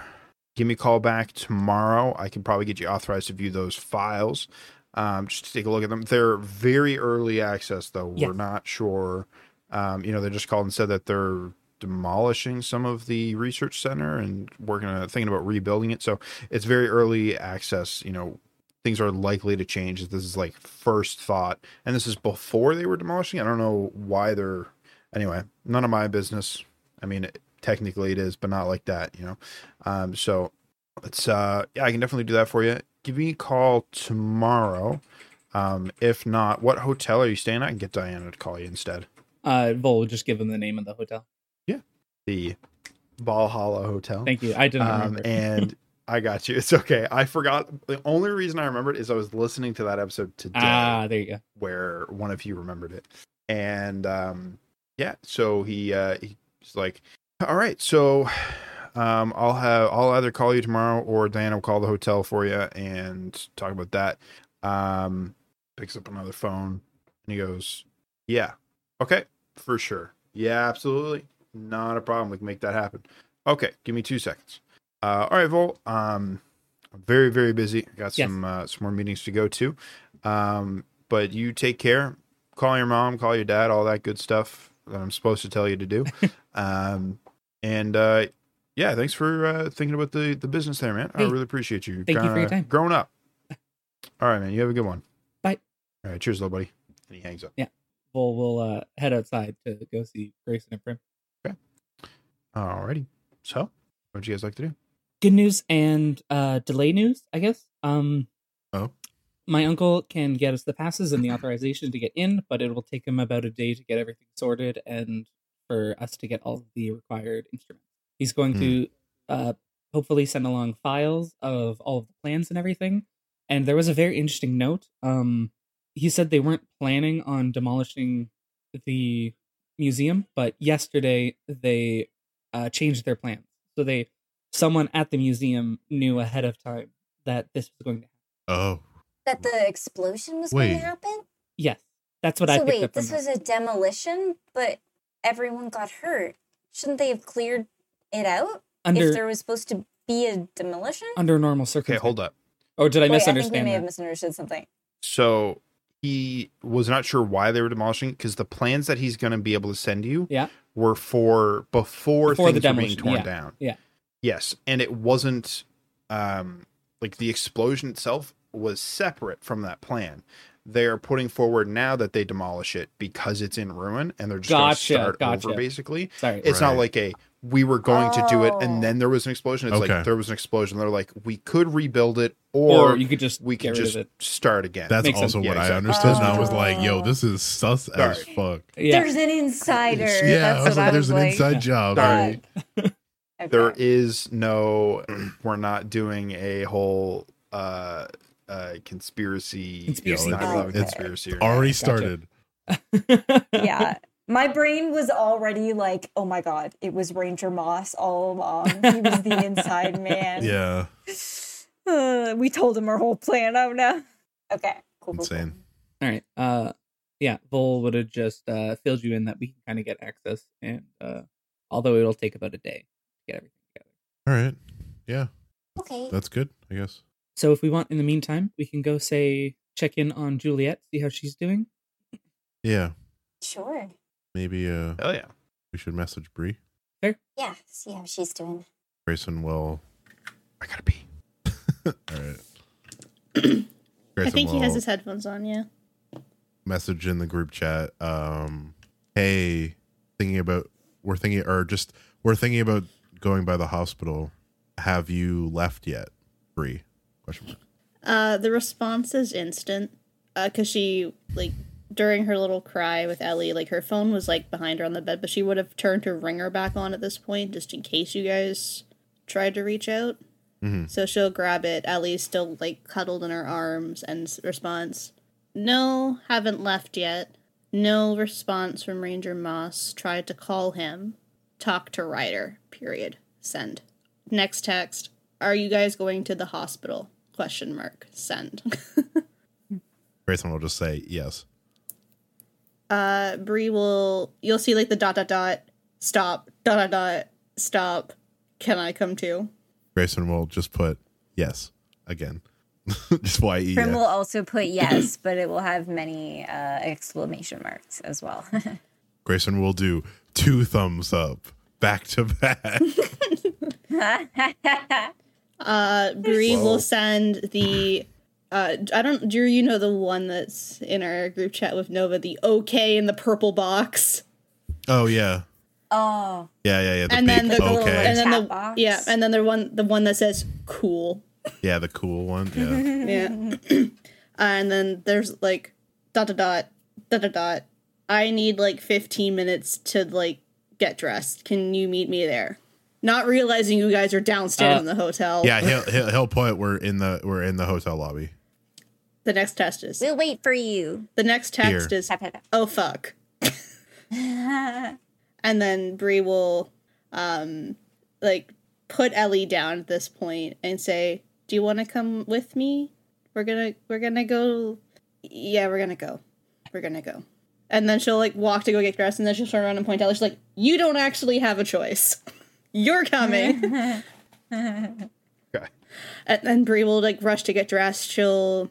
give me a call back tomorrow i can probably get you authorized to view those files um just to take a look at them they're very early access though
Yes.
we're not sure um you know they just called and said that they're demolishing some of the research center and working on thinking about rebuilding it so it's very early access you know things are likely to change is this is like first thought and this is before they were demolishing i don't know why they're anyway none of my business i mean technically it is but not like that you know um so it's uh yeah i can definitely do that for you give me a call tomorrow um if not what hotel are you staying at and get diana to call you instead
Uh, Vol would just give him the name of the hotel.
the valhalla hotel
Thank you. I didn't
um,
remember.
and I got you. It's okay. I forgot. The only reason I remembered is I was listening to that episode today.
ah, there you go.
where one of you remembered it. And um yeah, so he uh he's like, All right, so um I'll have I'll either call you tomorrow or Diana will call the hotel for you and talk about that. Um picks up another phone and he goes, Yeah, okay, for sure. Yeah, absolutely. Not a problem. We can make that happen. Okay, give me two seconds. Uh all right, Vol. Um I'm very, very busy. Got
Yes.
some uh, some more meetings to go to. Um but you take care. Call your mom, call your dad, all that good stuff that I'm supposed to tell you to do. um, and uh, yeah, thanks for uh, thinking about the the business there, man. I
Hey,
really appreciate you.
thank you for your time.
Grown up. All right, man. You have a good one.
Bye.
All right, cheers, little buddy. And he hangs up.
Vol will uh, head outside to go see Grayson and Prim.
Alrighty. So, what'd you guys like to do?
good news and uh delay news i guess um
Oh.
my uncle can get us the passes and the authorization to get in but it will take him about a day to get everything sorted and for us to get all of the required instruments he's going
Hmm.
to uh hopefully send along files of all of the plans and everything and there was a very interesting note um he said they weren't planning on demolishing the museum but yesterday they uh changed their plans so they someone at the museum knew ahead of time that this was going to happen.
Oh,
That the explosion was
Wait.
going to happen?
Yes, that's what I
so
picked
wait,
up. From
this
that.
was a demolition, but everyone got hurt. Shouldn't they have cleared it out
under
if there was supposed to be a demolition?
under normal
Okay,
circumstances.
hold up.
Or did
Wait,
I
I think we
misunderstand
may have
that?
misunderstood something.
So he was not sure why they were demolishing because the plans that he's going to be able to send you
Yeah.
were for before,
Before the
things were being
demolition,
torn
yeah,
down.
yeah.
Yes, and it wasn't um like the explosion itself was separate from that plan. they're putting forward now that they demolish it because it's in ruin and they're just
Gotcha,
gonna start
gotcha.
over basically.
Sorry.
It's not
Right.
like a we were going to do it
Oh.
and then there was an explosion. It's
Okay.
like there was an explosion. They're like we could rebuild it
or,
or,
you could just
we
get
could
rid
just
of it.
start again.
That's
Makes sense.
also
Yeah,
what I
exactly.
understood. and I was
Oh.
like, yo, this is sus as
Sorry.
fuck.
Yeah.
There's an insider.
yeah,
That's
I was
what
like,
I
there's
was
an
like.
inside job.
Sorry.
Fuck. Okay.
there is no we're not doing a whole uh uh conspiracy
Conspiracy
not
theory.
allowing
It's
conspiracy or
Already
anything.
started.
yeah. My brain was already like, oh my god, it was Ranger Moss all along. He was the inside man.
Yeah.
Uh, we told him our whole plan. Oh no. Okay. Cool. cool, cool.
Insane.
All right. Uh, yeah, Vol would have just uh, filled you in that we can kind of get access, and uh, although it'll take about a day to get everything together.
All right. Yeah.
Okay.
That's good, I guess.
So if we want, in the meantime, we can go say check in on Juliet, see how she's doing.
Yeah.
Sure.
Maybe uh
Hell yeah.
we should message Bree.
Yeah. See how she's doing.
Grayson will
I gotta pee.
all right.
I
Grayson
think he has
will-
his headphones on, yeah.
message in the group chat um hey thinking about we're thinking or just we're thinking about going by the hospital have you left yet Bree? question mark
Uh, the response is instant because she like during her little cry with Ellie, like her phone was like behind her on the bed, but she would have turned her ringer back on at this point just in case you guys tried to reach out.
Mhm.
So she'll grab it. Ellie's still like cuddled in her arms, and s- response: No, haven't left yet. No response from Ranger Moss. Tried to call him. Talk to Ryder. Period. Send. Next text: Are you guys going to the hospital? Question mark. Send.
Grayson will just say yes
uh Bree will you'll see like the dot dot dot stop dot dot dot stop. Can I come too?
Grayson will just put yes again just y e
Prim will
yes.
also put yes, but it will have many uh, exclamation marks as well.
Grayson will do two thumbs up back to back
Uh Bree
Whoa.
will send the uh I don't do you know the one that's in our group chat with Nova, the okay in the purple box.
oh yeah
oh,
yeah yeah yeah the
and then
big
the
okay
and then
Chat
the
box.
yeah, and then the one the one that says cool.
yeah the cool one yeah
Yeah. and then there's like dot dot dot dot dot dot. I need like 15 minutes to like get dressed. Can you meet me there? Not realizing you guys are downstairs
Uh,
in the hotel.
yeah he'll, he'll he'll put we're in the we're in the hotel lobby
The next test is
We'll wait for you.
the next text
Here.
is
tap, tap, tap.
oh fuck. and then Bree will um like put Ellie down at this point and say, "Do you want to come with me? We're going to we're going to go yeah, we're going to go. We're going to go." And then she'll like walk to go get dressed and then she'll turn around and point to Ellie. She's like, "You don't actually have a choice. You're coming."
Okay.
And then Bree will like rush to get dressed. She'll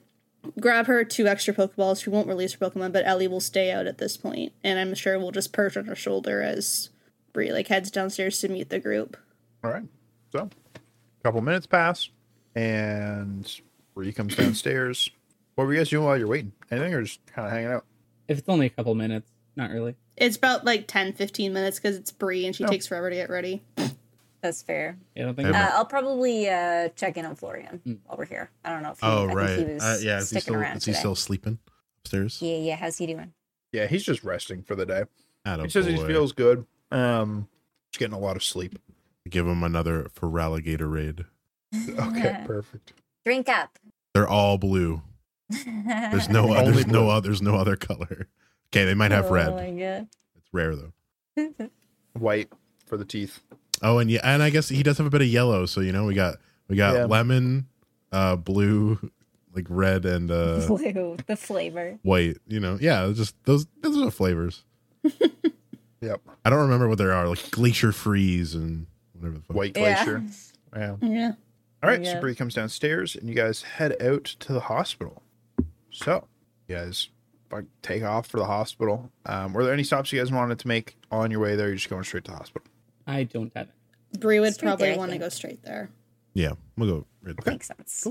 grab her two extra Pokeballs. She won't release her Pokemon, but Ellie will stay out at this point, and I'm sure will just perch on her shoulder as Bree like heads downstairs to meet the group.
All right. So, a couple minutes pass, and Bree comes downstairs. What were you guys doing while you're waiting? Anything or just kind of hanging out?
If it's only a couple minutes, not really.
It's about like 10, 15 minutes because it's Bree and she
Oh.
takes forever to get ready.
That's fair.
Yeah, I don't think.
Um,
Uh, I'll probably uh, check in on Florian while we're here. I don't know if he,
Oh
I
right,
think he was
uh, yeah. Is he
sticking
still
around
is he
today.
still sleeping upstairs?
Yeah, yeah. How's he doing?
Yeah, he's just resting for the day.
Atta
he says he
Oh, boy.
feels good. Um, he's getting a lot of sleep.
Give him another Feraligator raid.
Okay, perfect.
Drink up.
They're all blue. There's no
Only
other. There's
blue.
no other. There's no other color. Okay, they might have
Oh
red.
my god.
It's rare though.
White for the teeth.
Oh, and yeah, and I guess he does have a bit of yellow. So you know, we got we got
Yeah.
lemon, uh, blue, like red and uh,
Blue, the flavor.
white. You know, yeah. it's Just those. Those are the flavors.
Yep.
I don't remember what they are. Like glacier freeze and whatever the fuck.
White
Yeah.
glacier. Yeah.
Yeah.
All right,
Yeah.
so Bree comes downstairs, and you guys head out to the hospital. So, you guys like, take off for the hospital. Um, were there any stops you guys wanted to make on your way there? You're just going straight to the hospital.
I don't have it.
Bree would
Straight
probably
there, I
want to
think.
go straight there.
Yeah, we'll go. Red.
Makes sense.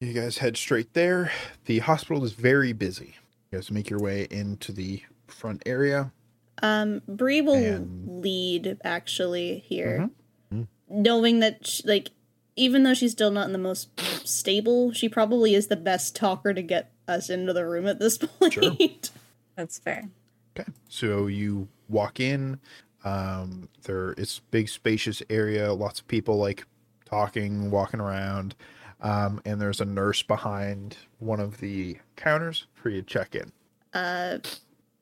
You guys head straight there. The hospital is very busy. You guys make your way into the front area.
Um, Bree will
And- Mm-hmm.
lead actually here, knowing that sh like even though she's still not in the most stable, she probably is the best talker to get us into the room at this point.
Sure.
That's fair.
Okay. So you walk in. Um, there it's a big spacious area, lots of people like talking, walking around. Um, and there's a nurse behind one of the counters for you to check in.
Uh,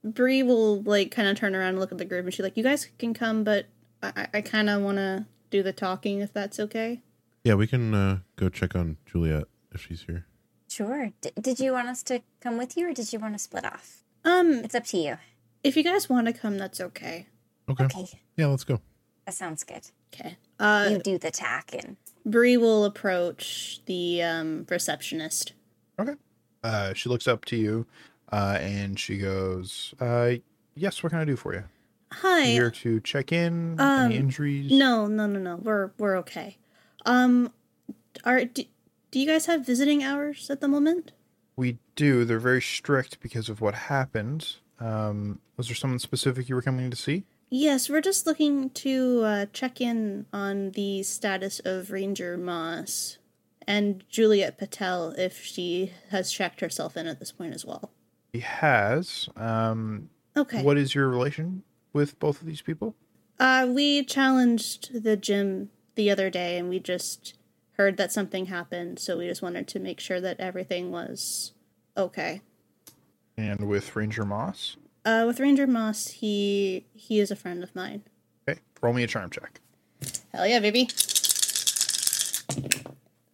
Bree will like kind of turn around and look at the group, and she's like, "You guys can come, but I, I- I kind of want to do the talking if that's okay."
Yeah, we can uh, go check on Juliet if she's here.
Sure. D- did you want us to come with you or did you want to split off?
Um,
It's up to you.
if you guys want to come, that's okay.
Okay.
Okay.
Yeah, let's go.
That sounds good.
Okay. Uh,
you do the talking.
Bree will approach the um, receptionist.
Okay. Uh, she looks up to you, uh, and she goes, uh, "Yes, what can I do for you?
Hi.
Here to check in.
Um,
any injuries?
No, no, no, no. We're we're okay. Um, are do, do you guys have visiting hours at the moment?
We do. They're very strict because of what happened. Um, was there someone specific you were coming to see?
Yes, we're just looking to uh, check in on the status of Ranger Moss and Juliet Patel if she has checked herself in at this point as well.
He has. Um,
Okay.
What is your relation with both of these people?
Uh, we challenged the gym the other day, and we just heard that something happened, so we just wanted to make sure that everything was okay.
And with Ranger Moss?
Uh, with Ranger Moss, he he is a friend of mine.
Okay. Roll me a charm check.
Hell yeah, baby.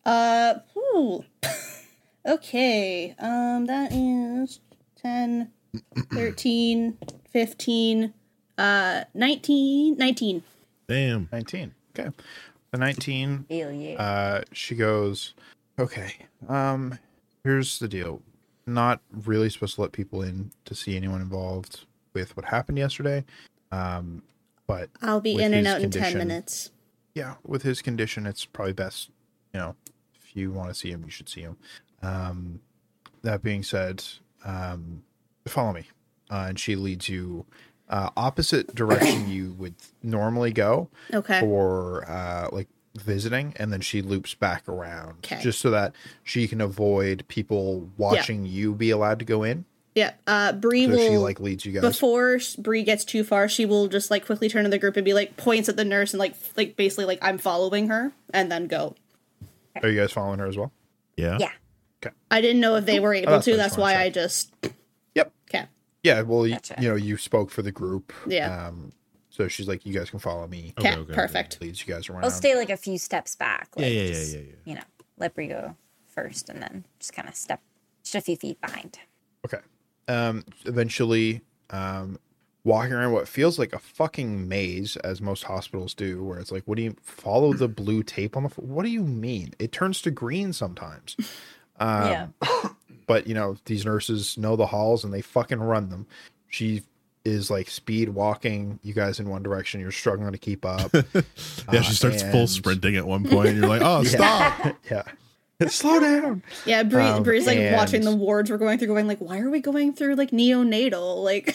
Uh, ooh. okay. Um, that is 10, 13, 15, uh, 19, 19.
Damn.
Nineteen. Okay. The nineteen
Feel you.
uh, she goes, "Okay, um, here's the deal. Not really supposed to let people in to see anyone involved with what happened yesterday. Um, but
I'll be
With
in and
his
out in 10
condition.
minutes.
yeah, with his condition, it's probably best. You know, if you want to see him, you should see him. Um, that being said, um, follow me, uh, and she leads you." Uh, opposite direction you would normally go,
Okay.
for uh, like visiting, and then she loops back around
'Kay.
just so that she can avoid people watching you be allowed to go in.
Yeah, uh, Bree
So
will.
she like leads you guys.
before sh- Bree gets too far, she will just like quickly turn to the group and be like points at the nurse and like f- like basically like I'm following her and then go.
Are you guys following her as well?
Yeah.
Yeah.
I didn't know if they were able
Oh, that's
to.
what I
That's
just wanted
why
to
I just.
Yep.
Okay.
Yeah. Well, y-
Gotcha.
you know, you spoke for the group.
Yeah.
Um, so she's like, you guys can follow me.
Okay.
okay, okay.
perfect.
Leads you guys around.
Oh. I'll stay like a few steps back.
Yeah,
like,
yeah, yeah,
just,
yeah, yeah.
You know, let Brie go first and then just kind of step just a few feet behind.
Okay. Um, eventually, um, walking around what feels like a fucking maze, as most hospitals do, where it's like, what do you follow the blue tape on the? F- what do you mean? It turns to green sometimes. Um,
Yeah.
But you know, these nurses know the halls and they fucking run them. She is like speed walking you guys in one direction. You're struggling to keep up.
Yeah, she starts full
and-
sprinting at one point, and you're like, oh, stop.
yeah. Slow down.
Yeah, Bree,
Um,
Bree's like watching
and-
the wards we're going through, going like, why are we going through like neonatal? Like,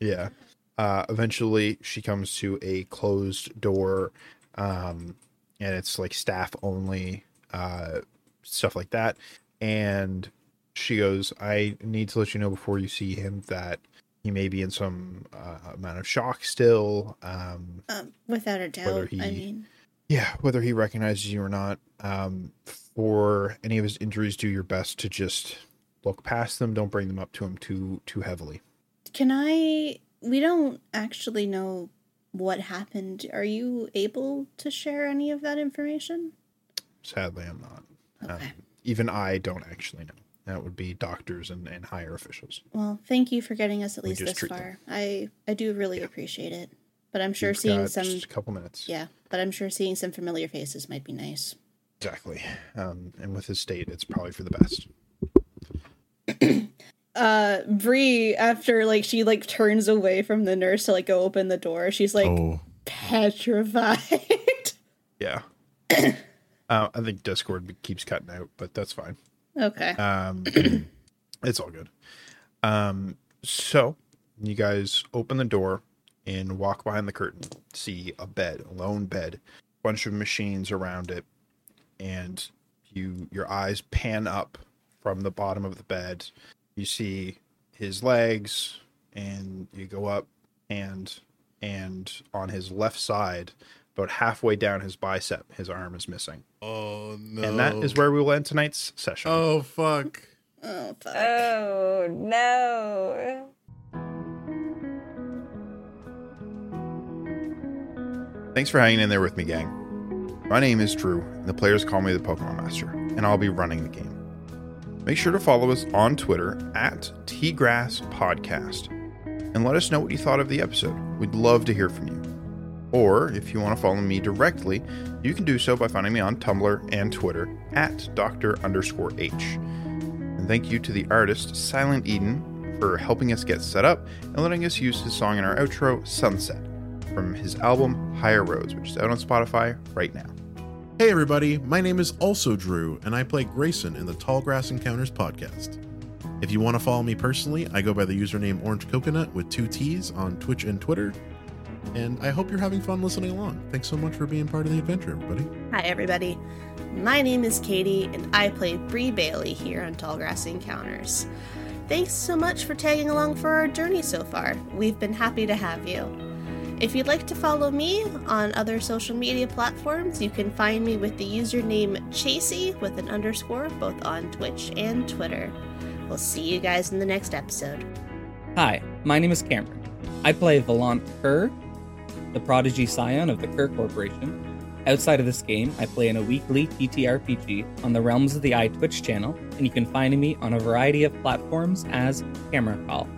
Yeah. Uh, eventually, she comes to a closed door, um, and it's like staff only, uh, stuff like that. And she goes, "I need to let you know before you see him that he may be in some uh, amount of shock still. Um,
um, without a
Whether
doubt.
he-
I mean,
yeah, whether he recognizes you or not, um, for any of his injuries, do your best to just look past them. Don't bring them up to him too too heavily."
can I? We don't actually know what happened. Are you able to share any of that information?
Sadly, I'm not. Um,
Okay.
even I don't actually know. That would be doctors and, and higher officials.
Well, thank you for getting us at
We
least
just
this
treat them.
far. I I do really appreciate it. But I'm sure
You've
seeing
got
some
Just a couple minutes.
yeah, but I'm sure seeing some familiar faces might be nice.
Exactly. Um, and with his state, it's probably for the best.
Uh Bree after like she like turns away from the nurse to like go open the door. She's like
oh,
petrified.
Yeah. Uh, I think Discord keeps cutting out, but that's fine.
Okay.
Um, it's all good. Um, so you guys open the door and walk behind the curtain. See a bed, a lone bed, bunch of machines around it, and you your eyes pan up from the bottom of the bed. You see his legs, and you go up and and on his left side, about halfway down his bicep, his arm is missing.
Oh no!
And that is where we will end tonight's session.
Oh fuck!
oh, fuck.
Oh no.
Thanks for hanging in there with me, gang. My name is Drew, and the players call me the Pokemon Master, and I'll be running the game. Make sure to follow us on Twitter at Tgrass Podcast and let us know what you thought of the episode. We'd love to hear from you. Or if you want to follow me directly, you can do so by finding me on Tumblr and Twitter at Dr. underscore H. And thank you to the artist Silent Eden for helping us get set up and letting us use his song in our outro, Sunset from his album Higher Roads, which is out on Spotify right now.
Hey everybody, my name is also Drew, and I play Grayson in the Tall Grass Encounters podcast. If you want to follow me personally, I go by the username Orange Coconut with two T's on Twitch and Twitter. And I hope you're having fun listening along. Thanks so much for being part of the adventure, everybody.
Hi, everybody. My name is Katie, and I play Bree Bailey here on Tallgrass Encounters. Thanks so much for tagging along for our journey so far. We've been happy to have you. If you'd like to follow me on other social media platforms, you can find me with the username Chasey with an underscore both on Twitch and Twitter. We'll see you guys in the next episode.
Hi, my name is Cameron. I play Valant Kerr, the prodigy scion of the Kerr Corporation. Outside of this game, I play in a weekly TTRPG on the Realms of the Eye Twitch channel, and you can find me on a variety of platforms as Camera Call.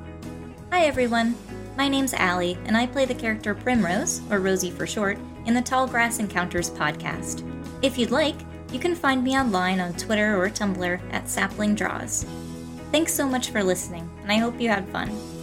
Hi everyone, my name's Allie, and I play the character Primrose, or Rosie for short, in the Tall Grass Encounters podcast. If you'd like, you can find me online on Twitter or Tumblr at Sapling Draws. Thanks so much for listening, and I hope you had fun.